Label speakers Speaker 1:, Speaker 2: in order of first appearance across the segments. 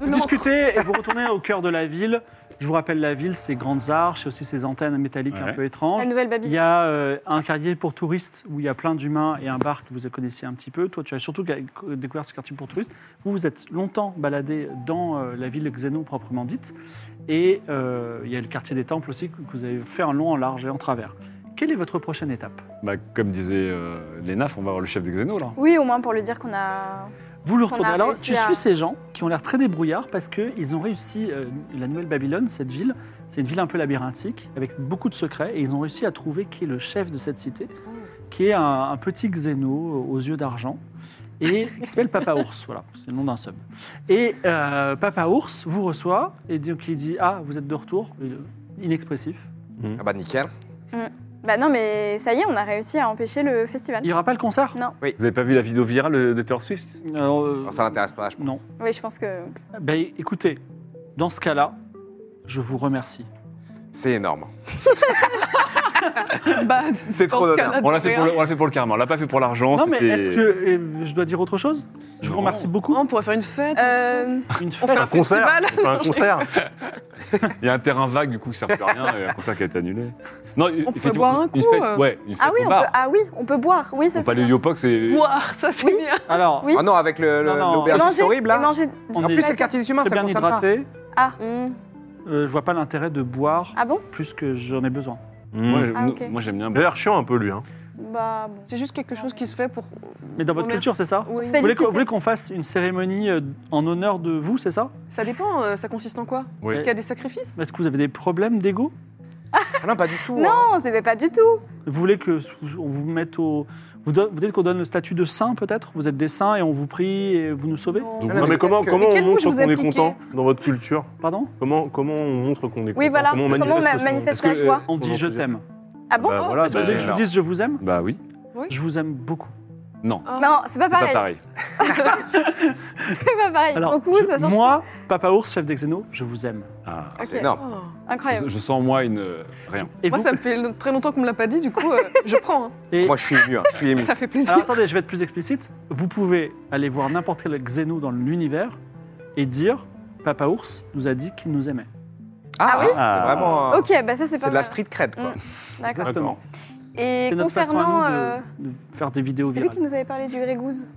Speaker 1: Vous discutez et vous retournez au cœur de la ville. Je vous rappelle la ville, ses grandes arches et aussi ses antennes métalliques un
Speaker 2: Ouais.
Speaker 1: peu étranges.
Speaker 3: La nouvelle
Speaker 1: Il
Speaker 3: Babylone.
Speaker 1: y a euh, un quartier pour touristes où il y a plein d'humains et un bar que vous connaissez un petit peu. Toi, tu as surtout ga- découvert ce quartier pour touristes. Vous vous êtes longtemps baladé dans euh, la ville de Xénon proprement dite. Et euh, il y a le quartier des temples aussi que vous avez fait en long, en large et en travers. Quelle est votre prochaine étape
Speaker 2: Bah, comme disait euh, Lénaf, on va voir le chef de Xeno là.
Speaker 4: Oui, au moins pour lui dire qu'on a.
Speaker 1: Vous le
Speaker 4: qu'on a
Speaker 1: retournez. Alors,
Speaker 4: réussi
Speaker 1: tu
Speaker 4: à-
Speaker 1: suis ces gens qui ont l'air très débrouillards parce qu'ils ont réussi, euh, la Nouvelle-Babylone, cette ville, c'est une ville un peu labyrinthique, avec beaucoup de secrets, et ils ont réussi à trouver qui est le chef de cette cité, qui est un, un petit xéno aux yeux d'argent, et qui s'appelle Papa Ours, voilà, c'est le nom d'un sub. Et euh, Papa Ours vous reçoit, et donc il dit Ah, vous êtes de retour, Et, euh, inexpressif.
Speaker 5: Ah bah nickel.
Speaker 4: Bah non, mais ça y est, on a réussi à empêcher le festival.
Speaker 1: Il n'y aura pas le concert
Speaker 4: Non.
Speaker 2: Vous avez pas vu la vidéo virale euh, de Taylor Swift
Speaker 1: Alors, euh,
Speaker 5: Alors, Ah, ça l'intéresse pas, je pense.
Speaker 1: Non.
Speaker 4: Oui, je pense que.
Speaker 1: Ben écoutez, dans ce cas-là, je vous remercie.
Speaker 5: C'est énorme.
Speaker 6: Bah,
Speaker 5: C'est
Speaker 6: dans
Speaker 5: trop
Speaker 6: ce
Speaker 5: d'honneur.
Speaker 6: cas-là,
Speaker 2: on l'a, fait
Speaker 6: rien.
Speaker 2: pour le, on l'a fait pour le karma, on l'a pas fait pour l'argent.
Speaker 1: Non, mais
Speaker 2: c'était-
Speaker 1: est-ce que euh, je dois dire autre chose Je vous
Speaker 2: Non.
Speaker 1: remercie beaucoup.
Speaker 6: Non, on pourrait faire une fête.
Speaker 4: Euh,
Speaker 1: Une
Speaker 6: on
Speaker 1: fête.
Speaker 6: fait un,
Speaker 7: Un concert
Speaker 6: festival.
Speaker 7: On fait un concert
Speaker 2: Il y a un terrain vague du coup qui sert plus à rien et un concert qui a été annulé. Non,
Speaker 6: peut
Speaker 2: effectivement,
Speaker 6: boire un
Speaker 2: une
Speaker 6: coup,
Speaker 2: fête-
Speaker 6: euh.
Speaker 2: ouais, une fête
Speaker 4: Ah oui,
Speaker 2: au
Speaker 4: on
Speaker 2: bar.
Speaker 4: peut... ah oui, on peut boire. Oui, ça
Speaker 2: On peut
Speaker 4: c'est
Speaker 2: aller au
Speaker 4: bien.
Speaker 2: Yopox et.
Speaker 6: Boire, ça c'est bien.
Speaker 1: Alors,
Speaker 4: Oui.
Speaker 5: Ah non, avec le-
Speaker 1: Non,
Speaker 5: le-
Speaker 1: non.
Speaker 5: l'auberge,
Speaker 4: Et
Speaker 5: c'est horrible
Speaker 4: et
Speaker 5: là.
Speaker 4: manger-
Speaker 1: on
Speaker 5: En
Speaker 1: est
Speaker 5: plus, c'est le quartier des humains,
Speaker 1: très
Speaker 5: ça
Speaker 1: bien
Speaker 5: concerne pas.
Speaker 1: hydraté.
Speaker 4: Ah,
Speaker 6: Mmh.
Speaker 1: Euh, je vois pas l'intérêt de boire
Speaker 4: ah bon
Speaker 1: plus que j'en ai besoin.
Speaker 2: Moi,
Speaker 7: Mmh.
Speaker 2: je-
Speaker 4: Ah, ok.
Speaker 2: moi, j'aime bien.
Speaker 7: Il a l'air chiant un peu lui. Hein.
Speaker 4: Bah bon.
Speaker 6: C'est juste quelque chose qui se fait pour.
Speaker 1: Mais dans votre
Speaker 6: Remercie.
Speaker 1: culture, c'est ça Vous
Speaker 6: Oui.
Speaker 4: Félicité.
Speaker 1: voulez qu'on- vous voulez qu'on fasse une cérémonie euh, en honneur de vous, c'est ça
Speaker 6: Ça dépend, euh, ça consiste en quoi
Speaker 2: Oui.
Speaker 6: Est-ce qu'il y a des sacrifices
Speaker 1: Est-ce que vous avez des problèmes d'ego
Speaker 5: Ah non, pas du tout. hein.
Speaker 4: Non, c'est mais pas du tout.
Speaker 1: Vous voulez que on vous mette au vous, don- vous dites qu'on donne le statut de saint peut-être Vous êtes des saints et on vous prie et vous nous sauvez
Speaker 6: Oh.
Speaker 2: Donc,
Speaker 5: Non,
Speaker 7: Non, mais
Speaker 5: mais
Speaker 7: comment,
Speaker 5: peut-être que-
Speaker 7: comment
Speaker 6: Mais
Speaker 7: on
Speaker 6: quelle
Speaker 7: montre
Speaker 6: bouche vous
Speaker 7: qu'on est
Speaker 6: appliquez
Speaker 7: content dans votre culture
Speaker 1: Pardon
Speaker 7: comment, comment on montre qu'on est content
Speaker 4: Oui, voilà.
Speaker 7: Comment on
Speaker 4: Comment on ma-
Speaker 7: manifeste, son-
Speaker 4: manifeste
Speaker 2: Est-ce que,
Speaker 4: la
Speaker 2: euh,
Speaker 4: joie
Speaker 1: On dit
Speaker 7: Comment
Speaker 1: je
Speaker 7: on dit
Speaker 1: t'aime.
Speaker 4: Ah bon
Speaker 7: Bah, voilà,
Speaker 1: Est-ce que vous
Speaker 7: bah,
Speaker 1: voulez que je vous
Speaker 7: alors.
Speaker 1: dise je vous aime
Speaker 2: Bah oui,
Speaker 1: Je vous aime beaucoup.
Speaker 2: non,
Speaker 6: Ah.
Speaker 4: Non, c'est pas
Speaker 2: c'est pas
Speaker 4: pareil.
Speaker 2: pareil.
Speaker 4: C'est pas pareil.
Speaker 1: Alors,
Speaker 4: Beaucoup,
Speaker 1: je-
Speaker 4: ça change.
Speaker 1: moi, Papa Ours, chef d'Exeno, je vous aime.
Speaker 2: Ah,
Speaker 5: C'est
Speaker 4: Ok.
Speaker 5: énorme.
Speaker 6: Oh.
Speaker 4: Incroyable.
Speaker 2: je, je sens en moi une. euh, rien.
Speaker 1: Et
Speaker 6: Moi,
Speaker 1: vous-
Speaker 6: ça me fait très longtemps qu'on me l'a pas dit, du coup, euh, je prends. hein.
Speaker 1: et-
Speaker 5: Moi, je suis ému. hein, Je suis ému.
Speaker 6: Ça fait plaisir.
Speaker 1: Alors attendez, je vais être plus explicite. Vous pouvez aller voir n'importe quel xéno dans l'univers et dire Papa Ours nous a dit qu'il nous aimait.
Speaker 4: Ah oui
Speaker 5: C'est vraiment. euh,
Speaker 4: Ok, bah ça c'est pas
Speaker 5: C'est de la
Speaker 4: mal. Mm.
Speaker 5: street cred quoi.
Speaker 4: D'accord.
Speaker 1: Exactement.
Speaker 4: Et
Speaker 1: C'est notre façon à
Speaker 4: concernant.
Speaker 1: nous de,
Speaker 4: euh,
Speaker 1: de faire des vidéos
Speaker 4: C'est lui qui
Speaker 1: virales.
Speaker 4: nous avait parlé du Grégouze.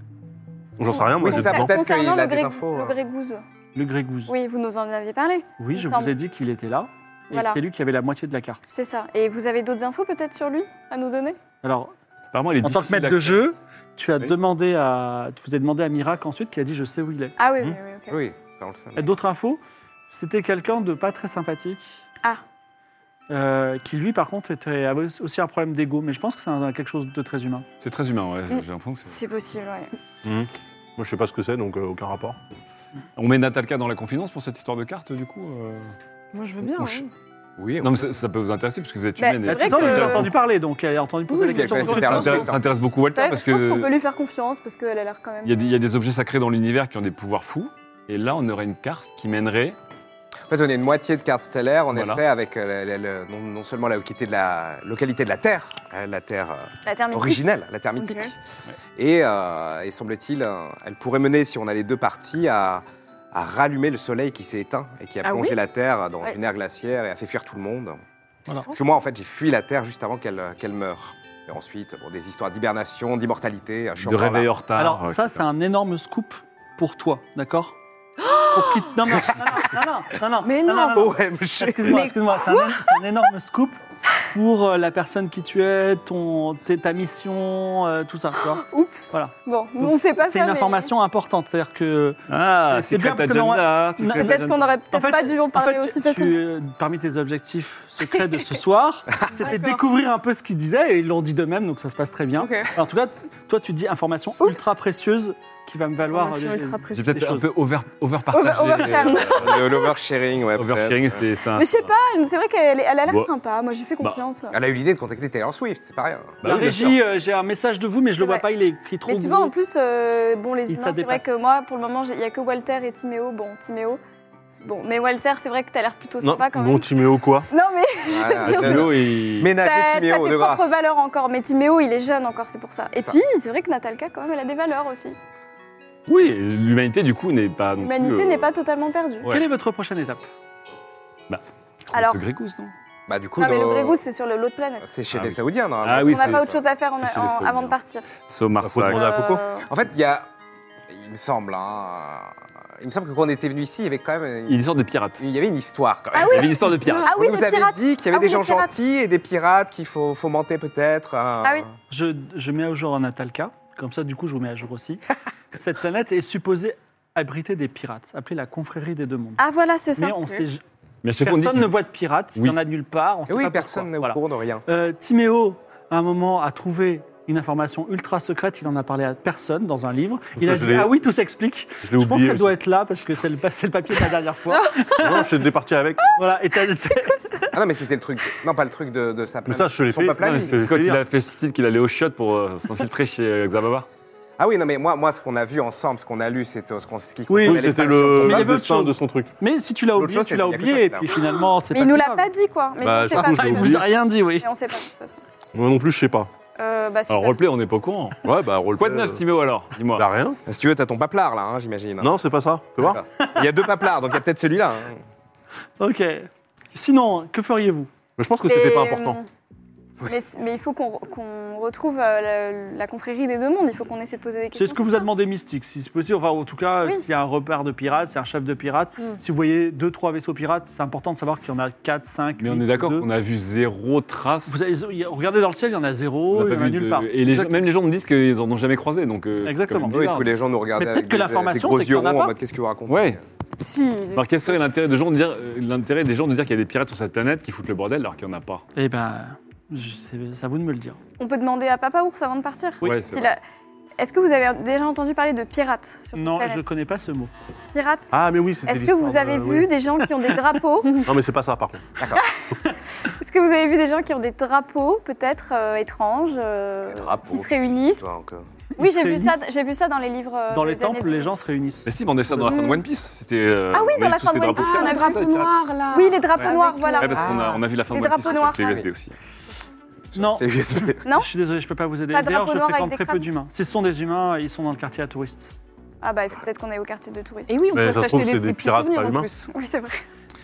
Speaker 7: J'en sais rien, moi,
Speaker 5: Oui, c'est
Speaker 7: c'est
Speaker 5: ça,
Speaker 7: bon.
Speaker 5: peut-être
Speaker 4: Concernant
Speaker 5: qu'il a
Speaker 4: le
Speaker 5: des
Speaker 4: Gré-
Speaker 5: infos,
Speaker 4: Le
Speaker 5: euh.
Speaker 4: Grégouze.
Speaker 1: Le Grégouze. Oui,
Speaker 4: Oui, vous nous en aviez parlé. il
Speaker 1: je vous
Speaker 4: me semble.
Speaker 1: ai dit qu'il était là et
Speaker 4: Voilà.
Speaker 1: que c'est lui qui avait la moitié de la carte.
Speaker 4: C'est ça. Et vous avez d'autres infos peut-être sur lui à nous donner
Speaker 1: Alors,
Speaker 2: Apparemment, il est
Speaker 1: en tant que
Speaker 2: difficile
Speaker 1: maître
Speaker 2: à-
Speaker 1: de jeu, tu as
Speaker 2: Oui.
Speaker 1: demandé à, tu vous as demandé à Mirac ensuite qui a dit je sais où il est.
Speaker 4: Ah oui,
Speaker 2: Hmm
Speaker 4: oui, oui, ok.
Speaker 5: Oui, ça on le sait.
Speaker 1: D'autres infos, c'était quelqu'un de pas très sympathique.
Speaker 4: Ah.
Speaker 1: Euh, qui lui par contre était, avait aussi un problème d'ego, mais je pense que c'est un- quelque chose de très humain.
Speaker 2: C'est très humain, ouais.
Speaker 4: Mm.
Speaker 2: J'ai l'impression que c'est.
Speaker 4: C'est possible, oui.
Speaker 7: Moi, je sais pas ce que c'est, donc euh, aucun rapport.
Speaker 2: On met Natalka dans la confidence pour cette histoire de carte, du coup euh
Speaker 6: Moi, je veux bien.
Speaker 2: On
Speaker 6: hein.
Speaker 2: ch-
Speaker 5: Oui, on-
Speaker 2: Non, mais ça, ça peut vous intéresser parce que vous êtes
Speaker 4: Bah,
Speaker 2: humaine.
Speaker 4: c'est
Speaker 2: et-
Speaker 4: vrai
Speaker 1: Non,
Speaker 4: que-
Speaker 1: mais j'ai entendu parler, donc elle a entendu poser
Speaker 4: Oui,
Speaker 1: la question.
Speaker 5: oui,
Speaker 1: Donc,
Speaker 5: oui,
Speaker 2: Ça
Speaker 5: c'est
Speaker 2: intéresse,
Speaker 5: un-
Speaker 2: ça intéresse beaucoup Walter
Speaker 4: C'est vrai que
Speaker 2: parce
Speaker 4: je pense qu'on peut
Speaker 2: que
Speaker 4: lui faire confiance parce qu'elle a l'air quand même.
Speaker 2: il y, a des- il y a des objets sacrés dans l'univers qui ont des pouvoirs fous. Et là, on aurait une carte qui mènerait.
Speaker 5: Ah, En fait, on est une moitié de carte stellaire, en
Speaker 2: Voilà.
Speaker 5: effet, avec euh, le- le- non, non seulement la localité de la, localité de la Terre, euh, la Terre euh,
Speaker 4: La termine.
Speaker 5: originelle, la Terre mythique,
Speaker 6: Ok.
Speaker 5: et, euh, et semble-t-il, euh, elle pourrait mener, si on a les deux parties, à, à rallumer le soleil qui s'est éteint et qui a
Speaker 6: Ah
Speaker 5: plongé la Terre dans
Speaker 4: Ouais.
Speaker 5: une ère glaciaire et a fait fuir tout le monde.
Speaker 1: Voilà.
Speaker 5: Parce que moi, en fait, j'ai fui la Terre juste avant qu'elle euh, qu'elle meure. Et ensuite, bon, des histoires d'hibernation, d'immortalité, euh, je suis
Speaker 2: de
Speaker 5: encore là.
Speaker 2: réveil en retard.
Speaker 1: Alors,
Speaker 2: euh,
Speaker 1: ça,
Speaker 2: etc.
Speaker 1: c'est un énorme scoop pour toi, d'accord
Speaker 4: Oh
Speaker 1: Pour qui- Non, non, non, non, non, non, non, non,
Speaker 6: Mais non.
Speaker 1: non, non, non.
Speaker 5: OMG
Speaker 1: Excuse-moi, excuse-moi, c'est un, c'est un énorme scoop pour euh, la personne qui tu es, ton, t'es- ta mission, euh, tout ça. tu vois.
Speaker 4: Oups.
Speaker 1: Voilà.
Speaker 4: Bon,
Speaker 1: Donc,
Speaker 4: on sait pas ça.
Speaker 1: C'est une
Speaker 4: mais
Speaker 1: information importante, c'est-à-dire que
Speaker 2: Ah,
Speaker 1: c'est bien parce que normalement- Non, non,
Speaker 4: Peut-être qu'on aurait peut-être
Speaker 1: fait,
Speaker 4: pas dû en
Speaker 1: en
Speaker 4: parler
Speaker 1: fait,
Speaker 4: aussi
Speaker 1: tu-
Speaker 4: facilement.
Speaker 1: euh, parmi tes objectifs secrets de ce soir, Ah, c'était
Speaker 6: D'accord.
Speaker 1: découvrir un peu ce qu'ils disaient et ils l'ont dit de même, donc ça se passe très bien.
Speaker 6: Ok.
Speaker 1: Alors, en tout cas, t- toi, tu dis information
Speaker 4: Oups.
Speaker 1: ultra précieuse qui va me valoir.
Speaker 6: Information
Speaker 1: euh,
Speaker 6: ultra Ah,
Speaker 2: J'ai
Speaker 6: précieuse.
Speaker 1: des
Speaker 2: peut-être un
Speaker 1: choses.
Speaker 2: peu over, overpartagé.
Speaker 4: Over- overshare.
Speaker 2: euh,
Speaker 5: Le- L'oversharing, ouais. peut-être.
Speaker 2: Oversharing, c'est ça.
Speaker 4: Mais je sais pas, c'est vrai qu'elle est- elle a l'air
Speaker 2: Bah.
Speaker 4: sympa. Moi, j'ai fait confiance.
Speaker 5: Elle a eu l'idée de contacter Taylor Swift, c'est pas rien.
Speaker 1: La régie, euh, j'ai un message de vous, mais je le vois
Speaker 4: Ouais.
Speaker 1: pas, il est écrit trop
Speaker 4: Mais tu
Speaker 1: gros.
Speaker 4: vois, en plus, euh, bon, les
Speaker 1: Et ça
Speaker 4: humains, c'est vrai
Speaker 1: dépasse.
Speaker 4: que moi, pour le moment, j'ai- il n'y a que Walter et Timéo. Bon, Timéo, c'est bon. Mais Walter, c'est vrai que t'as l'air plutôt
Speaker 7: Non,
Speaker 4: sympa quand même.
Speaker 7: bon Timéo quoi
Speaker 4: Non, mais
Speaker 5: Voilà,
Speaker 4: veux dire-
Speaker 5: Timéo.
Speaker 2: Timéo, il-
Speaker 5: Ménager
Speaker 4: t'as t'as tes
Speaker 5: Timéo de
Speaker 4: propres
Speaker 5: grâce.
Speaker 4: valeurs encore. Mais Timéo, il est jeune encore, c'est pour ça. Et
Speaker 5: Ça.
Speaker 4: puis, c'est vrai que Natalka, quand même, elle a des valeurs aussi.
Speaker 2: Oui, l'humanité, du coup, n'est pas. non plus,
Speaker 4: L'humanité
Speaker 2: euh,
Speaker 4: n'est pas totalement perdue.
Speaker 2: Ouais.
Speaker 1: Quelle est votre prochaine étape
Speaker 4: Alors-
Speaker 2: C'est Grégousse, non
Speaker 5: Bah, du coup,
Speaker 4: Non, mais le
Speaker 5: dans-
Speaker 4: Grégousse, c'est sur le- l'autre planète.
Speaker 5: c'est chez
Speaker 2: Ah
Speaker 5: les
Speaker 2: oui.
Speaker 5: Saoudiens, normalement.
Speaker 2: Ah oui,
Speaker 4: on n'a
Speaker 2: c'est
Speaker 4: pas
Speaker 2: ça.
Speaker 4: autre chose à faire en-
Speaker 2: C'est chez les
Speaker 4: en-
Speaker 2: Saoudiens.
Speaker 4: avant de partir.
Speaker 2: Somarsac.
Speaker 7: Demandez à Coco.
Speaker 4: Euh,
Speaker 5: En fait, il y a. Il me semble, hein. Il me semble que quand on était venu ici, il y avait quand même.
Speaker 2: Il sort des pirates.
Speaker 5: Il y avait une histoire quand même.
Speaker 4: Ah
Speaker 2: Il
Speaker 4: oui
Speaker 2: y avait une histoire de pirates.
Speaker 4: Ah oui,
Speaker 5: On nous
Speaker 4: des
Speaker 5: avait
Speaker 4: pirates
Speaker 5: dit qu'il y avait
Speaker 4: Ah
Speaker 5: des
Speaker 4: oui,
Speaker 5: gens
Speaker 4: des pirates.
Speaker 5: gentils et des pirates qu'il faut fomenter peut-être. euh,
Speaker 4: Ah oui.
Speaker 1: Je, je mets à jour un Natalka, comme ça, du coup, je vous mets à jour aussi. Cette planète est supposée abriter des pirates, appelée la confrérie des deux mondes.
Speaker 4: Ah voilà, c'est ça.
Speaker 1: mais on sait,
Speaker 2: Mais à chaque fois, on dit
Speaker 1: personne
Speaker 2: qu'ils-
Speaker 1: ne voit de pirates, il
Speaker 2: Oui.
Speaker 1: n'y en a nulle part, on
Speaker 5: Et
Speaker 1: sait
Speaker 5: oui,
Speaker 1: pas pourquoi.
Speaker 5: personne n'est au
Speaker 1: Voilà.
Speaker 5: courant de rien.
Speaker 1: Euh, Timéo, à un moment, a trouvé une information ultra secrète, il en a parlé à personne dans un livre. Il
Speaker 7: Ça,
Speaker 1: a
Speaker 7: je
Speaker 1: dit
Speaker 7: l'ai-
Speaker 1: Ah oui, tout s'explique.
Speaker 7: Je l'ai
Speaker 1: Je pense
Speaker 7: oublié.
Speaker 1: qu'elle doit être là parce que c'est le, pa- c'est le papier de la dernière fois.
Speaker 7: Non, je l'ai départi avec.
Speaker 1: voilà, et t'as-
Speaker 5: Ah non, mais c'était le truc. Non, pas le truc de, de sa
Speaker 7: Mais
Speaker 5: planète.
Speaker 7: ça, je te l'ai
Speaker 5: Ils sont
Speaker 7: fait.
Speaker 5: pas
Speaker 7: Non,
Speaker 5: planés.
Speaker 7: mais je te l'ai
Speaker 2: C'est quand
Speaker 7: fait
Speaker 2: il
Speaker 7: lire.
Speaker 2: a fait style qu'il allait au shot pour euh, s'infiltrer chez euh, Xababar.
Speaker 5: Ah oui, non, mais moi, moi ce qu'on a vu ensemble, ce qu'on a lu, c'est euh, ce qu'on ce qui
Speaker 1: Oui,
Speaker 5: concernait
Speaker 7: Oui,
Speaker 5: les
Speaker 7: c'était
Speaker 5: factions
Speaker 7: le,
Speaker 1: Mais il y
Speaker 5: combattantes.
Speaker 1: avait
Speaker 7: le
Speaker 1: autre
Speaker 7: destin
Speaker 1: chose.
Speaker 7: de son truc.
Speaker 1: mais si tu l'as
Speaker 5: L'autre
Speaker 1: oublié,
Speaker 5: chose,
Speaker 1: tu
Speaker 5: c'est
Speaker 1: l'as
Speaker 5: qu'il y a que
Speaker 1: oublié,
Speaker 5: toi
Speaker 1: et
Speaker 5: qui l'as.
Speaker 1: puis finalement, c'est
Speaker 4: Mais il nous l'a
Speaker 1: grave.
Speaker 4: pas dit quoi. Mais
Speaker 7: Bah,
Speaker 4: on sait
Speaker 7: surtout,
Speaker 4: pas.
Speaker 7: je l'ai
Speaker 1: Il
Speaker 7: oublié.
Speaker 1: vous a rien dit, oui.
Speaker 4: Mais on sait pas de toute façon.
Speaker 7: Moi non plus, je sais pas.
Speaker 4: Euh, bah, super.
Speaker 2: Alors, roleplay, on n'est pas au courant.
Speaker 7: Ouais, bah, roleplay.
Speaker 2: Quoi de
Speaker 5: Euh,
Speaker 2: neuf, Timéo, alors Dis-moi.
Speaker 7: Bah, rien.
Speaker 5: Si tu veux, t'as ton paplard là, hein, j'imagine.
Speaker 7: Non, c'est pas ça. Tu voir
Speaker 5: Il y a deux paplards, donc il y a peut-être celui-là. hein.
Speaker 1: Ok. Sinon, que feriez-vous
Speaker 7: Mais je pense que c'était
Speaker 4: Mais,
Speaker 7: pas important.
Speaker 4: euh, Mais, mais il faut qu'on qu'on retrouve euh, la, la confrérie des deux mondes. Il faut qu'on essaie de poser des questions.
Speaker 1: C'est ce que vous a demandé Mystique, si c'est possible. Enfin, en tout cas,
Speaker 4: Oui.
Speaker 1: s'il y a un repère de pirates, s'il y a un chef de pirates,
Speaker 6: Mm.
Speaker 1: si vous voyez deux, trois vaisseaux pirates, c'est important de savoir qu'il y en a quatre, cinq.
Speaker 2: Mais on
Speaker 1: huit,
Speaker 2: est d'accord
Speaker 1: deux.
Speaker 2: qu'on a vu zéro trace.
Speaker 1: Vous avez- regardez dans le ciel, il y en a
Speaker 2: On
Speaker 1: zéro,
Speaker 2: n'a
Speaker 1: il y
Speaker 2: pas
Speaker 1: en a
Speaker 2: vu
Speaker 1: nulle
Speaker 2: de-
Speaker 1: part.
Speaker 2: Et les gens- même les gens me disent qu'ils en ont jamais croisé. Donc, euh, c'est quand
Speaker 1: Exactement.
Speaker 2: même
Speaker 5: Oui,
Speaker 7: ah.
Speaker 2: bizarre.
Speaker 5: tous les gens nous regardaient
Speaker 1: Mais
Speaker 5: avec
Speaker 1: peut-être que
Speaker 5: des,
Speaker 1: l'information,
Speaker 5: des gros
Speaker 1: c'est qu'il y
Speaker 5: yeux
Speaker 1: en a
Speaker 5: ronds
Speaker 1: pas.
Speaker 5: en mode qu'est-ce que vous racontez
Speaker 2: Ouais.
Speaker 4: Si.
Speaker 2: Alors, quel serait l'intérêt de gens de dire, euh, l'intérêt des gens de dire qu'il y a des pirates sur cette planète qui foutent le bordel alors qu'il n'y en a pas
Speaker 1: Eh ben, je sais- c'est à vous de me le dire.
Speaker 4: On peut demander à Papa Ours avant de partir.
Speaker 2: Oui. Ouais, c'est
Speaker 4: Si la- Est-ce que vous avez déjà entendu parler de pirates sur
Speaker 1: Non,
Speaker 4: cette
Speaker 1: je
Speaker 4: planète
Speaker 1: connais pas ce mot.
Speaker 4: Pirates.
Speaker 7: Ah, mais oui, c'était.
Speaker 4: Est-ce que vous
Speaker 7: l'histoire de-
Speaker 4: avez
Speaker 7: oui.
Speaker 4: vu des gens qui ont des drapeaux
Speaker 7: Non, mais c'est pas ça, par contre.
Speaker 4: Est-ce que vous avez vu des gens qui ont des drapeaux peut-être euh, étranges euh,
Speaker 5: Les drapeaux,
Speaker 4: qui se
Speaker 5: c'est une
Speaker 4: réunissent
Speaker 5: histoire, donc, euh.
Speaker 4: Oui,
Speaker 1: Ils
Speaker 4: j'ai
Speaker 1: se
Speaker 4: vu ça.
Speaker 1: réunissent.
Speaker 4: J'ai vu ça dans les livres. euh,
Speaker 1: Dans les
Speaker 4: des années
Speaker 1: temples, les
Speaker 4: 2000.
Speaker 1: gens se réunissent.
Speaker 2: Mais si, mais on a vu ça dans la fin de One Piece. C'était. euh,
Speaker 4: Ah oui,
Speaker 2: on
Speaker 4: dans
Speaker 2: a eu
Speaker 4: la
Speaker 2: tous
Speaker 4: fin
Speaker 2: ces
Speaker 4: de One
Speaker 2: drapeaux
Speaker 4: Piece, on a
Speaker 2: pirates, c'est
Speaker 6: drapeau
Speaker 2: ça, les pirates.
Speaker 6: noir là.
Speaker 4: Oui, les drapeaux
Speaker 6: Avec
Speaker 4: noirs,
Speaker 6: les-
Speaker 4: voilà.
Speaker 2: Ouais, parce qu'on a, on a vu la fin
Speaker 4: Les
Speaker 2: de One Piece
Speaker 4: drapeaux noirs.
Speaker 2: avec les USB aussi.
Speaker 1: Non.
Speaker 5: C'est USB.
Speaker 4: Non
Speaker 1: Je suis désolé, je peux pas vous aider.
Speaker 4: Pas de
Speaker 1: D'ailleurs,
Speaker 4: drapeau
Speaker 1: je
Speaker 4: noir avec
Speaker 1: fréquente
Speaker 4: des
Speaker 1: très peu
Speaker 4: crânes.
Speaker 1: d'humains. Si ce sont des humains, ils sont dans le quartier à touristes.
Speaker 4: Ah bah il faut peut-être qu'on aille au quartier de
Speaker 1: Eh
Speaker 4: tourisme.
Speaker 6: Et oui, on
Speaker 7: Mais
Speaker 6: peut
Speaker 7: ça se
Speaker 6: s'acheter
Speaker 7: trouve,
Speaker 6: des,
Speaker 7: c'est
Speaker 6: des
Speaker 7: des
Speaker 6: petits
Speaker 7: pirates,
Speaker 6: souvenirs
Speaker 7: pas
Speaker 6: en
Speaker 7: humains.
Speaker 6: plus.
Speaker 4: Oui, c'est vrai.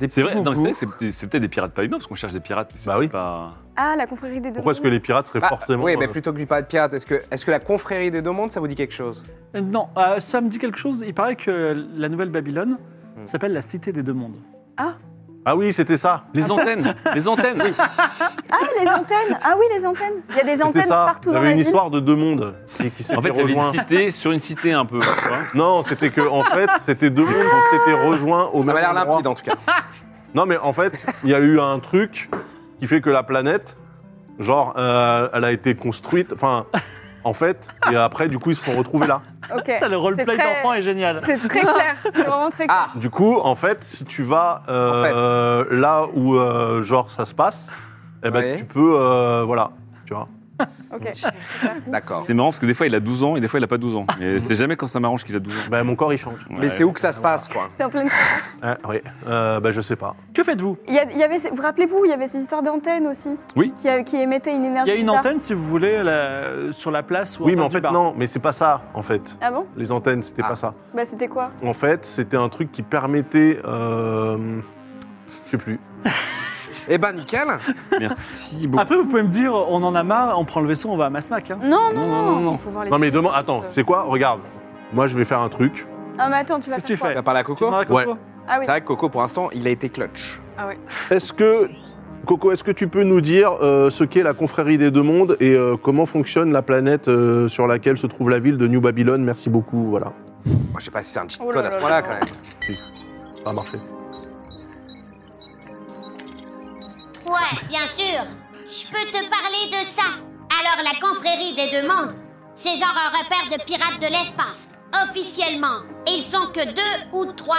Speaker 2: C'est vrai, non, c'est vrai que c'est- c'est peut-être des pirates pas humains parce qu'on cherche des pirates. mais c'est
Speaker 7: Bah oui.
Speaker 2: pas-
Speaker 4: Ah, la confrérie des deux.
Speaker 7: Pourquoi est-ce que les pirates seraient
Speaker 5: Bah,
Speaker 7: forcément.
Speaker 5: oui,
Speaker 7: euh,
Speaker 5: mais plutôt que lui parler de pirate, est-ce que, est que la confrérie des deux mondes, ça vous dit quelque chose
Speaker 1: Euh, Non, euh, ça me dit quelque chose. Il paraît que la nouvelle Babylone
Speaker 5: Hmm.
Speaker 1: s'appelle la cité des deux mondes.
Speaker 7: Ah oui, c'était ça.
Speaker 2: Les antennes Les antennes
Speaker 4: Ah, les antennes Ah oui, les antennes Il y a des
Speaker 7: C'était
Speaker 4: antennes
Speaker 7: ça.
Speaker 4: partout
Speaker 7: Il y
Speaker 4: dans
Speaker 7: avait
Speaker 4: la
Speaker 7: une
Speaker 4: ville.
Speaker 7: histoire de deux mondes qui, qui s'étaient
Speaker 2: En fait, il y avait une
Speaker 7: rejoints.
Speaker 2: cité sur une cité un peu. tu vois.
Speaker 7: Non, c'était que en fait, c'était deux mondes qui s'étaient rejoints au
Speaker 5: Ça m'a
Speaker 7: même
Speaker 5: l'air
Speaker 7: endroit.
Speaker 5: limpide hein. en tout cas.
Speaker 7: Non, mais en fait, il y a eu un truc qui fait que la planète, genre, euh, elle a été construite. Enfin, en fait, et après, du coup, ils se sont retrouvés là.
Speaker 4: Ok.
Speaker 1: Putain, Ah, le roleplay
Speaker 4: très-
Speaker 1: d'enfant est génial.
Speaker 4: C'est très clair. C'est vraiment très clair.
Speaker 5: Ah
Speaker 7: Du coup, en fait, si tu vas euh, là où, euh, genre, ça se passe, eh ben,
Speaker 5: Ouais.
Speaker 7: tu peux, euh, voilà, tu vois.
Speaker 4: Ok.
Speaker 5: D'accord.
Speaker 2: C'est marrant parce que des fois il a 12 ans et des fois il a pas 12 ans. Et c'est jamais quand ça m'arrange qu'il a 12 ans.
Speaker 7: Ben, mon corps, il change.
Speaker 5: Mais c'est où que ça se passe quoi
Speaker 4: C'est en pleine-
Speaker 7: Eh,
Speaker 2: Ah,
Speaker 7: oui, Euh, ben, je sais pas.
Speaker 1: Que faites-vous
Speaker 4: Il y a- il y avait, ces- vous rappelez-vous, il y avait ces histoires d'antennes aussi.
Speaker 2: Oui.
Speaker 4: Qui, a- qui émettaient une énergie.
Speaker 1: Il y a une
Speaker 4: bizarre.
Speaker 1: antenne, si vous voulez, là, sur la place ou
Speaker 7: Oui, mais
Speaker 1: face
Speaker 7: en
Speaker 1: du
Speaker 7: fait,
Speaker 1: bar.
Speaker 7: non, mais c'est pas ça, en fait.
Speaker 4: Ah bon
Speaker 7: Les antennes, c'était
Speaker 5: Ah.
Speaker 7: pas ça.
Speaker 4: Bah c'était quoi
Speaker 7: En fait, c'était un truc qui permettait. euh, je sais plus.
Speaker 5: Eh ben nickel
Speaker 2: Merci beaucoup.
Speaker 1: Après, vous pouvez me dire, on en a marre, on prend le vaisseau, on va à Masmac. hein.
Speaker 4: Non,
Speaker 2: Non,
Speaker 4: non.
Speaker 2: non, non, non.
Speaker 6: Faut voir les- euh,
Speaker 7: Non, mais demande. Attends, c'est quoi Regarde. Moi, je vais faire un truc.
Speaker 4: Ah mais attends, tu vas
Speaker 1: Qu'est-ce que tu
Speaker 4: faire quoi
Speaker 5: Tu
Speaker 1: fais
Speaker 5: vas parler à
Speaker 1: Tu
Speaker 5: Coco
Speaker 1: demandes à Coco
Speaker 7: Ouais.
Speaker 4: Ah oui.
Speaker 5: C'est vrai que Coco, pour l'instant, il a été clutch.
Speaker 7: Est-ce que Coco, est-ce que tu peux nous dire euh, ce qu'est la confrérie des deux mondes et euh, comment fonctionne la planète euh, sur laquelle se trouve la ville de New Babylon Merci beaucoup, voilà.
Speaker 5: Moi, je sais pas si c'est un cheat
Speaker 4: Oh là
Speaker 5: code à
Speaker 4: là
Speaker 5: ce point-là,
Speaker 4: là
Speaker 5: quand
Speaker 4: là.
Speaker 5: même.
Speaker 7: Ça a marché.
Speaker 2: Euh,
Speaker 3: Ouais, bien sûr. Je peux te parler de ça. Alors la confrérie des deux mondes, c'est genre un repère de pirates de l'espace, officiellement. Et ils sont que deux ou trois.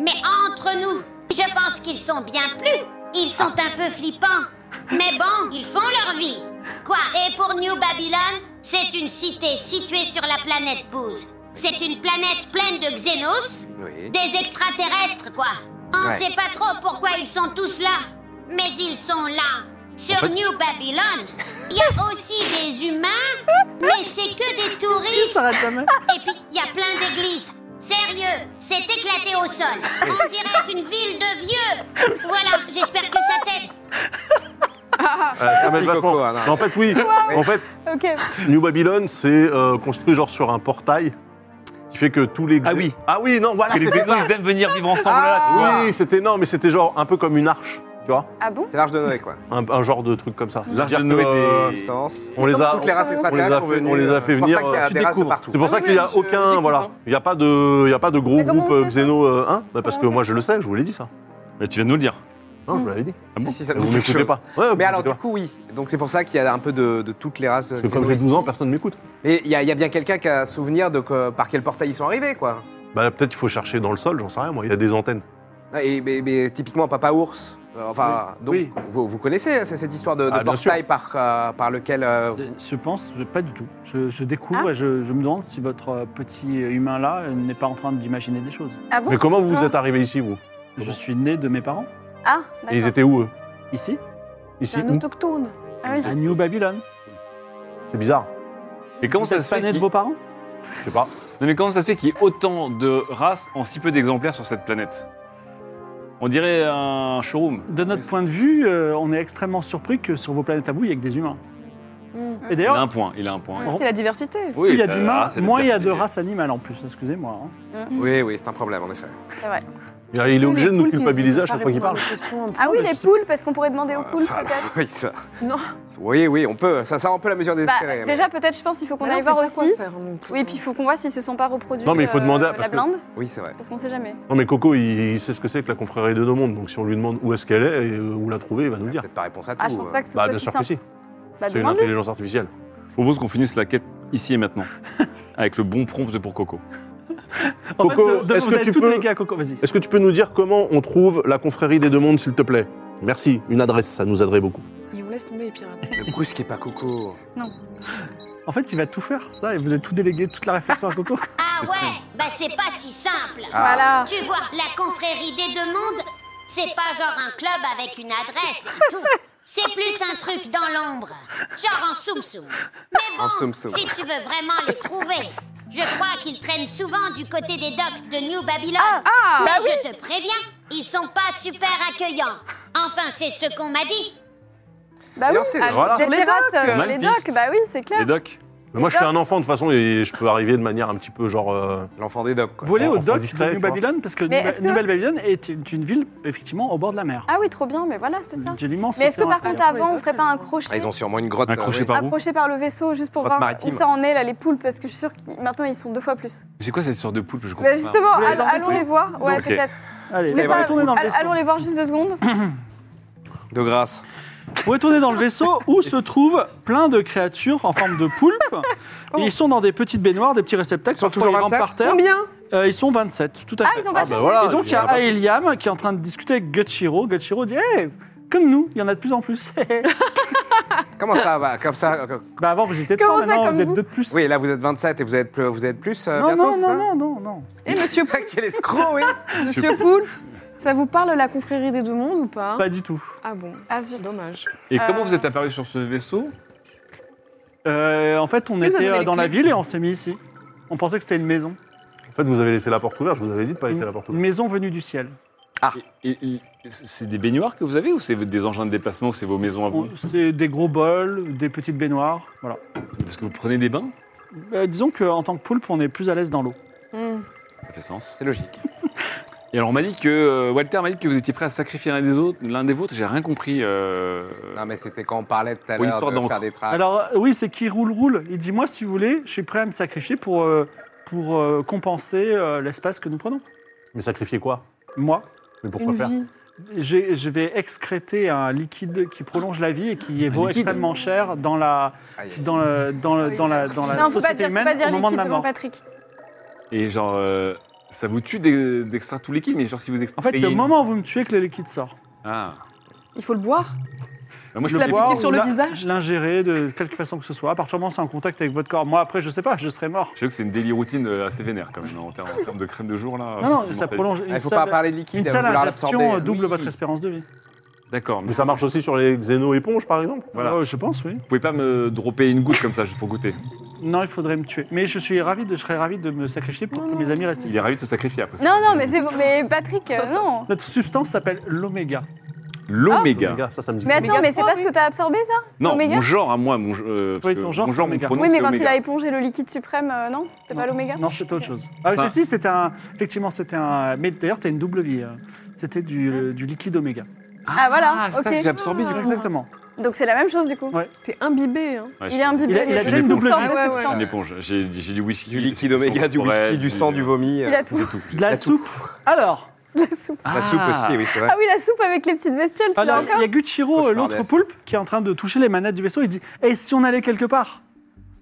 Speaker 3: Mais entre nous, je pense qu'ils sont bien plus. Ils sont un peu flippants. Mais bon, ils font leur vie. Quoi Et pour New Babylon, c'est une cité située sur la planète Booze. C'est une planète pleine de Xenos,
Speaker 5: Oui.
Speaker 3: des extraterrestres, quoi. On
Speaker 5: Ouais.
Speaker 3: sait pas trop pourquoi ils sont tous là, mais ils sont là. Sur New Babylon, il y a aussi des humains, mais c'est que des touristes.
Speaker 1: s'arrête jamais.
Speaker 3: Et puis, il y a plein d'églises. Sérieux, c'est éclaté au sol. On dirait une ville de vieux. Voilà, j'espère que ça t'aide.
Speaker 7: Euh, ça m'aide
Speaker 5: Merci, Coco,
Speaker 7: vachement.
Speaker 5: Anna.
Speaker 7: Mais en fait, oui. en fait,
Speaker 4: Ok.
Speaker 7: New Babylon, c'est euh, construit genre sur un portail qui fait que tous les
Speaker 2: Ah oui.
Speaker 7: ah oui non voilà
Speaker 2: Et les Ah.
Speaker 7: c'est
Speaker 2: maisons,
Speaker 7: ça. Ah
Speaker 2: ils aiment venir vivre ensemble là,
Speaker 7: oui c'était énorme mais c'était genre un peu comme une arche tu vois
Speaker 4: Ah bon
Speaker 5: C'est l'arche de Noé, quoi.
Speaker 7: un, un genre de truc comme ça
Speaker 2: L'arche de
Speaker 7: C'est-à-dire
Speaker 2: Noé
Speaker 7: que,
Speaker 2: des-
Speaker 7: euh,
Speaker 5: Distance.
Speaker 7: on les a
Speaker 5: Toutes les races
Speaker 6: on
Speaker 5: extraterrestres
Speaker 7: fait-
Speaker 5: sont venues,
Speaker 7: on les a
Speaker 5: euh,
Speaker 7: fait
Speaker 5: c'est pour ça
Speaker 7: venir,
Speaker 5: que c'est la
Speaker 1: tu
Speaker 5: des races de
Speaker 1: découvres.
Speaker 5: partout.
Speaker 7: c'est pour
Speaker 6: Ah
Speaker 7: ça
Speaker 6: oui,
Speaker 7: qu'il n'y
Speaker 6: oui,
Speaker 7: a
Speaker 6: je-
Speaker 7: aucun
Speaker 6: j'écoute,
Speaker 7: voilà
Speaker 6: hein.
Speaker 7: il n'y a pas de il y a pas de gros
Speaker 4: Mais comment
Speaker 7: groupe
Speaker 4: on
Speaker 7: euh,
Speaker 4: sait ça
Speaker 7: xéno euh, hein Bah, parce que
Speaker 4: Comment
Speaker 7: moi
Speaker 4: on sait
Speaker 7: je le sais je vous l'ai dit ça
Speaker 2: quoi. Mais tu viens de nous le dire.
Speaker 7: non je vous l'avais dit
Speaker 2: Ah bon
Speaker 5: Si, si, ça me
Speaker 7: vous
Speaker 5: dit quelque
Speaker 7: m'écoutez
Speaker 5: chose.
Speaker 7: pas Ouais, vous
Speaker 5: Mais alors,
Speaker 7: m'écoutez
Speaker 5: du
Speaker 7: pas.
Speaker 5: coup, oui. Donc, c'est pour ça qu'il y a un peu de, de toutes les races. euh,
Speaker 7: parce que comme j'ai 12 ans personne ne m'écoute
Speaker 5: Mais il y, a- il y a bien quelqu'un qui a souvenir de que- par quel portail ils sont arrivés, quoi.
Speaker 7: bah peut-être il faut chercher dans le sol j'en sais rien moi il y a des antennes
Speaker 5: Et, mais, mais typiquement, Papa Ours. euh, Enfin, donc,
Speaker 1: Oui.
Speaker 5: Vous, vous connaissez hein, cette histoire de, de
Speaker 7: Ah, bien
Speaker 5: portail par, euh, par lequel. euh,
Speaker 1: C'est- Je pense je- pas du tout. Je, je
Speaker 4: Ah.
Speaker 1: découvre et je, je me demande si votre euh, petit humain là euh, n'est pas en train d'imaginer des choses.
Speaker 4: Ah bon
Speaker 7: mais comment vous
Speaker 4: Ah.
Speaker 7: êtes arrivés ici vous
Speaker 1: Je suis né de mes parents,
Speaker 4: Ah,
Speaker 7: Et ils
Speaker 4: d'accord.
Speaker 7: étaient où eux
Speaker 1: ici,
Speaker 7: ici
Speaker 6: C'est un
Speaker 7: où
Speaker 6: autochtone.
Speaker 4: Ah oui.
Speaker 1: à New Babylon.
Speaker 7: c'est bizarre
Speaker 2: Mais comment
Speaker 1: Vous
Speaker 2: ça
Speaker 1: êtes
Speaker 2: se
Speaker 1: pas
Speaker 2: fait
Speaker 1: né de
Speaker 2: qu'il-
Speaker 1: vos parents
Speaker 7: je sais pas
Speaker 2: Non, mais comment ça se fait qu'il y ait autant de races en si peu d'exemplaires sur cette planète On dirait un showroom.
Speaker 1: De notre point de vue, euh, on est extrêmement surpris que sur vos planètes à vous, il n'y a que des humains.
Speaker 6: Hmm.
Speaker 1: Et
Speaker 2: Il a
Speaker 1: d'ailleurs,
Speaker 2: un point, il a un point.
Speaker 6: C'est la diversité.
Speaker 2: Oui,
Speaker 1: plus il y a
Speaker 2: ça-
Speaker 1: d'humains,
Speaker 2: ah, c'est la
Speaker 1: moins il y a de
Speaker 2: diversité.
Speaker 1: races animales en plus, excusez-moi. hein.
Speaker 5: Oui, oui, c'est un problème, en effet.
Speaker 7: il est obligé de nous
Speaker 6: Les poules qui
Speaker 7: culpabiliser à
Speaker 6: sont
Speaker 7: chaque fois qu'il
Speaker 6: pas
Speaker 7: parle
Speaker 6: répondre à nos questions.
Speaker 4: Ah oui,
Speaker 1: mais
Speaker 4: les
Speaker 1: je sais-
Speaker 4: poules, parce qu'on pourrait demander aux
Speaker 5: Euh,
Speaker 4: poules,
Speaker 5: enfin,
Speaker 4: peut-être.
Speaker 5: oui, ça-
Speaker 6: Non.
Speaker 5: oui, oui, on peut. Ça, ça rend un peu la mesure
Speaker 4: Bah,
Speaker 5: désespérée. mais-
Speaker 4: déjà, peut-être, je pense qu'il faut qu'on
Speaker 6: Mais
Speaker 4: aille
Speaker 6: non, on
Speaker 4: voir
Speaker 6: sait pas quoi
Speaker 4: aussi.
Speaker 6: faire non plus.
Speaker 4: Oui, puis il faut qu'on voit s'ils se sont pas reproduits. euh,
Speaker 7: Non, mais il faut demander à- parce
Speaker 4: la
Speaker 7: que-
Speaker 4: blinde,
Speaker 5: Oui, c'est vrai.
Speaker 4: parce qu'on sait jamais.
Speaker 7: Non mais Coco, il, il sait ce que c'est que la confrérie de deux mondes, donc si on lui demande où est-ce qu'elle est et euh, où la trouver, il va nous
Speaker 5: On
Speaker 7: le
Speaker 5: a
Speaker 7: dire.
Speaker 5: Peut-être pas réponse à tout.
Speaker 4: Ah, je pense
Speaker 5: euh.
Speaker 4: pas que ce
Speaker 7: Bah
Speaker 4: soit
Speaker 7: bien
Speaker 4: si
Speaker 7: sûr que
Speaker 4: simple.
Speaker 7: si,
Speaker 4: Bah,
Speaker 7: c'est une
Speaker 4: demande-le.
Speaker 7: intelligence artificielle.
Speaker 2: Je propose qu'on finisse la quête ici et maintenant, avec le bon prompt pour Coco.
Speaker 1: En
Speaker 7: Coco,
Speaker 1: fait, de- de-
Speaker 7: est-ce
Speaker 1: vous
Speaker 7: que
Speaker 1: avez
Speaker 7: tu
Speaker 1: toutes
Speaker 7: peux-
Speaker 1: les gars à Coco, vas-y.
Speaker 7: Est-ce que tu peux nous dire comment on trouve la confrérie des deux mondes, s'il te plaît Merci, une adresse, ça nous aiderait beaucoup.
Speaker 6: Ils vous laissent tomber les pirates.
Speaker 5: Ne brusquez pas Coco.
Speaker 1: En fait, il va tout faire, ça, et vous avez tout délégué, toute la réflexion à Coco.
Speaker 3: Ah ouais, bah c'est pas si simple.
Speaker 5: Ah.
Speaker 4: Voilà.
Speaker 3: Tu vois, la confrérie des deux mondes, c'est pas genre un club avec une adresse et tout. C'est plus un truc dans l'ombre, genre en soum-soum. Mais
Speaker 5: En
Speaker 3: bon,
Speaker 5: soum-soum.
Speaker 3: si tu veux vraiment les trouver, je crois qu'ils traînent souvent du côté des docks de New Babylon.
Speaker 4: ah,
Speaker 3: Mais
Speaker 4: bah
Speaker 3: je te préviens, ils sont pas super accueillants. Enfin, c'est ce qu'on m'a dit.
Speaker 4: Bah oui,
Speaker 5: Alors, c'est-
Speaker 4: ah,
Speaker 7: voilà.
Speaker 4: les
Speaker 6: Pour les
Speaker 4: pirates,
Speaker 6: docks.
Speaker 4: euh, les
Speaker 2: Malpiste.
Speaker 4: docks, bah oui, c'est clair.
Speaker 2: Les docs
Speaker 7: Mais moi je
Speaker 4: Et
Speaker 7: suis un enfant de toute façon et je peux arriver de manière un petit peu genre... euh,
Speaker 5: L'enfant des docks, quoi.
Speaker 1: Vous allez
Speaker 7: on
Speaker 1: au
Speaker 7: fera
Speaker 1: dock
Speaker 7: discret,
Speaker 1: de New
Speaker 7: tu vois.
Speaker 1: Babylon, parce que
Speaker 4: Mais
Speaker 1: Nouvelle-
Speaker 4: est-ce que-
Speaker 1: Nouvelle Babylon est une une ville, effectivement, au bord de la mer.
Speaker 4: Ah oui, trop bien, mais voilà, c'est ça.
Speaker 1: De l'immense
Speaker 4: Mais est-ce que
Speaker 1: océan
Speaker 4: par
Speaker 1: intérieur.
Speaker 4: contre, avant,
Speaker 6: Oui,
Speaker 4: on ferait pas un crochet
Speaker 5: Ah, ils ont sûement une grotte.
Speaker 2: Un
Speaker 5: euh,
Speaker 2: crochet
Speaker 5: oui.
Speaker 2: par où
Speaker 4: approché par le vaisseau juste pour
Speaker 5: Votre
Speaker 4: voir
Speaker 5: maritime.
Speaker 4: où ça en est là les poules parce que je suis sûre qu'ils maintenant ils sont deux fois plus.
Speaker 2: C'est quoi cette sorte de poulpe Je comprends
Speaker 4: Bah
Speaker 2: pas.
Speaker 4: justement,
Speaker 1: Vous voulez
Speaker 4: all-
Speaker 1: aller dans le
Speaker 4: allons
Speaker 1: vaisseau
Speaker 4: les voir, ouais
Speaker 2: Ok.
Speaker 4: peut-être.
Speaker 1: Allez,
Speaker 4: Je vais
Speaker 1: vous
Speaker 4: pas-
Speaker 1: pouvez tourner dans le
Speaker 4: all-
Speaker 1: vaisseau.
Speaker 4: Allons les voir juste deux secondes.
Speaker 5: De grâce.
Speaker 1: Vous pouvez tourner dans le vaisseau où se trouvent plein de créatures en forme de poulpe.
Speaker 4: Oh.
Speaker 1: Et ils sont dans des petites baignoires, des petits réceptacles.
Speaker 5: Ils sont
Speaker 1: parfois,
Speaker 5: toujours
Speaker 1: rampent
Speaker 5: 27?
Speaker 1: par terre.
Speaker 6: Combien
Speaker 1: Euh, ils sont 27, tout à
Speaker 4: Ah
Speaker 1: fait.
Speaker 4: ils ont
Speaker 7: Ah
Speaker 4: pas
Speaker 7: bah
Speaker 4: changé.
Speaker 7: voilà
Speaker 1: Et donc, il y a
Speaker 7: pas-
Speaker 1: Aeliam qui est en train de discuter avec Gutshiro. Gutshiro dit Hey, comme nous, il y en a de plus en plus.
Speaker 5: Comment ça va Comme ça euh,
Speaker 1: bah, avant, vous étiez
Speaker 4: Comment
Speaker 1: trois,
Speaker 4: ça,
Speaker 1: maintenant,
Speaker 4: comme
Speaker 1: vous êtes
Speaker 4: vous
Speaker 1: deux de plus.
Speaker 5: Oui, là vous êtes 27 et vous êtes plus, vous êtes plus euh,
Speaker 1: non,
Speaker 5: bientôt,
Speaker 1: non,
Speaker 5: c'est
Speaker 1: non,
Speaker 5: ça
Speaker 1: non, non, non.
Speaker 6: Et Eh, monsieur, Pou-
Speaker 5: Quel escroc, oui
Speaker 6: monsieur Poule, ça vous parle la confrérie des deux mondes ou
Speaker 4: Hein
Speaker 6: pas
Speaker 1: Pas du tout.
Speaker 6: Ah bon,
Speaker 4: Ah,
Speaker 6: c'est
Speaker 4: zut.
Speaker 6: dommage.
Speaker 2: Et comment
Speaker 4: Euh.
Speaker 2: vous êtes apparu sur ce vaisseau
Speaker 1: Euh, en fait, on
Speaker 6: Qui vous a
Speaker 1: était
Speaker 6: donné
Speaker 1: euh,
Speaker 6: les
Speaker 1: dans la
Speaker 6: clés
Speaker 1: ville et on s'est mis ici. On pensait que c'était une maison.
Speaker 7: En fait vous avez laissé la porte ouverte, je vous avais dit de pas laisser
Speaker 1: Une,
Speaker 7: la porte
Speaker 1: une
Speaker 7: ouverte.
Speaker 1: maison venue du ciel.
Speaker 2: Et- et- C'est des baignoires que vous avez ou c'est des engins de déplacement ou c'est vos maisons à vous
Speaker 1: On- C'est des gros bols, des petites baignoires. Voilà.
Speaker 2: Parce que vous prenez des bains
Speaker 1: Euh, disons qu'en tant que poulpe, on est plus à l'aise dans l'eau.
Speaker 6: Hmm.
Speaker 2: Ça fait sens.
Speaker 5: C'est logique.
Speaker 2: Et alors on m'a dit que euh, Walter m'a dit que vous étiez prêt à sacrifier l'un des autres, l'un des vôtres. J'ai rien compris. euh,
Speaker 5: Non, mais c'était quand on parlait tout à
Speaker 2: Oui,
Speaker 5: l'heure
Speaker 2: histoire
Speaker 5: de
Speaker 2: d'encre.
Speaker 5: faire des traces.
Speaker 1: Alors euh, oui, c'est qui roule roule. Il dit moi si vous voulez, je suis prêt à me sacrifier pour euh, pour euh, compenser euh, l'espace que nous prenons.
Speaker 7: Mais sacrifier quoi
Speaker 1: Moi,
Speaker 7: Mais pourquoi
Speaker 6: Une
Speaker 7: faire
Speaker 6: vie.
Speaker 1: j'ai- je vais excréter un liquide qui prolonge la vie et qui vaut
Speaker 2: liquide
Speaker 1: extrêmement cher dans la
Speaker 5: Aïe.
Speaker 1: dans le dans le- dans la dans la
Speaker 4: Non,
Speaker 6: faut pas
Speaker 1: société
Speaker 6: dire, faut
Speaker 1: humaine
Speaker 6: pas dire
Speaker 1: au moment de
Speaker 6: liquide
Speaker 1: ma
Speaker 6: devant
Speaker 1: mort.
Speaker 6: Patrick.
Speaker 2: Et genre euh, ça vous tue d'e- d'extraire tout liquide, mais genre si vous
Speaker 1: En
Speaker 2: extrayez.
Speaker 1: fait, c'est au moment où vous me tuez que le liquide sort.
Speaker 2: Ah.
Speaker 6: Il faut le boire.
Speaker 2: Bah, moi je peux-
Speaker 6: Le l'appliquer bois. sur
Speaker 1: ou
Speaker 6: le
Speaker 1: l'in-
Speaker 6: visage
Speaker 1: L'ingérer de quelque façon que ce soit. À partir du moment où c'est en contact avec votre corps. Moi, après, je sais pas, je serais mort.
Speaker 2: Je sais que c'est une daily routine euh, assez vénère quand même en termes, en termes de crème de jour là.
Speaker 5: Ah,
Speaker 1: Non, non, ça
Speaker 2: mortalité.
Speaker 1: prolonge.
Speaker 5: Il
Speaker 1: Une
Speaker 5: faut pas
Speaker 1: seule,
Speaker 5: parler de liquide,
Speaker 1: une
Speaker 5: il
Speaker 1: seule
Speaker 5: faut la
Speaker 1: ingestion
Speaker 5: absorber.
Speaker 1: euh, double
Speaker 2: Oui.
Speaker 1: votre espérance de vie.
Speaker 2: D'accord. Mais
Speaker 7: Mais ça marche aussi sur les xéno-éponges, par exemple
Speaker 2: Voilà.
Speaker 1: Euh, je pense, oui.
Speaker 2: vous pouvez pas me dropper une goutte comme ça juste pour goûter.
Speaker 1: Non, il faudrait me tuer. Mais je suis ravi de, je serais ravi de me sacrifier pour que mes amis restent
Speaker 2: Il
Speaker 1: ici.
Speaker 2: est ravi de se sacrifier après. ça.
Speaker 4: Non, non, mais c'est bon. Mais Patrick, euh, non.
Speaker 1: Notre substance s'appelle l'oméga.
Speaker 2: L'oméga.
Speaker 7: Oméga, ça, ça me dit
Speaker 4: Mais
Speaker 6: Oméga
Speaker 4: attends, mais c'est
Speaker 6: trois,
Speaker 4: pas ce
Speaker 6: oui.
Speaker 4: que t'as absorbé, ça
Speaker 2: non,
Speaker 4: Ah. l'oméga
Speaker 2: mon genre à moi, mon, euh, parce
Speaker 1: Oui,
Speaker 2: que
Speaker 1: ton genre,
Speaker 2: mon
Speaker 1: c'est
Speaker 2: genre, mon
Speaker 1: oméga.
Speaker 2: pronom,
Speaker 4: Oui, mais
Speaker 2: c'est
Speaker 4: quand il
Speaker 2: oméga.
Speaker 4: a épongé le liquide suprême, euh, non C'était pas
Speaker 1: Non.
Speaker 4: l'oméga
Speaker 1: Non, c'était autre chose. Ah,
Speaker 2: Enfin-
Speaker 1: c'est- si, c'était un. Effectivement, c'était un. Mais d'ailleurs, t'as une double vie. euh. C'était du, euh, du liquide oméga. Ah,
Speaker 4: Ah, voilà,
Speaker 2: c'est ça
Speaker 4: ok.
Speaker 2: que j'ai absorbé du coup.
Speaker 1: Exactement.
Speaker 4: Donc c'est la même chose, du coup.
Speaker 1: Ouais.
Speaker 6: T'es imbibé. Hein.
Speaker 2: Ouais, je
Speaker 4: Il est imbibé.
Speaker 1: Il a- il a
Speaker 4: mais
Speaker 1: déjà
Speaker 4: je
Speaker 1: une double
Speaker 4: sens
Speaker 6: vie.
Speaker 4: de
Speaker 6: Ah ouais, ouais.
Speaker 2: suis
Speaker 4: substance.
Speaker 2: une éponge. J'ai j'ai du whisky.
Speaker 5: Du
Speaker 2: des
Speaker 5: liquide
Speaker 2: substances
Speaker 5: oméga, du
Speaker 2: corporelles,
Speaker 5: whisky, du sang, du vomi. euh,
Speaker 4: Il a tout.
Speaker 2: De tout.
Speaker 1: De la
Speaker 5: La
Speaker 1: soupe. Alors,
Speaker 4: La soupe.
Speaker 5: La soupe aussi, oui, c'est vrai.
Speaker 4: Ah oui, la soupe avec les petites bestioles, tu l'as
Speaker 1: alors, il
Speaker 4: encore
Speaker 1: y a Guchiro, euh, l'autre
Speaker 5: Cauchemardesque.
Speaker 1: poulpe, qui est en train de toucher les manettes du vaisseau. Il dit Et si on allait quelque part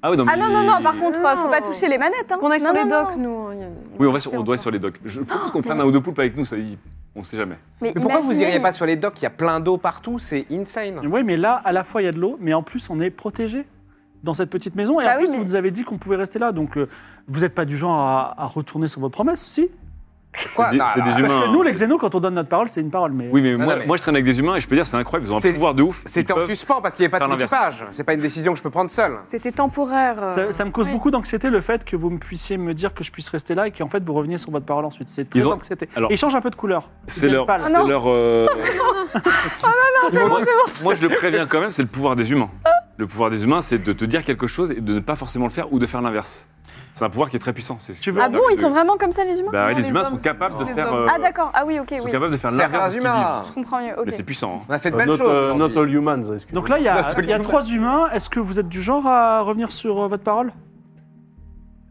Speaker 2: Ah, oui, non,
Speaker 4: Ah non,
Speaker 2: mais-
Speaker 4: non, non, par contre, euh, faut
Speaker 6: Non.
Speaker 4: pas toucher les manettes. Hein.
Speaker 6: Qu'on aille sur
Speaker 4: Non,
Speaker 6: les
Speaker 4: non,
Speaker 6: docks,
Speaker 4: non.
Speaker 6: nous. hein, il y a-
Speaker 2: Oui, on, va sur,
Speaker 6: C'est
Speaker 2: on doit
Speaker 6: encore.
Speaker 2: sur les docks. Je
Speaker 4: Ah,
Speaker 2: propose qu'on prenne un ou deux poulpes avec nous, ça y... on sait jamais.
Speaker 4: Mais
Speaker 5: Mais pourquoi vous
Speaker 4: imaginez-
Speaker 5: iriez pas sur les docks Il y a plein d'eau partout, c'est insane.
Speaker 1: Oui, mais là, à la fois, il y a de l'eau, mais en plus, on est protégé dans cette petite maison. Et
Speaker 4: Bah
Speaker 1: en
Speaker 4: oui,
Speaker 1: plus,
Speaker 4: mais-
Speaker 1: vous nous avez dit qu'on pouvait rester là. Donc, euh, vous n'êtes pas du genre à, à retourner sur vos promesses, si Ah,
Speaker 5: Quoi
Speaker 2: C'est des-
Speaker 5: Non,
Speaker 2: c'est des
Speaker 5: alors,
Speaker 2: humains.
Speaker 1: Parce
Speaker 2: hein.
Speaker 1: que nous, les xénos, quand on donne notre parole, c'est une parole. Mais...
Speaker 2: Oui, mais, moi,
Speaker 5: non, mais-
Speaker 2: moi, je traîne avec des humains et je peux dire, c'est incroyable, ils ont un
Speaker 5: C'est-
Speaker 2: pouvoir de ouf. Ils
Speaker 5: C'était en
Speaker 2: peuvent-
Speaker 5: suspens parce qu'il n'y avait pas
Speaker 2: faire
Speaker 5: de
Speaker 2: l'inverse.
Speaker 5: équipage. C'est pas une décision que je peux prendre seule.
Speaker 6: C'était temporaire. euh.
Speaker 1: Ça, ça me cause
Speaker 4: Oui.
Speaker 1: beaucoup d'anxiété le fait que vous me puissiez me dire que je puisse rester là et qu'en fait vous reveniez sur votre parole ensuite. C'est très
Speaker 2: Ils ont-
Speaker 1: anxiété.
Speaker 2: Alors-
Speaker 1: Et change un peu de couleur. Ils
Speaker 2: C'est
Speaker 1: viennent
Speaker 2: leur.
Speaker 1: pas, là.
Speaker 2: c'est
Speaker 4: Ah non.
Speaker 2: leur, euh,
Speaker 5: Ils vont
Speaker 2: moi,
Speaker 5: tous-
Speaker 2: moi, je le préviens quand même, c'est le pouvoir des humains. Le pouvoir des humains, c'est de te dire quelque chose et de ne pas forcément le faire ou de faire l'inverse. C'est un pouvoir qui est très puissant. c'est-
Speaker 1: Tu veux-
Speaker 4: Ah bon, ils sont vraiment comme ça, les humains
Speaker 2: Bah,
Speaker 6: Non,
Speaker 2: les,
Speaker 6: les
Speaker 2: humains
Speaker 6: hommes,
Speaker 2: sont capables de
Speaker 6: les
Speaker 2: faire.
Speaker 6: hommes.
Speaker 2: euh,
Speaker 4: Ah d'accord, ah oui, ok,
Speaker 2: Ils sont
Speaker 4: oui.
Speaker 2: capables de faire
Speaker 5: Certains
Speaker 2: l'inverse. de ce qu'ils
Speaker 5: humains.
Speaker 2: disent.
Speaker 4: Je comprends mieux, ok.
Speaker 2: Mais c'est puissant. hein.
Speaker 5: On a fait de
Speaker 7: Euh,
Speaker 5: belles
Speaker 7: not,
Speaker 5: choses.
Speaker 7: euh,
Speaker 5: aujourd'hui.
Speaker 7: not all humans, excusez-moi.
Speaker 1: Donc là, il y a,
Speaker 5: Notre
Speaker 1: il y a
Speaker 5: libre-
Speaker 1: trois humains. Est-ce que vous êtes du genre à revenir sur euh, votre parole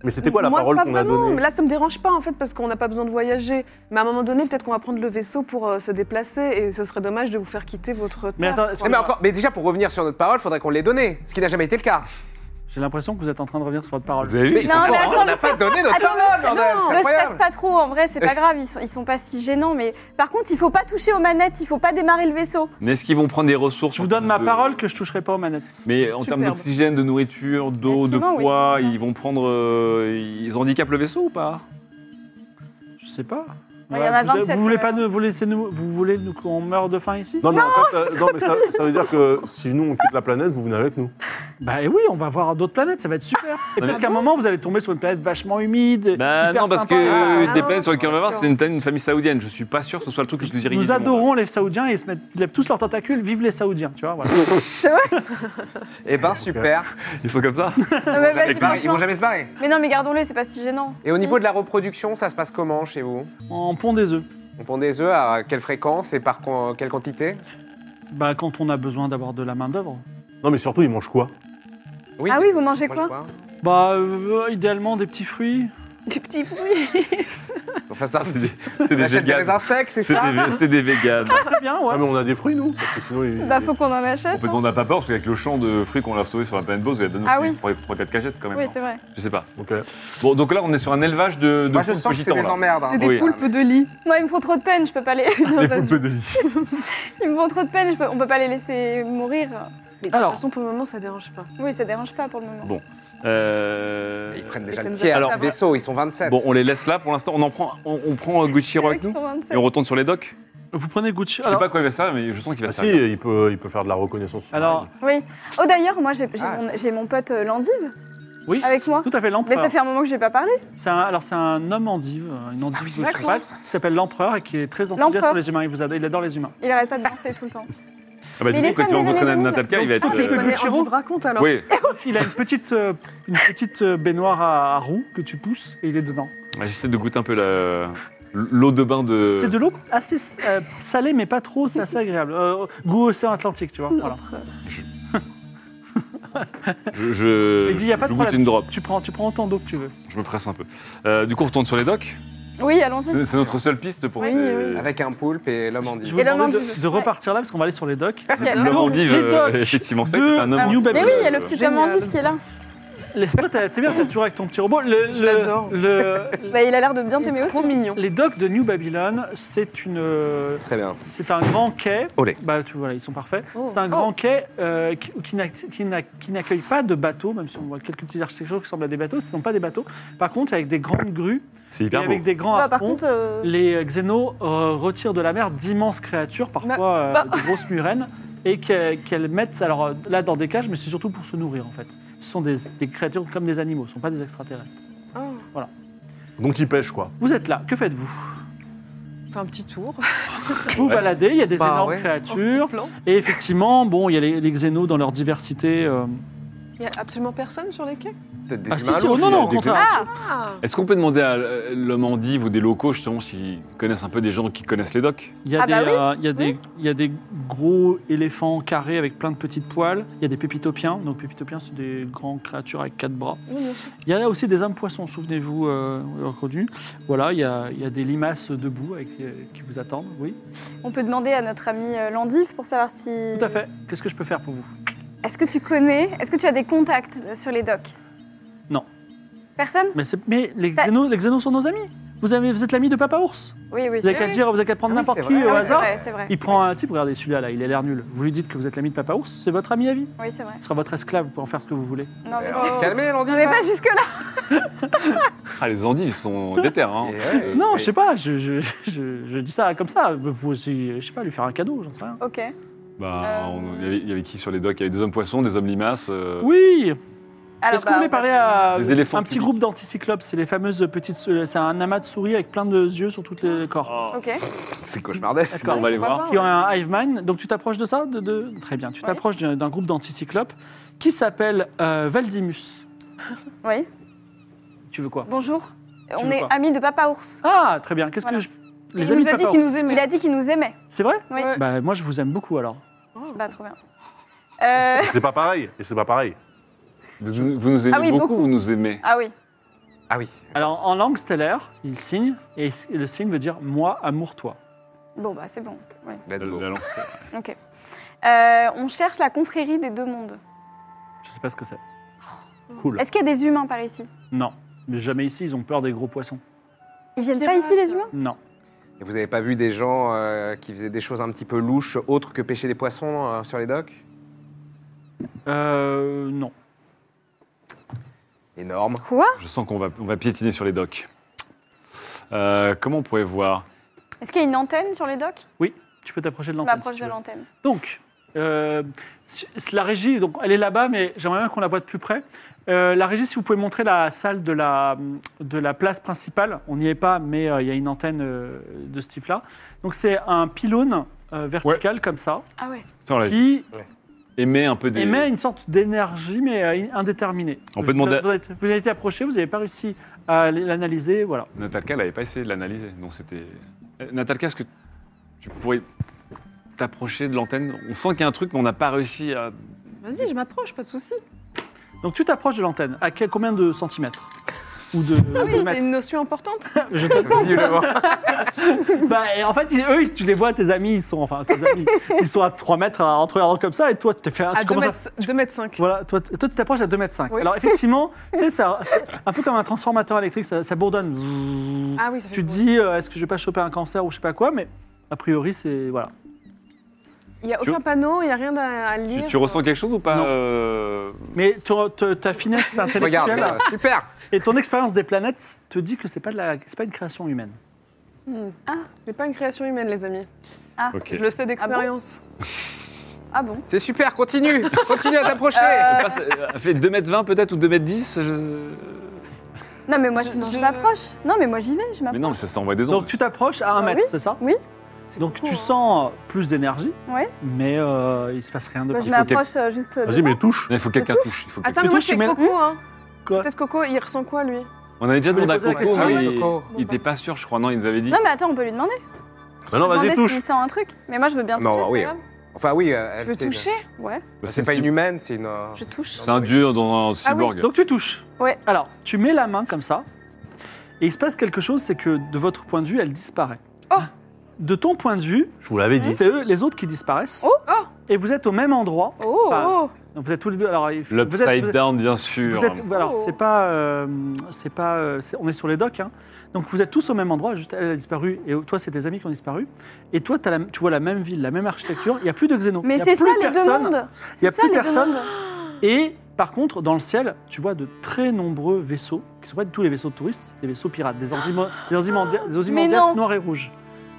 Speaker 7: Mais c'était quoi la
Speaker 6: Moi,
Speaker 7: parole
Speaker 6: pas
Speaker 7: qu'on a
Speaker 6: vraiment.
Speaker 7: donnée
Speaker 6: Là, ça me dérange pas en fait parce qu'on n'a pas besoin de voyager. Mais à un moment donné, peut-être qu'on va prendre le vaisseau pour euh, se déplacer et ce serait dommage de vous faire quitter votre terre.
Speaker 1: Mais attends, est-ce
Speaker 5: Eh,
Speaker 1: que-
Speaker 5: mais, encore- mais déjà, pour revenir sur notre parole, faudrait qu'on l'ait donnée, ce qui n'a jamais été le cas.
Speaker 1: J'ai l'impression que vous êtes en train de revenir sur votre parole.
Speaker 2: Vous avez vu
Speaker 5: Mais
Speaker 2: ils
Speaker 4: non,
Speaker 2: sont forts,
Speaker 4: mais
Speaker 2: hein.
Speaker 4: attends,
Speaker 5: On n'a pas donné notre
Speaker 4: Attends,
Speaker 5: parole, bordel
Speaker 6: non,
Speaker 5: C'est
Speaker 4: Ne stresse
Speaker 5: incroyable
Speaker 4: pas trop, en vrai, c'est pas grave, ils sont, ils sont pas si gênants, mais par contre, il faut pas toucher aux manettes, il faut pas démarrer le vaisseau.
Speaker 2: Mais hein. est-ce qu'ils vont prendre des ressources
Speaker 1: Je vous
Speaker 2: en
Speaker 1: donne
Speaker 2: termes
Speaker 1: ma
Speaker 2: de-
Speaker 1: parole que je toucherai pas aux manettes.
Speaker 2: Mais en termes
Speaker 6: Superbe.
Speaker 2: d'oxygène, de nourriture, d'eau, de
Speaker 4: Excellent, oui,
Speaker 2: poids,
Speaker 4: c'est bien.
Speaker 2: ils vont prendre. euh, ils handicapent le vaisseau ou pas
Speaker 1: Je sais pas.
Speaker 4: Ouais, il y en a
Speaker 1: vous,
Speaker 4: 27,
Speaker 1: vous voulez
Speaker 4: quand
Speaker 1: pas
Speaker 4: même.
Speaker 1: nous, vous laissez nous, vous voulez nous qu'on meure de faim ici
Speaker 7: Non, mais en fait, euh, non, mais ça, ça veut dire que si nous on quitte la planète, vous venez avec nous.
Speaker 1: Bah oui, on va voir d'autres planètes, ça va être super. Et
Speaker 2: Non,
Speaker 1: peut-être qu'à un moment vous allez tomber sur une planète vachement humide.
Speaker 2: Bah
Speaker 1: hyper
Speaker 2: non, parce
Speaker 1: sympa.
Speaker 2: que
Speaker 6: Ah,
Speaker 2: c'est
Speaker 6: non,
Speaker 2: planètes sur lesquelles on va voir,
Speaker 6: sûr.
Speaker 2: c'est une, une famille saoudienne. Je suis pas sûr que ce soit le truc le plus irrégulier.
Speaker 1: Nous
Speaker 2: du monde. hein.
Speaker 1: adorons les Saoudiens et ils, se mettent, ils lèvent tous leurs tentacules, vive les Saoudiens, tu vois. voilà.
Speaker 5: Eh ben, super.
Speaker 2: Ils sont comme ça
Speaker 4: Non, mais,
Speaker 5: Jamais
Speaker 4: vas-y,
Speaker 5: se barrer, Ils vont
Speaker 4: franchement.
Speaker 5: jamais se barrer.
Speaker 4: mais non, mais gardons-le, c'est pas si gênant.
Speaker 5: Et au niveau de la reproduction, ça se passe comment chez vous
Speaker 1: On pond des œufs.
Speaker 5: On pond des œufs à quelle fréquence et par con- quelle quantité
Speaker 1: Bah quand on a besoin d'avoir de la main d'œuvre.
Speaker 7: Non, mais surtout, ils mangent quoi
Speaker 5: Oui.
Speaker 4: Ah oui, vous mangez
Speaker 5: Moi,
Speaker 4: quoi
Speaker 5: je crois.
Speaker 1: Bah euh, idéalement des petits fruits.
Speaker 6: Du petit fruit.
Speaker 5: Enfin, ça,
Speaker 2: C'est des- c'est
Speaker 5: on
Speaker 2: des
Speaker 5: achète des
Speaker 2: véganes.
Speaker 5: insectes, c'est
Speaker 2: C'est
Speaker 5: ça
Speaker 2: des, c'est des véganes.
Speaker 1: Très bien,
Speaker 7: Ah,
Speaker 1: ouais.
Speaker 7: mais on a des fruits, nous Parce que sinon, ils...
Speaker 4: Bah, faut qu'on en
Speaker 2: En
Speaker 4: achète.
Speaker 2: fait,
Speaker 4: hein.
Speaker 2: on n'a pas peur parce qu'avec le champ de fruits qu'on a sauvé sur la planète Bose, il y a donné
Speaker 4: Ah oui.
Speaker 2: 3-4 cachettes quand même. hein.
Speaker 4: Oui,
Speaker 2: non
Speaker 4: c'est vrai.
Speaker 2: je sais pas.
Speaker 7: Ok.
Speaker 2: Bon, donc là, on est sur un élevage de, de
Speaker 5: Moi, je
Speaker 2: poulpes
Speaker 5: sens que c'est
Speaker 2: gitans,
Speaker 5: des
Speaker 2: là.
Speaker 5: emmerdes. hein.
Speaker 6: C'est des
Speaker 2: Oui.
Speaker 6: poulpes de lit.
Speaker 4: Moi, ils me font trop de peine, je peux pas les. Non,
Speaker 2: Des
Speaker 4: vas-y.
Speaker 2: poulpes de lit.
Speaker 4: ils me font trop de peine, je peux- on peut pas les laisser mourir.
Speaker 6: Mais de
Speaker 1: Alors.
Speaker 6: toute façon, pour le moment, ça dérange
Speaker 7: Euh,
Speaker 6: pas.
Speaker 4: Oui, ça dérange pas pour le moment.
Speaker 2: Bon. Euh,
Speaker 5: Ils prennent
Speaker 6: Et
Speaker 5: déjà
Speaker 6: ça
Speaker 5: le
Speaker 6: nous
Speaker 5: tiers
Speaker 2: Alors,
Speaker 5: du vaisseau, ils sont 27.
Speaker 2: Bon, on les laisse là pour l'instant. On en prend, on, on prend euh, Guichiro avec nous et
Speaker 4: 127.
Speaker 2: on retourne sur les docks.
Speaker 1: Vous prenez Gucci.
Speaker 2: Je sais
Speaker 1: Alors,
Speaker 2: pas à quoi il va servir, mais je sens qu'il va
Speaker 7: Ah, si,
Speaker 2: servir.
Speaker 7: il peut, il peut faire de la reconnaissance. sur
Speaker 1: alors
Speaker 4: Oui. Oh, d'ailleurs, moi, j'ai j'ai
Speaker 5: Ah.
Speaker 4: mon, j'ai mon pote euh, l'endive
Speaker 1: Oui.
Speaker 4: avec moi.
Speaker 1: tout à fait
Speaker 4: Ah Mais ça
Speaker 1: l'empereur.
Speaker 4: fait un moment que je vais pas parler.
Speaker 1: C'est un- alors c'est un homme endive, euh, une endive de
Speaker 5: c'est vrai
Speaker 1: sauvage, qui s'appelle l'empereur et qui est très enthousiaste sur
Speaker 4: L'empereur.
Speaker 1: les humains. Il, vous adore, il adore les humains.
Speaker 4: Il arrête pas de danser tout le temps.
Speaker 2: Ah bah,
Speaker 4: Mais les
Speaker 2: du coup, quand
Speaker 4: femmes
Speaker 2: tu
Speaker 4: des
Speaker 2: rencontres
Speaker 4: années 2000,
Speaker 2: Natalka, il va
Speaker 1: donc,
Speaker 2: être.
Speaker 1: toutes les
Speaker 2: euh,
Speaker 1: connaît
Speaker 6: connais,
Speaker 1: Chiro
Speaker 6: Andy, raconte alors.
Speaker 2: Oui,
Speaker 1: Donc, il a une petite euh, une petite euh, baignoire à, à roues que tu pousses et il est dedans.
Speaker 2: Bah, Ah, j'essaie de goûter un peu la. l'eau de bain de.
Speaker 1: C'est de l'eau assez euh, salée, mais pas trop, c'est assez agréable. Euh, goût océan Atlantique, tu vois. Voilà.
Speaker 2: Je, je,
Speaker 1: Il dit, y a pas
Speaker 2: je
Speaker 1: de
Speaker 2: goûte
Speaker 1: problème.
Speaker 2: une drop.
Speaker 1: Tu prends, tu prends autant d'eau que tu veux.
Speaker 2: Je me presse un peu. Euh, du coup, on retourne sur les docks.
Speaker 4: Oui, allons-y.
Speaker 2: C'est c'est notre seule piste pour.
Speaker 4: Oui,
Speaker 2: ces-
Speaker 4: oui.
Speaker 5: Avec un poulpe et l'homme en
Speaker 1: Je
Speaker 5: dit.
Speaker 1: vous
Speaker 4: Et le
Speaker 1: demande de,
Speaker 4: Mandive.
Speaker 1: de repartir là, parce qu'on va aller sur les docks.
Speaker 4: Le
Speaker 2: Le
Speaker 4: Mandive.
Speaker 2: Mandive,
Speaker 1: Les
Speaker 2: euh,
Speaker 1: docks.
Speaker 2: effectivement, c'est
Speaker 1: de
Speaker 2: un homme.
Speaker 1: New
Speaker 2: euh,
Speaker 4: Ah. Mais oui, il y a le
Speaker 2: euh,
Speaker 4: petit
Speaker 6: Génial.
Speaker 4: Amandif qui est là.
Speaker 1: Les- Toi, t'as- t'es bien, t'es toujours avec ton petit robot. Le,
Speaker 6: Je
Speaker 1: le-
Speaker 6: l'adore.
Speaker 1: le-
Speaker 4: Bah, il a l'air de bien
Speaker 6: Il est
Speaker 4: t'aimer aussi.
Speaker 6: trop mignon.
Speaker 1: les docks de New Babylon, c'est une, euh,
Speaker 5: Très bien.
Speaker 1: c'est un grand quai.
Speaker 5: Olé.
Speaker 1: Bah, tu, voilà, ils sont parfaits.
Speaker 6: Oh.
Speaker 1: C'est un grand quai euh, qui, qui n'ac- qui n'ac- qui n'accueille pas de bateaux, même si on voit quelques petites architectures qui ressemblent à des bateaux. Ce ne sont pas des bateaux. Par contre, avec des grandes grues
Speaker 2: C'est
Speaker 1: et
Speaker 2: hyper beau.
Speaker 1: avec des grands
Speaker 4: Bah, par
Speaker 1: harpons,
Speaker 4: contre, euh,
Speaker 1: les euh, xénos euh, retirent de la mer d'immenses créatures, parfois euh,
Speaker 6: bah.
Speaker 1: de grosses murènes, et qu'elles qu'elles mettent alors euh, là dans des cages, mais c'est surtout pour se nourrir en fait. Ce sont des, des créatures comme des animaux, ce ne sont pas des extraterrestres.
Speaker 6: Ah,
Speaker 7: Donc il pêche, quoi.
Speaker 1: Vous êtes là, que faites-vous
Speaker 6: on fait un petit tour.
Speaker 1: Vous baladez, il y a des
Speaker 5: Bah
Speaker 1: énormes
Speaker 5: ouais.
Speaker 6: en
Speaker 1: créatures,
Speaker 6: sifflant.
Speaker 1: et effectivement, bon, il y a les, les xénos dans leur diversité. euh,
Speaker 6: Il y a absolument personne sur les quais.
Speaker 5: Peut-être des
Speaker 1: Ah si,
Speaker 5: humains
Speaker 1: si,
Speaker 5: louches,
Speaker 1: oh, non,
Speaker 5: il y a
Speaker 1: non, au
Speaker 5: des-
Speaker 1: contraire.
Speaker 6: Ah,
Speaker 2: Est-ce qu'on peut demander à euh, l'homme en dive ou des locaux justement s'ils connaissent un peu des gens qui connaissent les docks
Speaker 1: Il y, a
Speaker 4: Ah
Speaker 1: des,
Speaker 4: bah oui,
Speaker 1: euh, il, y a des, il y a des gros éléphants carrés avec plein de petites poils. Il y a des pépitopiens. Donc, pépitopiens, c'est des grandes créatures avec quatre bras.
Speaker 6: oui, bien sûr.
Speaker 1: Il y a aussi des hommes poissons, souvenez-vous, euh, reconnus. Voilà, il y, a, il y a des limaces debout avec, euh, qui vous attendent, oui.
Speaker 4: on peut demander à notre ami euh, Landif pour savoir si.
Speaker 1: Tout à fait. Qu'est-ce que je peux faire pour vous
Speaker 4: Est-ce que tu connais Est-ce que tu as des contacts euh, sur les docks
Speaker 1: Non.
Speaker 4: Personne
Speaker 1: Mais, c'est- mais les,
Speaker 4: Ça-
Speaker 1: xénos, les xénos sont nos amis. Vous, avez, vous êtes l'ami de Papa Ours.
Speaker 4: Oui, oui.
Speaker 1: Vous avez
Speaker 4: oui,
Speaker 1: qu'à
Speaker 4: oui.
Speaker 1: dire, vous avez qu'à prendre
Speaker 5: Ah oui,
Speaker 1: n'importe
Speaker 5: c'est
Speaker 1: qui
Speaker 5: vrai.
Speaker 1: au
Speaker 4: Ah oui, c'est
Speaker 1: hasard.
Speaker 4: vrai, c'est vrai.
Speaker 1: Il prend un type, regardez celui-là, là, il a l'air nul. Vous lui dites que vous êtes l'ami de Papa Ours, c'est votre ami à vie.
Speaker 4: Oui, c'est vrai.
Speaker 1: Il sera votre esclave, vous pouvez en faire ce que vous voulez.
Speaker 4: Non, mais,
Speaker 5: Alors,
Speaker 4: c'est-
Speaker 5: se calmer, l'on dit. hein.
Speaker 4: Non, mais pas jusque-là.
Speaker 2: Ah, les endives, ils sont déter. Hein.
Speaker 5: Et ouais.
Speaker 2: Euh,
Speaker 1: Non,
Speaker 5: mais-
Speaker 1: je sais pas, je, je- je- je dis ça comme ça. Vous pouvez aussi, je sais pas, lui faire un cadeau, j'en sais rien.
Speaker 4: Ok.
Speaker 2: Bah, on- il y avait- il y avait qui sur les docks Il y avait des hommes poissons, des hommes limaces. euh,
Speaker 1: Oui
Speaker 4: Alors,
Speaker 1: Est-ce que
Speaker 4: bah,
Speaker 1: vous voulez
Speaker 4: on va-
Speaker 1: parler à
Speaker 2: Des éléphants
Speaker 1: un petit
Speaker 2: publics.
Speaker 1: groupe d'anticyclopes C'est les fameuses petites. euh, C'est un amas de souris avec plein de yeux sur tout le corps.
Speaker 2: oh,
Speaker 4: Ok.
Speaker 5: C'est cauchemardesque.
Speaker 2: on va les
Speaker 6: Ah,
Speaker 2: voir.
Speaker 1: Qui ont un hive mind. Donc tu t'approches de ça de, de- Très bien. Tu
Speaker 4: Ouais.
Speaker 1: t'approches d'un d'un groupe d'anticyclopes qui s'appelle euh, Valdimus.
Speaker 4: Oui.
Speaker 1: Tu veux quoi
Speaker 4: Bonjour. on
Speaker 1: veux
Speaker 4: est
Speaker 1: quoi
Speaker 4: amis de Papa Ours.
Speaker 1: Ah, très bien. Qu'est-ce
Speaker 4: Voilà.
Speaker 1: que je.
Speaker 6: Il
Speaker 1: amis
Speaker 6: nous
Speaker 1: de
Speaker 6: a dit
Speaker 1: Papa
Speaker 6: qu'il
Speaker 1: Ours.
Speaker 6: nous
Speaker 4: Il
Speaker 6: aimait.
Speaker 4: a dit qu'il nous aimait.
Speaker 1: C'est vrai
Speaker 4: Oui.
Speaker 6: Ouais.
Speaker 1: Bah, moi je vous aime beaucoup alors.
Speaker 4: Bah, trop bien. Euh,
Speaker 7: C'est pas pareil. Et c'est pas pareil.
Speaker 2: Vous, vous nous aimez
Speaker 4: Ah oui,
Speaker 2: beaucoup,
Speaker 4: beaucoup.
Speaker 2: vous nous aimez.
Speaker 4: Ah oui.
Speaker 5: Ah oui.
Speaker 1: Alors en langue stellaire, il signe et le signe veut dire moi, amour-toi.
Speaker 4: Bon, bah, c'est bon. Ouais.
Speaker 5: Let's go.
Speaker 2: La- la lance.
Speaker 4: Ok. Euh, on cherche la confrérie des deux mondes.
Speaker 1: Je sais pas ce que c'est.
Speaker 4: Est-ce qu'il y a des humains par ici
Speaker 1: Non. Mais jamais ici, ils ont peur des gros poissons.
Speaker 4: Ils viennent pas ici, les humains
Speaker 1: Non.
Speaker 5: Et vous avez pas vu des gens euh, qui faisaient des choses un petit peu louches, autres que pêcher des poissons euh, sur les docks
Speaker 1: Euh. Non.
Speaker 5: Énorme.
Speaker 4: Quoi
Speaker 2: Je sens qu'on va, on va piétiner sur les docks. Euh, comment on pourrait voir
Speaker 4: Est-ce qu'il y a une antenne sur les docks
Speaker 1: Tu peux t'approcher de
Speaker 4: Je
Speaker 1: l'antenne. si
Speaker 4: m'approche
Speaker 1: tu
Speaker 4: de
Speaker 1: veux.
Speaker 4: l'antenne.
Speaker 1: Donc, euh, si- la régie, donc elle est là-bas, mais j'aimerais bien qu'on la voit de plus près. Euh, la régie, si vous pouvez montrer la salle de la, de la place principale, on n'y est pas, mais euh, il y a une antenne euh, de ce type-là. Donc c'est un pylône euh, vertical comme ça,
Speaker 4: Ah ouais.
Speaker 2: Attends, là,
Speaker 1: qui
Speaker 2: Aimer un peu des.
Speaker 1: émet une sorte d'énergie, mais euh, indéterminée.
Speaker 2: On peut demander à-
Speaker 1: Vous, êtes- vous avez été approché, vous n'avez pas réussi à l'analyser, voilà.
Speaker 2: Natalka, elle n'avait pas essayé de l'analyser. Donc c'était. Euh, Natalka, est-ce que tu pourrais t'approcher de l'antenne On sent qu'il y a un truc, mais on n'a pas réussi à.
Speaker 6: Vas-y, je m'approche, pas de souci.
Speaker 1: Donc tu t'approches de l'antenne, à quel- combien de centimètres Ou de, de
Speaker 6: Ah Oui, c'est
Speaker 1: mètres
Speaker 6: une notion importante.
Speaker 1: Je te-
Speaker 5: Visiblement.
Speaker 1: Bah, et en fait, ils- eux, ils- tu les vois, tes amis, ils sont, enfin, tes amis, ils sont à 3 mètres à- entre eux comme ça, et toi, tu t'es fait,
Speaker 6: À
Speaker 1: tu
Speaker 6: 2
Speaker 1: commences à-
Speaker 6: mètres, 2 mètres 5.
Speaker 1: Voilà, toi, t- toi, tu t'approches à 2 mètres 5.
Speaker 6: Oui.
Speaker 1: Alors, effectivement, tu sais, ça- c'est un peu comme un transformateur électrique, ça, ça bourdonne.
Speaker 6: Ah oui, ça fait
Speaker 1: tu te
Speaker 6: beau.
Speaker 1: dis, euh, est-ce que je vais pas choper un cancer ou je sais pas quoi, mais a priori, c'est. Voilà.
Speaker 6: Il n'y a
Speaker 2: Tu-
Speaker 6: aucun panneau, il n'y a rien à, à
Speaker 2: Tu,
Speaker 6: lire.
Speaker 2: tu ressens quelque chose ou pas
Speaker 1: Non.
Speaker 2: euh,
Speaker 1: Mais ton- te- ta finesse
Speaker 5: Regarde,
Speaker 1: intellectuelle
Speaker 5: euh, super.
Speaker 1: et ton expérience des planètes te dit que c'est pas, de la- c'est pas une création humaine.
Speaker 6: Hmm.
Speaker 4: Ah.
Speaker 6: Ce n'est pas une création humaine, les amis.
Speaker 2: Ok.
Speaker 6: Je le sais d'expérience.
Speaker 4: Ah bon
Speaker 5: C'est super, continue. Continue à t'approcher.
Speaker 2: Passe- euh, Fait 2m20 peut-être ou 2m10 je-
Speaker 4: Non, mais moi,
Speaker 6: Je-
Speaker 4: je, je
Speaker 6: je-
Speaker 4: m'approche. Non, mais moi, j'y vais. Je
Speaker 2: Mais
Speaker 4: m'approche.
Speaker 2: non, mais ça s'envoie des ondes.
Speaker 1: Donc, tu t'approches à 1
Speaker 4: Ah
Speaker 1: mètre,
Speaker 4: oui.
Speaker 1: c'est ça
Speaker 4: Oui.
Speaker 6: C'est
Speaker 1: Donc,
Speaker 6: court,
Speaker 1: tu
Speaker 6: hein.
Speaker 1: sens euh, plus d'énergie,
Speaker 4: Ouais.
Speaker 1: mais euh, il se passe rien de
Speaker 4: Moi, je
Speaker 2: Il faut
Speaker 4: m'approche euh, juste. de-
Speaker 7: Vas-y, mais touche.
Speaker 2: Non, il faut que quelqu'un touche. Il faut que
Speaker 6: Attends,
Speaker 1: Tu
Speaker 6: mais moi,
Speaker 1: touches,
Speaker 6: je
Speaker 1: tu
Speaker 6: fais
Speaker 1: mets-
Speaker 6: Coco, hein.
Speaker 1: Quoi
Speaker 6: Peut-être Coco, il ressent quoi, lui bah,
Speaker 2: On avait déjà
Speaker 1: Vous voulez
Speaker 2: demandé à
Speaker 1: poser la
Speaker 2: Coco, mais
Speaker 1: question
Speaker 2: il- il était pas sûr, je crois. Non, il nous avait dit.
Speaker 4: Non, mais attends, on peut lui demander.
Speaker 7: Maintenant, Bah vas-y,
Speaker 4: Demander
Speaker 7: touche.
Speaker 4: s'il sent un truc. Mais moi, je veux bien toucher.
Speaker 5: Non,
Speaker 4: c'est
Speaker 5: oui.
Speaker 4: pas grave.
Speaker 5: Enfin, oui, euh,
Speaker 6: Je
Speaker 5: elle,
Speaker 6: veux
Speaker 5: c'est une-
Speaker 6: toucher
Speaker 4: Ouais,
Speaker 2: Bah,
Speaker 5: c'est pas
Speaker 2: le-
Speaker 5: une humaine, c'est une. euh,
Speaker 4: je touche.
Speaker 2: C'est un dieu dans un
Speaker 6: Ah oui.
Speaker 2: cyborg.
Speaker 1: Donc tu touches.
Speaker 4: Ouais.
Speaker 1: Alors, tu mets la main comme ça, et il se passe quelque chose, c'est que de votre point de vue, elle disparaît.
Speaker 4: Oh.
Speaker 1: De ton point de vue,
Speaker 7: Je vous l'avais dit.
Speaker 1: c'est eux, les autres qui disparaissent.
Speaker 4: Oh, oh,
Speaker 1: Et vous êtes au même endroit.
Speaker 4: oh,
Speaker 1: Enfin, Donc, vous êtes tous les deux. Alors, il- vous êtes- vous êtes-
Speaker 2: L'upside down, bien sûr.
Speaker 1: Vous êtes, alors,
Speaker 4: Oh.
Speaker 1: c'est pas. euh, c'est pas euh, c'est- on est sur les docks. hein. Donc, vous êtes tous au même endroit. Juste, elle a disparu. Et toi, c'est tes amis qui ont disparu. Et toi, t'as la- tu vois la même ville, la même architecture. Il n'y a plus de xénos.
Speaker 4: Mais
Speaker 1: Il y a
Speaker 4: c'est ça
Speaker 1: plus
Speaker 4: les
Speaker 1: personne.
Speaker 4: deux mondes.
Speaker 1: Il y a
Speaker 4: C'est ça,
Speaker 1: plus
Speaker 4: les deux
Speaker 1: personne.
Speaker 4: mondes.
Speaker 1: Et par contre, dans le ciel, tu vois de très nombreux vaisseaux, qui ne sont pas du tout les vaisseaux de touristes, c'est des vaisseaux pirates, des, orzimo- des, orzimandia- des
Speaker 4: Mais
Speaker 1: orzimandias
Speaker 4: non.
Speaker 1: noirs et rouges.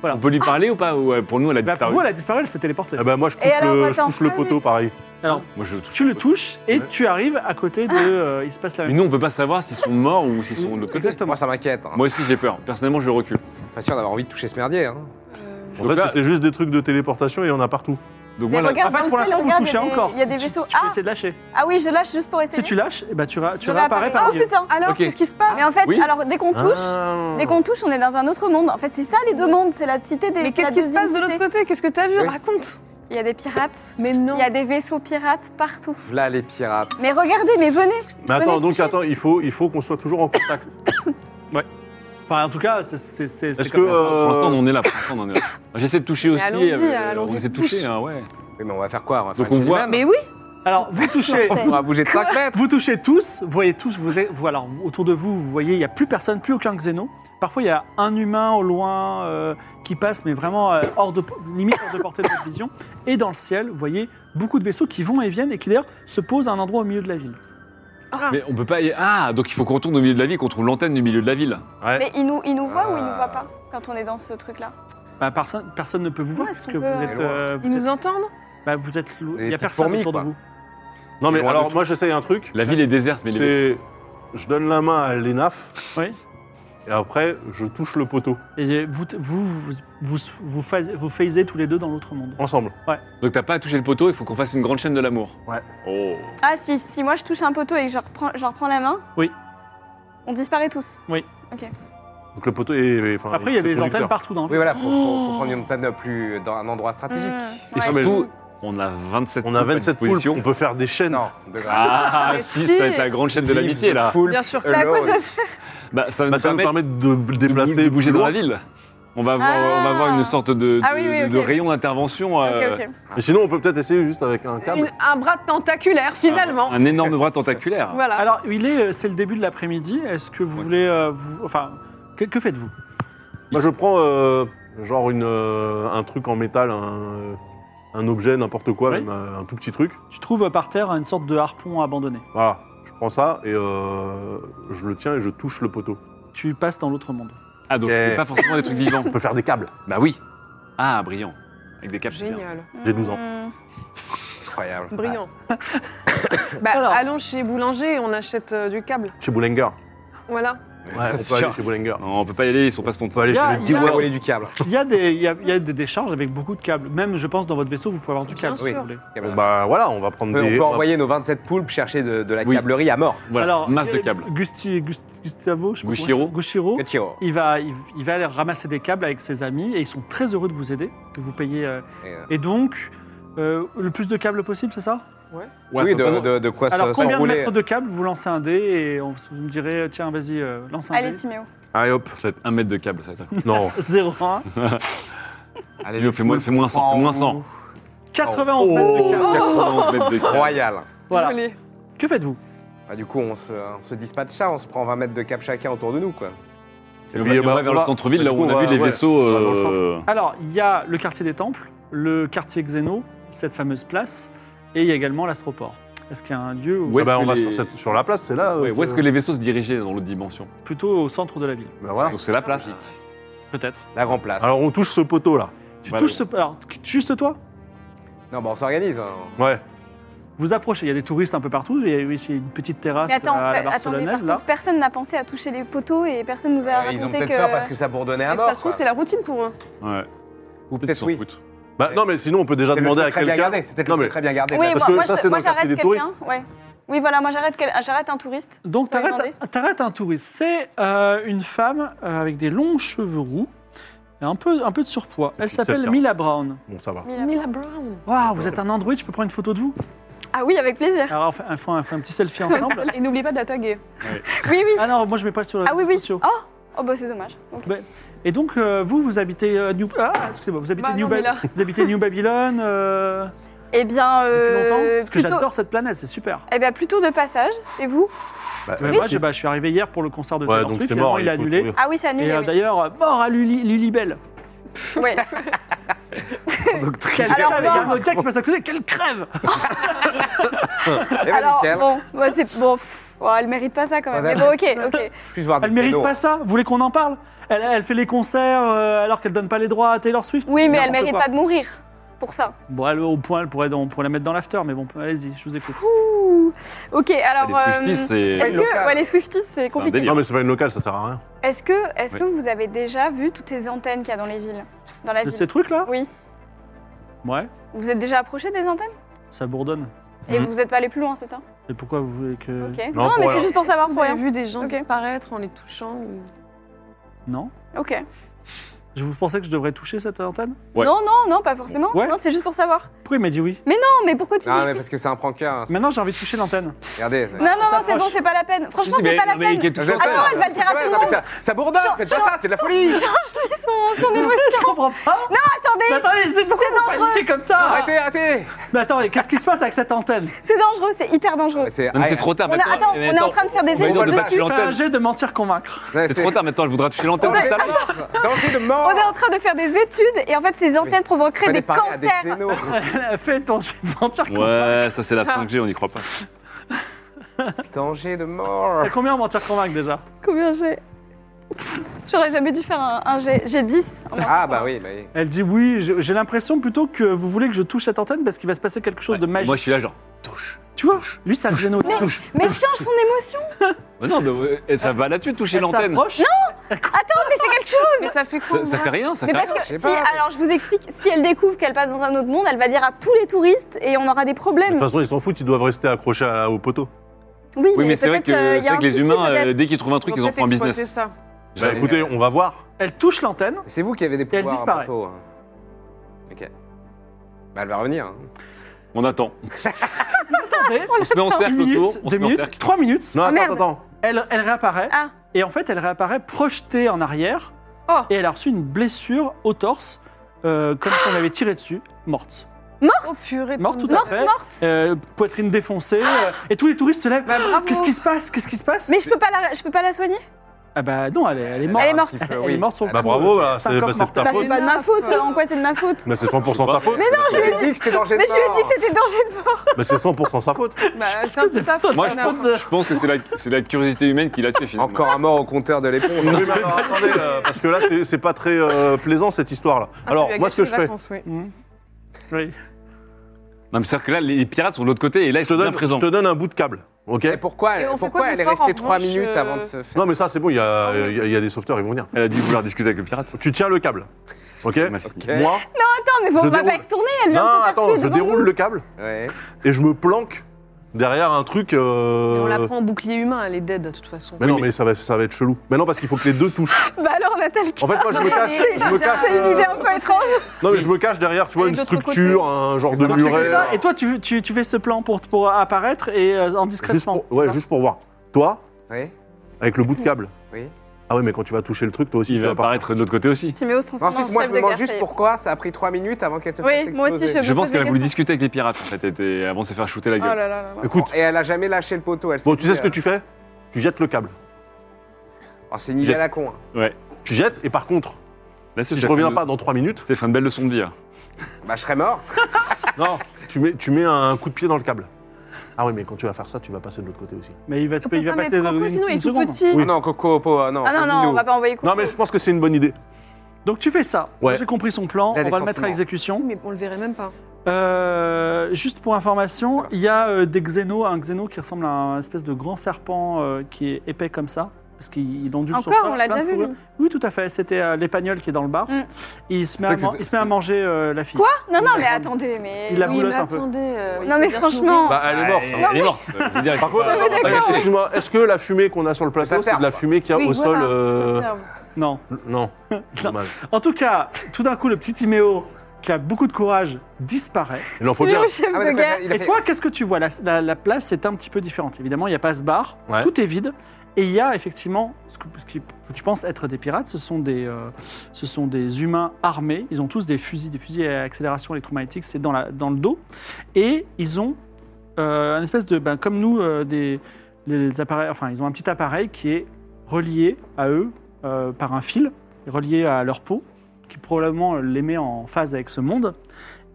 Speaker 2: On peut lui parler ou pas Ou, euh, Pour nous, elle a
Speaker 1: Bah, pour
Speaker 2: disparu.
Speaker 1: vous, elle a disparu, elle s'est téléportée.
Speaker 2: Ah bah.
Speaker 7: Eh ben, moi, je touche,
Speaker 4: Et alors,
Speaker 7: le, je
Speaker 4: attends.
Speaker 7: touche le
Speaker 4: Ah
Speaker 7: poteau,
Speaker 4: oui.
Speaker 7: pareil.
Speaker 1: Alors,
Speaker 2: Moi, je touche.
Speaker 1: tu le touches et
Speaker 7: Ouais.
Speaker 1: tu arrives à côté de. euh, il se passe la
Speaker 2: Mais
Speaker 1: même
Speaker 2: nous, on peut pas savoir s'ils sont morts ou s'ils sont de l'autre côté.
Speaker 1: Exactement.
Speaker 5: Moi, ça m'inquiète. hein.
Speaker 2: Moi aussi, j'ai peur. Personnellement, je recule.
Speaker 5: Pas sûr d'avoir envie de toucher ce merdier. hein.
Speaker 7: En
Speaker 2: Donc
Speaker 7: fait,
Speaker 2: là-
Speaker 7: c'était juste des trucs de téléportation et on a partout.
Speaker 2: Donc
Speaker 4: Mais
Speaker 2: moi, là-
Speaker 4: regarde,
Speaker 1: En fait,
Speaker 4: dans
Speaker 1: pour
Speaker 4: le ciel,
Speaker 1: l'instant, vous
Speaker 4: regarde,
Speaker 1: touchez
Speaker 4: il y a des-
Speaker 1: encore.
Speaker 4: Il y a des
Speaker 1: Tu- tu-
Speaker 4: vaisseaux.
Speaker 1: Tu, peux
Speaker 4: Ah,
Speaker 1: essayer de lâcher.
Speaker 4: ah oui, je lâche juste pour essayer.
Speaker 1: Si tu lâches, eh ben, tu, ra- tu
Speaker 4: Je
Speaker 1: réapparais
Speaker 4: réapparais.
Speaker 1: par
Speaker 4: Oh
Speaker 1: milieu.
Speaker 4: putain
Speaker 6: Alors,
Speaker 2: Ok.
Speaker 6: qu'est-ce qui se passe
Speaker 4: Mais en fait,
Speaker 2: Oui.
Speaker 4: alors dès qu'on touche,
Speaker 1: Euh,
Speaker 7: Ah.
Speaker 4: dès qu'on touche, on est dans un autre monde. En fait, c'est ça les deux mondes, c'est la cité des.
Speaker 6: Mais
Speaker 4: c'est la
Speaker 6: qu'est-ce qui se
Speaker 4: deuxième
Speaker 6: passe de l'autre
Speaker 4: cité.
Speaker 6: côté Qu'est-ce que t'as vu
Speaker 5: Oui.
Speaker 6: Raconte
Speaker 4: Il y a des pirates,
Speaker 6: Mais non
Speaker 4: il y a des vaisseaux pirates partout.
Speaker 5: V'là les pirates.
Speaker 4: Mais regardez, mais venez
Speaker 7: Mais attends,
Speaker 4: Venez
Speaker 7: donc
Speaker 4: toucher.
Speaker 7: attends, il faut, il faut qu'on soit toujours en contact.
Speaker 1: Enfin, en tout cas, c'est- c'est. c'est- c'est
Speaker 7: Est-ce
Speaker 1: comme
Speaker 7: que,
Speaker 1: ça.
Speaker 7: euh,
Speaker 2: Pour l'instant, on en est là. Pour l'instant, on en est là. J'essaie de toucher aussi.
Speaker 6: allons-y,
Speaker 2: euh,
Speaker 6: allons-y,
Speaker 2: on essaie de
Speaker 6: pousse.
Speaker 2: toucher, hein, ouais.
Speaker 5: Oui, mais on va faire quoi va faire
Speaker 2: Donc
Speaker 5: une
Speaker 2: on voit-
Speaker 5: humaine
Speaker 6: Mais oui
Speaker 1: Alors, vous touchez.
Speaker 5: On va bouger de 5 mètres.
Speaker 1: Vous touchez tous, vous voyez tous, vous, êtes- vous- alors, autour de vous, vous voyez, il n'y a plus personne, plus aucun xéno. Parfois, il y a un humain au loin euh, qui passe, mais vraiment euh, hors de, limite hors de portée de votre vision. Et dans le ciel, vous voyez beaucoup de vaisseaux qui vont et viennent et qui d'ailleurs se posent à un endroit au milieu de la ville.
Speaker 2: Mais on peut pas. y- Ah, donc il faut qu'on retourne au milieu de la ville, qu'on trouve l'antenne du milieu de la ville.
Speaker 7: Ouais.
Speaker 4: Mais il nous, il nous voit ou il nous
Speaker 5: Ah.
Speaker 4: voit pas quand on est dans ce truc-là
Speaker 1: Bah, personne, personne ne peut vous voir
Speaker 4: Ouais,
Speaker 1: parce
Speaker 4: est-ce
Speaker 1: que
Speaker 4: qu'on
Speaker 1: vous
Speaker 4: peut,
Speaker 1: êtes,
Speaker 5: euh,
Speaker 1: euh, vous
Speaker 6: Ils nous
Speaker 1: êtes-
Speaker 6: entendent
Speaker 1: bah, vous êtes, lou-
Speaker 5: Les
Speaker 1: il n'y a
Speaker 5: petites
Speaker 1: personne
Speaker 5: fourmis,
Speaker 1: autour
Speaker 5: quoi.
Speaker 1: de vous.
Speaker 7: non, mais
Speaker 5: loin de
Speaker 7: alors,
Speaker 5: tout.
Speaker 7: moi, j'essaye un truc.
Speaker 2: La ville est déserte, mais les vaisseaux-
Speaker 7: C'est. Je donne la main à l'ENAF.
Speaker 1: Oui.
Speaker 7: Et après, je touche le poteau.
Speaker 1: Et vous, vous, vous, vous, vous, phase- vous phasez tous les deux dans l'autre monde.
Speaker 7: Ensemble.
Speaker 2: Donc t'as pas à toucher le poteau, il faut qu'on fasse une grande chaîne de l'amour.
Speaker 7: Ouais.
Speaker 2: Oh.
Speaker 4: Ah, si, si moi je touche un poteau et que je reprends, je reprends la main
Speaker 1: Oui.
Speaker 4: On disparaît tous.
Speaker 7: Donc le poteau est. enfin,
Speaker 1: Après, il y a
Speaker 7: c'est
Speaker 1: des
Speaker 7: conducteur.
Speaker 1: antennes partout dans le
Speaker 5: Oui, voilà, faut, faut- faut prendre une antenne plus dans un endroit stratégique.
Speaker 2: Et
Speaker 6: Mm.
Speaker 4: Hmm. Ouais.
Speaker 2: surtout, on a 27
Speaker 7: On a
Speaker 2: poulpes à
Speaker 7: 27 poules.
Speaker 2: disposition.
Speaker 7: On peut faire des chaînes.
Speaker 5: Non, de grâce.
Speaker 2: Ah,
Speaker 6: Mais
Speaker 2: si,
Speaker 6: si.
Speaker 2: ça va être la grande chaîne Ah, de l'amitié là.
Speaker 6: Bien
Speaker 5: Euh,
Speaker 6: sûr.
Speaker 4: Mais à quoi ça
Speaker 2: Bah, ça va
Speaker 7: Bah,
Speaker 2: nous
Speaker 7: ça nous
Speaker 2: permettre
Speaker 7: permet de b-
Speaker 2: de, bou-
Speaker 7: déplacer.
Speaker 2: de bouger
Speaker 7: plus
Speaker 2: dans la
Speaker 7: loin.
Speaker 2: ville. On va avoir,
Speaker 4: Ah.
Speaker 2: on va avoir une sorte de,
Speaker 4: Ah oui,
Speaker 2: de-
Speaker 4: oui, ok.
Speaker 2: de rayon d'intervention. euh,
Speaker 4: Ok, ok.
Speaker 7: Et sinon, on peut peut-être essayer juste avec un câble.
Speaker 6: Une- un bras tentaculaire, finalement.
Speaker 2: Un, un énorme bras tentaculaire.
Speaker 6: Voilà.
Speaker 1: Alors, il est, euh, c'est le début de l'après-midi. Est-ce que vous voulez, euh, vous, enfin, que, que faites-vous
Speaker 7: Moi, je prends euh, genre une, euh, un truc en métal, un, euh, un objet, n'importe quoi,
Speaker 1: Oui.
Speaker 7: même, euh, un tout petit truc.
Speaker 1: Tu trouves euh, par terre une sorte de harpon abandonné.
Speaker 2: Ah.
Speaker 7: Voilà. Je prends ça et euh, je le tiens et je touche le poteau.
Speaker 1: Tu passes dans l'autre monde.
Speaker 2: Ah, donc
Speaker 7: Ok.
Speaker 2: c'est pas forcément des trucs vivants.
Speaker 7: On peut faire des câbles.
Speaker 2: Bah oui. Ah, brillant. Avec des caps. c'est bien.
Speaker 6: Génial.
Speaker 7: J'ai 12 ans.
Speaker 4: Mmh.
Speaker 5: Incroyable.
Speaker 6: Brillant. bah,
Speaker 1: Alors.
Speaker 6: allons chez Boulanger et on achète euh, du câble.
Speaker 7: Chez Boulanger.
Speaker 6: Voilà.
Speaker 7: Ouais, on peut
Speaker 5: sûr.
Speaker 7: aller chez Boulanger.
Speaker 2: Non, on peut pas y aller, ils sont pas
Speaker 7: On peut
Speaker 2: sponsors.
Speaker 7: aller
Speaker 1: Il y a-
Speaker 7: chez
Speaker 1: il
Speaker 7: les
Speaker 1: y
Speaker 7: petits
Speaker 1: a-
Speaker 5: On va
Speaker 7: World.
Speaker 5: voler du câble.
Speaker 1: Il y a des, il y a, il y a des décharges avec beaucoup de câbles. Même, je pense, dans votre vaisseau, vous pouvez avoir du
Speaker 6: Bien
Speaker 1: câble. si
Speaker 6: sûr.
Speaker 1: vous voulez.
Speaker 5: Câble.
Speaker 7: Bon, bah voilà, on va
Speaker 5: on
Speaker 7: prendre
Speaker 5: peut, on
Speaker 7: des.
Speaker 5: peut envoyer nos 27 poulpes chercher de, de la
Speaker 2: Oui.
Speaker 5: câblerie à mort.
Speaker 2: Voilà, masse de
Speaker 1: euh,
Speaker 2: câbles.
Speaker 1: Gusti, Gust- Gustavo, je sais pas
Speaker 2: Gushiro.
Speaker 1: comment- Gushiro.
Speaker 5: Que tiro.
Speaker 1: Il va, il, il va aller ramasser des câbles avec ses amis et ils sont très heureux de vous aider, de vous payer. euh,
Speaker 5: Et, euh,
Speaker 1: et donc, euh, le plus de câbles possible, c'est ça
Speaker 2: Ouais,
Speaker 5: oui,
Speaker 2: faut
Speaker 5: de,
Speaker 2: vraiment-
Speaker 5: de, de quoi se-
Speaker 1: Alors, combien de
Speaker 5: s'enrouler.
Speaker 1: mètres de câbles Vous lancez un dé et on, vous me direz, tiens, vas-y, euh, lance un
Speaker 4: Allez,
Speaker 1: dé.
Speaker 4: Timéo.
Speaker 7: Allez hop.
Speaker 2: Ça va être un mètre de câble, ça va être un coup.
Speaker 1: 0,1.
Speaker 5: Allez,
Speaker 2: Léo, fais-moi-
Speaker 5: poulpe,
Speaker 2: fais-moi un cent, fais-moi un cent.
Speaker 5: prends-
Speaker 4: Oh.
Speaker 1: 91 mètres de câbles.
Speaker 2: 91 Oh, mètres de câble.
Speaker 5: Royal.
Speaker 1: Voilà.
Speaker 6: Joli.
Speaker 1: Que faites-vous
Speaker 5: Bah, du coup, on se, on se dispatche ça, on se prend 20 mètres de câble chacun autour de nous, quoi.
Speaker 2: Et on
Speaker 7: puis,
Speaker 2: va, et on
Speaker 7: bah,
Speaker 2: va vers
Speaker 7: on
Speaker 2: le
Speaker 7: va-
Speaker 2: centre-ville,
Speaker 7: bah,
Speaker 2: là
Speaker 7: du
Speaker 2: où on
Speaker 7: coup,
Speaker 2: a
Speaker 7: on
Speaker 2: vu
Speaker 7: va-
Speaker 2: les
Speaker 7: ouais,
Speaker 2: vaisseaux.
Speaker 7: on va dans le
Speaker 2: euh,
Speaker 1: Alors, il y a le quartier des temples, le quartier Xéno, cette fameuse place, et il y a également l'astroport. Est-ce qu'il y a un lieu où-
Speaker 2: Où
Speaker 7: Ah
Speaker 2: est-ce
Speaker 7: bah,
Speaker 2: que
Speaker 7: on va
Speaker 2: les-
Speaker 7: sur, cette- sur la place, c'est là. euh,
Speaker 2: ouais, où est-ce que les vaisseaux se dirigeaient dans l'autre dimension
Speaker 1: plutôt au centre de la ville
Speaker 7: Bah, voilà.
Speaker 2: Donc c'est la place.
Speaker 1: Peut-être.
Speaker 5: La remplace.
Speaker 7: Alors on touche ce poteau là.
Speaker 1: Tu
Speaker 4: Bah
Speaker 2: Voilà.
Speaker 1: touches ce. Alors, tu- juste toi
Speaker 5: Non, bah, on s'organise. hein.
Speaker 7: Ouais.
Speaker 1: Vous approchez, il y a des touristes un peu partout, il y a oui, c'est une petite terrasse
Speaker 4: Mais attends,
Speaker 1: à la
Speaker 4: pe- attendez, par
Speaker 1: barcelonaise là.
Speaker 4: contre, personne n'a pensé à toucher les poteaux et personne nous a
Speaker 5: Euh, ils ont
Speaker 4: raconté
Speaker 5: peut-être
Speaker 4: que.
Speaker 5: peur parce que ça bourdonnait à
Speaker 6: Et que ça
Speaker 5: mort.
Speaker 6: se trouve,
Speaker 5: quoi.
Speaker 6: c'est la routine pour eux.
Speaker 2: Ouais.
Speaker 5: Ou peut-être
Speaker 2: Ils
Speaker 5: oui.
Speaker 2: s'en foutent.
Speaker 7: Bah
Speaker 5: Ouais.
Speaker 7: non mais sinon on peut déjà
Speaker 5: C'est le
Speaker 7: demander à
Speaker 5: secret bien
Speaker 7: quelqu'un.
Speaker 5: gardé. C'est peut-être
Speaker 7: Non,
Speaker 5: le
Speaker 7: mais-
Speaker 5: secret bien gardé.
Speaker 4: Oui,
Speaker 7: parce
Speaker 4: moi,
Speaker 7: que
Speaker 4: moi,
Speaker 7: ça,
Speaker 4: je-
Speaker 7: c'est dans
Speaker 4: moi,
Speaker 7: le quartier
Speaker 4: j'arrête
Speaker 7: des
Speaker 4: quelqu'un.
Speaker 7: touristes.
Speaker 4: Ouais. Oui, voilà, moi j'arrête quel- j'arrête un touriste.
Speaker 1: Donc
Speaker 4: Faut
Speaker 1: t'arrêtes
Speaker 4: demander.
Speaker 1: t'arrêtes un touriste. C'est euh, une femme euh, avec des longs cheveux roux et un peu, un peu de surpoids. Elle
Speaker 7: petite
Speaker 1: s'appelle
Speaker 7: sœur.
Speaker 1: Mila Brown.
Speaker 7: Bon, ça va.
Speaker 4: Mila.
Speaker 6: Mila Brown.
Speaker 1: Waouh, vous êtes un android, je peux prendre une photo de vous
Speaker 4: Ah oui, avec plaisir.
Speaker 1: Alors on fait, on fait un, on fait un petit selfie ensemble.
Speaker 6: Et n'oublie pas d'attaquer.
Speaker 4: Oui, oui.
Speaker 1: Ah non, moi je mets pas sur les
Speaker 4: Ah
Speaker 1: réseaux
Speaker 4: oui, oui.
Speaker 1: sociaux.
Speaker 4: Oh, oh bah c'est dommage. Ok.
Speaker 1: Et donc euh, vous, vous habitez euh, New... Ah, excusez-moi, vous habitez
Speaker 6: Bah,
Speaker 1: New
Speaker 6: non, mais
Speaker 1: Ba-
Speaker 6: là-
Speaker 1: Vous habitez New Babylon euh,
Speaker 4: Eh bien,
Speaker 1: depuis
Speaker 4: euh,
Speaker 1: longtemps Parce que
Speaker 4: plutôt,
Speaker 1: j'adore cette planète, c'est super.
Speaker 4: eh bien, plutôt de passage. Et vous
Speaker 7: Bah,
Speaker 1: Mais moi, je, bah, je suis arrivé hier pour le concert de
Speaker 7: Ouais,
Speaker 1: Taylor
Speaker 7: donc
Speaker 1: Swift,
Speaker 7: c'est
Speaker 1: finalement
Speaker 7: mort.
Speaker 1: il a
Speaker 7: faut
Speaker 1: annulé.
Speaker 7: courir.
Speaker 4: Ah oui, c'est annulé.
Speaker 1: Et euh,
Speaker 4: oui.
Speaker 1: d'ailleurs, euh, mort à Lully, Bell.
Speaker 4: Ouais.
Speaker 1: Quelle
Speaker 4: Alors,
Speaker 1: crève Il y a
Speaker 4: mort.
Speaker 1: un autre gars qui passe à côté, quelle crève
Speaker 7: Ah,
Speaker 5: Eh ben,
Speaker 4: Alors,
Speaker 5: nickel. Ah,
Speaker 4: bon, bah, c'est bon. pff, ouais, elle mérite pas ça quand même. Mais bon, ok, ok.
Speaker 5: Plus voir du
Speaker 1: Elle mérite
Speaker 5: piano.
Speaker 1: pas ça Vous voulez qu'on en parle elle, elle fait les concerts euh, alors qu'elle donne pas les droits à Taylor Swift
Speaker 4: Oui, mais elle
Speaker 1: N'importe
Speaker 4: mérite
Speaker 1: quoi.
Speaker 4: pas de mourir pour ça.
Speaker 1: Bon, elle, au point, elle pourrait, on pourrait la mettre dans l'after, mais bon, allez-y, je vous écoute.
Speaker 4: Ouh. Ok, alors.
Speaker 2: Les Swifties,
Speaker 4: euh,
Speaker 2: c'est-
Speaker 4: Est-ce que
Speaker 5: Local.
Speaker 4: ouais, les Swifties, c'est
Speaker 2: un
Speaker 4: compliqué.
Speaker 2: délire.
Speaker 7: Non, mais c'est pas une locale, ça sert à rien.
Speaker 4: Est-ce que, est
Speaker 2: Oui.
Speaker 4: que vous avez déjà vu toutes ces antennes qu'il y a dans les villes, dans la
Speaker 1: De
Speaker 4: ville
Speaker 1: ces trucs-là
Speaker 4: Oui.
Speaker 1: Ouais,
Speaker 4: Vous êtes déjà approché des antennes
Speaker 1: ça bourdonne.
Speaker 4: et
Speaker 7: Mhm.
Speaker 4: vous n'êtes pas allé plus loin, c'est ça
Speaker 1: Et pourquoi vous voulez que.
Speaker 4: Ok.
Speaker 7: Non,
Speaker 4: Non,
Speaker 7: pour
Speaker 4: mais
Speaker 7: alors-
Speaker 4: c'est juste pour savoir
Speaker 6: Vous
Speaker 4: pour rien.
Speaker 6: avez vu des gens
Speaker 4: Ok.
Speaker 6: disparaître en les touchant ou-
Speaker 1: Non
Speaker 4: Ok.
Speaker 1: Je vous pensais que je devrais toucher cette antenne
Speaker 2: Ouais.
Speaker 4: Non, non, non, pas forcément.
Speaker 1: Ouais.
Speaker 4: Non, c'est juste pour savoir.
Speaker 1: Pourquoi il m'a dit oui
Speaker 4: Non, mais pourquoi tu
Speaker 5: Non,
Speaker 4: dis
Speaker 5: mais parce que c'est un pranker. hein.
Speaker 1: Maintenant, j'ai envie de toucher l'antenne.
Speaker 5: Regardez. ça-
Speaker 4: Non, non, non, c'est
Speaker 1: s'approche.
Speaker 4: bon, c'est pas la peine. Franchement, c'est
Speaker 2: Mais-
Speaker 4: pas la
Speaker 2: non, mais il
Speaker 4: peine.
Speaker 2: est toujours
Speaker 4: Attends,
Speaker 2: pas.
Speaker 4: elle va le dire à
Speaker 5: Ouais,
Speaker 4: tout le
Speaker 5: non, mais
Speaker 4: monde.
Speaker 5: ça, ça bourdonne,
Speaker 4: Jean-
Speaker 5: faites pas ça, c'est de la folie.
Speaker 4: Son- son émotion.
Speaker 1: je comprends pas Mais
Speaker 4: Attendez,
Speaker 1: attendez, c'est pourquoi
Speaker 4: C'est
Speaker 1: vous paniquez comme ça
Speaker 5: Arrêtez, arrêtez.
Speaker 1: Mais attendez, qu'est-ce qui se passe avec cette antenne
Speaker 4: c'est dangereux, c'est hyper dangereux.
Speaker 5: Mais C'est
Speaker 2: Non, mais c'est
Speaker 5: ah,
Speaker 2: trop tard
Speaker 4: On est-
Speaker 2: maintenant.
Speaker 4: attends,
Speaker 2: Mais
Speaker 4: on est en train de faire des
Speaker 2: on va
Speaker 5: essais
Speaker 2: dire de
Speaker 5: dessus.
Speaker 2: battre
Speaker 1: Fais un
Speaker 2: l'antenne.
Speaker 1: jet de mentir convaincre.
Speaker 5: ouais,
Speaker 2: C'est trop tard maintenant, elle voudra toucher l'antenne.
Speaker 5: Danger
Speaker 2: ça
Speaker 5: de
Speaker 2: va.
Speaker 5: mort. Danger de mort.
Speaker 4: On est en train de faire des études et en fait, ces antennes provoqueraient
Speaker 5: Fallait
Speaker 4: des
Speaker 5: parler à des
Speaker 4: cancers.
Speaker 5: xénos.
Speaker 1: Fais ton jet de mentir convaincre.
Speaker 2: Ouais, ça c'est la 5G, on n'y croit pas.
Speaker 5: Danger de mort.
Speaker 1: T'as combien en mentir convaincre déjà
Speaker 4: Combien j'ai J'aurais jamais dû faire un, un jet. J'ai 10. en mentir.
Speaker 5: Ah bah oui, bah oui.
Speaker 1: Elle dit oui, je- j'ai l'impression plutôt que vous voulez que je touche cette antenne parce qu'il va se passer quelque chose de magique.
Speaker 2: Moi je suis là genre, touche.
Speaker 1: tu vois, lui ça le gêne autant.
Speaker 2: Touche.
Speaker 4: Mais change son émotion
Speaker 2: Mais non, mais, euh, et ça va là-dessus toucher
Speaker 1: Elle
Speaker 2: l'antenne.
Speaker 1: s'approche.
Speaker 4: Attends, mais fais quelque chose
Speaker 6: Mais ça fait quoi
Speaker 2: Ça, ça fait rien, ça
Speaker 4: Mais
Speaker 2: fait
Speaker 4: parce
Speaker 2: rien.
Speaker 4: que
Speaker 5: Je sais
Speaker 4: si,
Speaker 5: pas, mais-
Speaker 4: alors je vous explique, si elle découvre qu'elle passe dans un autre monde, elle va dire à tous les touristes et on aura des
Speaker 7: De toute
Speaker 4: problèmes.
Speaker 7: façon, ils s'en foutent, ils doivent rester accrochés à- au poteau.
Speaker 4: Oui,
Speaker 2: Oui, mais c'est vrai que,
Speaker 4: peut-être, euh, il y
Speaker 2: c'est
Speaker 4: a
Speaker 2: vrai
Speaker 4: un
Speaker 2: que les
Speaker 4: souci,
Speaker 2: humains, euh,
Speaker 4: peut-être.
Speaker 2: dès qu'ils trouvent un truc, ils en font un business.
Speaker 6: ça.
Speaker 7: Bah,
Speaker 2: J'avais-
Speaker 7: écoutez, on va voir.
Speaker 1: Elle touche l'antenne.
Speaker 5: C'est vous qui avez des pouvoirs.
Speaker 1: disparaît.
Speaker 5: un peu, hein. Ok. Bah elle va revenir. hein.
Speaker 2: On attend.
Speaker 1: Attendez,
Speaker 2: On se met en cercle
Speaker 1: une
Speaker 2: autour,
Speaker 1: minute,
Speaker 2: on se
Speaker 1: deux
Speaker 2: met en
Speaker 1: minutes,
Speaker 2: cercle.
Speaker 1: trois minutes.
Speaker 7: Non,
Speaker 4: Ah,
Speaker 7: attends,
Speaker 4: merde.
Speaker 7: attends.
Speaker 1: Elle, elle réapparaît
Speaker 4: Ah.
Speaker 1: et en fait elle réapparaît projetée en arrière
Speaker 6: Oh.
Speaker 1: et elle a reçu une blessure au torse euh, comme si on avait tiré dessus, morte.
Speaker 6: Oh purée. de
Speaker 1: Morte tout
Speaker 6: pommes
Speaker 1: à
Speaker 6: de terre.
Speaker 4: Morte,
Speaker 1: fait.
Speaker 4: morte
Speaker 1: Euh, poitrine défoncée euh, et tous les touristes se lèvent.
Speaker 6: Bah, bravo.
Speaker 1: Qu'est-ce qui se passe Qu'est-ce qui se passe
Speaker 4: Mais je peux pas la, je peux pas la soigner
Speaker 1: Ah bah non, elle est, elle est morte.
Speaker 4: Elle est
Speaker 5: Un
Speaker 4: morte.
Speaker 5: petit peu,
Speaker 1: Elle
Speaker 5: oui.
Speaker 1: est morte sur le
Speaker 7: Bah
Speaker 1: coup,
Speaker 7: bravo,
Speaker 1: euh,
Speaker 7: là, c'est
Speaker 1: cinq
Speaker 7: bah,
Speaker 1: hommes
Speaker 7: c'est de ta
Speaker 4: Bah
Speaker 6: Bah,
Speaker 7: faute.
Speaker 4: c'est pas de ma faute, en quoi c'est de ma faute
Speaker 7: Mais c'est 100% ta faute.
Speaker 4: Mais non,
Speaker 5: Je lui ai dit que c'était danger de
Speaker 4: mais je
Speaker 5: mort.
Speaker 4: lui ai dit que c'était danger de mort
Speaker 7: Mais c'est 100% sa faute.
Speaker 6: Bah, c'est
Speaker 1: Parce
Speaker 6: un
Speaker 1: que
Speaker 6: peu
Speaker 1: c'est
Speaker 6: ta faute.
Speaker 2: Moi, je
Speaker 6: Anna.
Speaker 1: faute de-
Speaker 2: Je pense que c'est la, c'est la curiosité humaine qui l'a tué finalement.
Speaker 5: Encore un mort au compteur de l'éponge.
Speaker 7: Oui, mais alors, attendez, euh, parce que là, c'est- c'est pas très euh, plaisant cette histoire-là.
Speaker 6: Ah, ça
Speaker 7: Alors,
Speaker 6: lui a
Speaker 7: moi, ce que
Speaker 6: gâché
Speaker 7: je
Speaker 6: les
Speaker 7: fais,
Speaker 6: vacances, oui.
Speaker 1: Oui.
Speaker 2: Non, mais c'est-à-dire que là, les pirates sont de l'autre côté et là, ils
Speaker 7: je te,
Speaker 2: sont bien
Speaker 7: donne, je
Speaker 2: présents.
Speaker 7: te donne un bout de câble, ok
Speaker 5: Et pourquoi,
Speaker 6: Et on fait
Speaker 5: pourquoi
Speaker 6: quoi
Speaker 5: elle est
Speaker 6: du corps,
Speaker 5: restée
Speaker 6: en
Speaker 5: 3
Speaker 6: revanche,
Speaker 5: minutes
Speaker 6: euh,
Speaker 5: avant de se faire
Speaker 7: Non, mais ça, c'est bon, il y, a-
Speaker 6: Ah oui.
Speaker 7: il y a- il y a des sauveteurs, ils vont venir.
Speaker 2: Elle a dû vouloir discuter avec le pirate.
Speaker 7: Tu tiens le câble, ok
Speaker 2: Merci.
Speaker 7: Moi,
Speaker 4: Attends, mais bon,
Speaker 7: Je
Speaker 4: on va pas
Speaker 7: déroule.
Speaker 4: y retourner, elle
Speaker 7: non,
Speaker 4: vient de se faire
Speaker 7: attends,
Speaker 4: tuer
Speaker 7: je
Speaker 4: devant
Speaker 7: déroule
Speaker 4: nous.
Speaker 7: le câble
Speaker 5: Ouais.
Speaker 7: et je me planque derrière un truc.
Speaker 6: Et
Speaker 7: euh,
Speaker 6: On la prend en bouclier humain, elle est dead de toute façon.
Speaker 7: Mais non, mais ça va, ça va être chelou. Mais non, parce qu'il faut que les deux touchent.
Speaker 4: Bah alors Nathalie,
Speaker 7: En fait, moi, je
Speaker 6: Non,
Speaker 7: me
Speaker 6: mais
Speaker 7: cache.
Speaker 6: les-
Speaker 7: Je me
Speaker 6: déjà,
Speaker 7: cache.
Speaker 4: c'est une idée
Speaker 7: euh,
Speaker 4: un peu étrange
Speaker 7: Non, mais je me cache derrière, tu vois,
Speaker 6: Et
Speaker 7: une
Speaker 6: de l'autre
Speaker 7: structure, un genre de
Speaker 1: Alors, tu fais
Speaker 7: muret.
Speaker 1: ça, et toi, tu, tu, tu fais ce plan pour, pour apparaître et euh, en
Speaker 7: Juste
Speaker 1: discrètement.
Speaker 7: pour, ouais, juste pour voir. Toi,
Speaker 5: Oui.
Speaker 7: avec le bout de câble.
Speaker 5: Mm. Oui.
Speaker 7: Ah ouais, mais quand tu vas toucher le truc, toi aussi,
Speaker 2: Il
Speaker 7: tu
Speaker 2: va
Speaker 7: vas pas.
Speaker 2: apparaître de l'autre côté aussi.
Speaker 4: Timéo se transforme
Speaker 5: Ensuite,
Speaker 4: en
Speaker 5: moi,
Speaker 4: chef
Speaker 5: je
Speaker 4: de
Speaker 5: me demande
Speaker 4: guerre, ça
Speaker 5: juste
Speaker 4: y est.
Speaker 5: pourquoi ça a pris 3 minutes avant qu'elle se
Speaker 4: Oui,
Speaker 5: fasse
Speaker 4: moi aussi,
Speaker 5: exploser.
Speaker 4: Je
Speaker 2: Je
Speaker 4: me
Speaker 2: pense
Speaker 4: pose
Speaker 2: qu'elle a
Speaker 4: des
Speaker 2: voulu
Speaker 4: questions.
Speaker 2: discuter avec les pirates en fait, et- et avant de se faire shooter la
Speaker 4: Oh là
Speaker 2: gueule.
Speaker 4: là là là.
Speaker 7: Écoute,
Speaker 5: Et elle a jamais lâché le poteau. Elle s'est
Speaker 7: bon, tu sais
Speaker 5: dit,
Speaker 7: ce que
Speaker 5: euh,
Speaker 7: tu fais Tu jettes le câble.
Speaker 5: Oh, c'est une idée à la con. hein.
Speaker 7: Tu jettes, et par contre,
Speaker 2: Là,
Speaker 7: si je reviens pas dans 3 minutes,
Speaker 2: C'est une belle leçon de vie. hein.
Speaker 5: Bah, je serais mort.
Speaker 7: non, tu mets, tu mets un coup de pied dans le câble. Ah oui, mais quand tu vas faire ça, tu vas passer de l'autre côté aussi.
Speaker 1: Mais il va,
Speaker 6: On
Speaker 1: te-
Speaker 6: peut
Speaker 1: il va
Speaker 6: pas
Speaker 1: passer
Speaker 6: mettre Coco,
Speaker 1: une-
Speaker 6: sinon il
Speaker 1: une
Speaker 6: est tout
Speaker 1: seconde.
Speaker 6: petit.
Speaker 5: Ah Non, Coco, Popo, non.
Speaker 4: Ah non, non, on
Speaker 5: Minou.
Speaker 4: va pas envoyer Coco.
Speaker 7: Non, mais je pense que c'est une bonne idée.
Speaker 1: Donc tu fais ça. Moi,
Speaker 7: Ouais.
Speaker 1: J'ai compris son plan.
Speaker 5: Il a
Speaker 1: On
Speaker 5: des
Speaker 1: va le mettre à
Speaker 5: sentiments.
Speaker 1: exécution.
Speaker 6: Mais on le verrait même pas.
Speaker 1: Euh, juste pour information, il y a euh, des xénos, un xéno qui ressemble à un espèce de grand serpent euh, qui est épais comme ça. parce qu'il ondule son
Speaker 4: Encore,
Speaker 1: corps,
Speaker 4: on l'a
Speaker 1: plein de
Speaker 4: déjà vu.
Speaker 1: fourrures.
Speaker 4: lui.
Speaker 1: Oui, tout à fait. C'était euh, l'épagnol qui est dans le bar.
Speaker 4: Mm.
Speaker 1: Il se met,
Speaker 2: C'est
Speaker 1: à,
Speaker 2: vrai que
Speaker 1: man-
Speaker 2: c'est-
Speaker 1: il se met à manger euh, la fille.
Speaker 4: Quoi Non, non, mais
Speaker 1: Il a-
Speaker 4: attendez, mais.
Speaker 1: il a- La
Speaker 6: oui,
Speaker 1: boulotte
Speaker 6: mais
Speaker 1: un peu.
Speaker 6: attendez. euh, il
Speaker 4: Non,
Speaker 6: faut
Speaker 4: mais
Speaker 6: bien se
Speaker 4: franchement.
Speaker 7: Bah, elle est morte.
Speaker 2: Elle, est morte. Je veux dire,
Speaker 7: Par contre,
Speaker 4: Non, mais
Speaker 7: euh,
Speaker 4: d'accord.
Speaker 7: excuse-moi, est-ce que la fumée qu'on a sur le
Speaker 5: Ça
Speaker 7: plateau, c'est
Speaker 5: sert,
Speaker 7: de la
Speaker 5: quoi.
Speaker 7: fumée qu'il y a
Speaker 6: nourrir.
Speaker 7: au
Speaker 6: Oui,
Speaker 7: sol
Speaker 6: voilà,
Speaker 7: euh,
Speaker 6: ça sert.
Speaker 1: Non.
Speaker 7: Non. Dommage.
Speaker 1: En tout cas, tout d'un coup, le petit Timéo, qui a beaucoup de courage, disparaît.
Speaker 7: Il en faut
Speaker 4: Il est
Speaker 7: bien.
Speaker 4: au chef
Speaker 5: Ah ouais,
Speaker 4: de
Speaker 5: d'accord,
Speaker 4: guerre.
Speaker 5: il a
Speaker 1: Et
Speaker 5: fait-
Speaker 1: toi, qu'est-ce que tu vois la, la- la place est un petit peu différente. Évidemment, il n'y a pas ce bar.
Speaker 7: Ouais.
Speaker 1: Tout est vide. Et il y a effectivement ce que, ce qui- que tu penses être des pirates. Ce sont des, euh, ce sont des humains armés. Ils ont tous des fusils, des fusils à accélération électromagnétique. C'est dans, la- dans le dos. Et ils ont euh, un espèce de, ben, comme nous, euh, des, les appareils. Enfin, ils ont un petit appareil qui est relié à eux euh, par un fil, relié à leur peau, qui probablement les met en phase avec ce monde.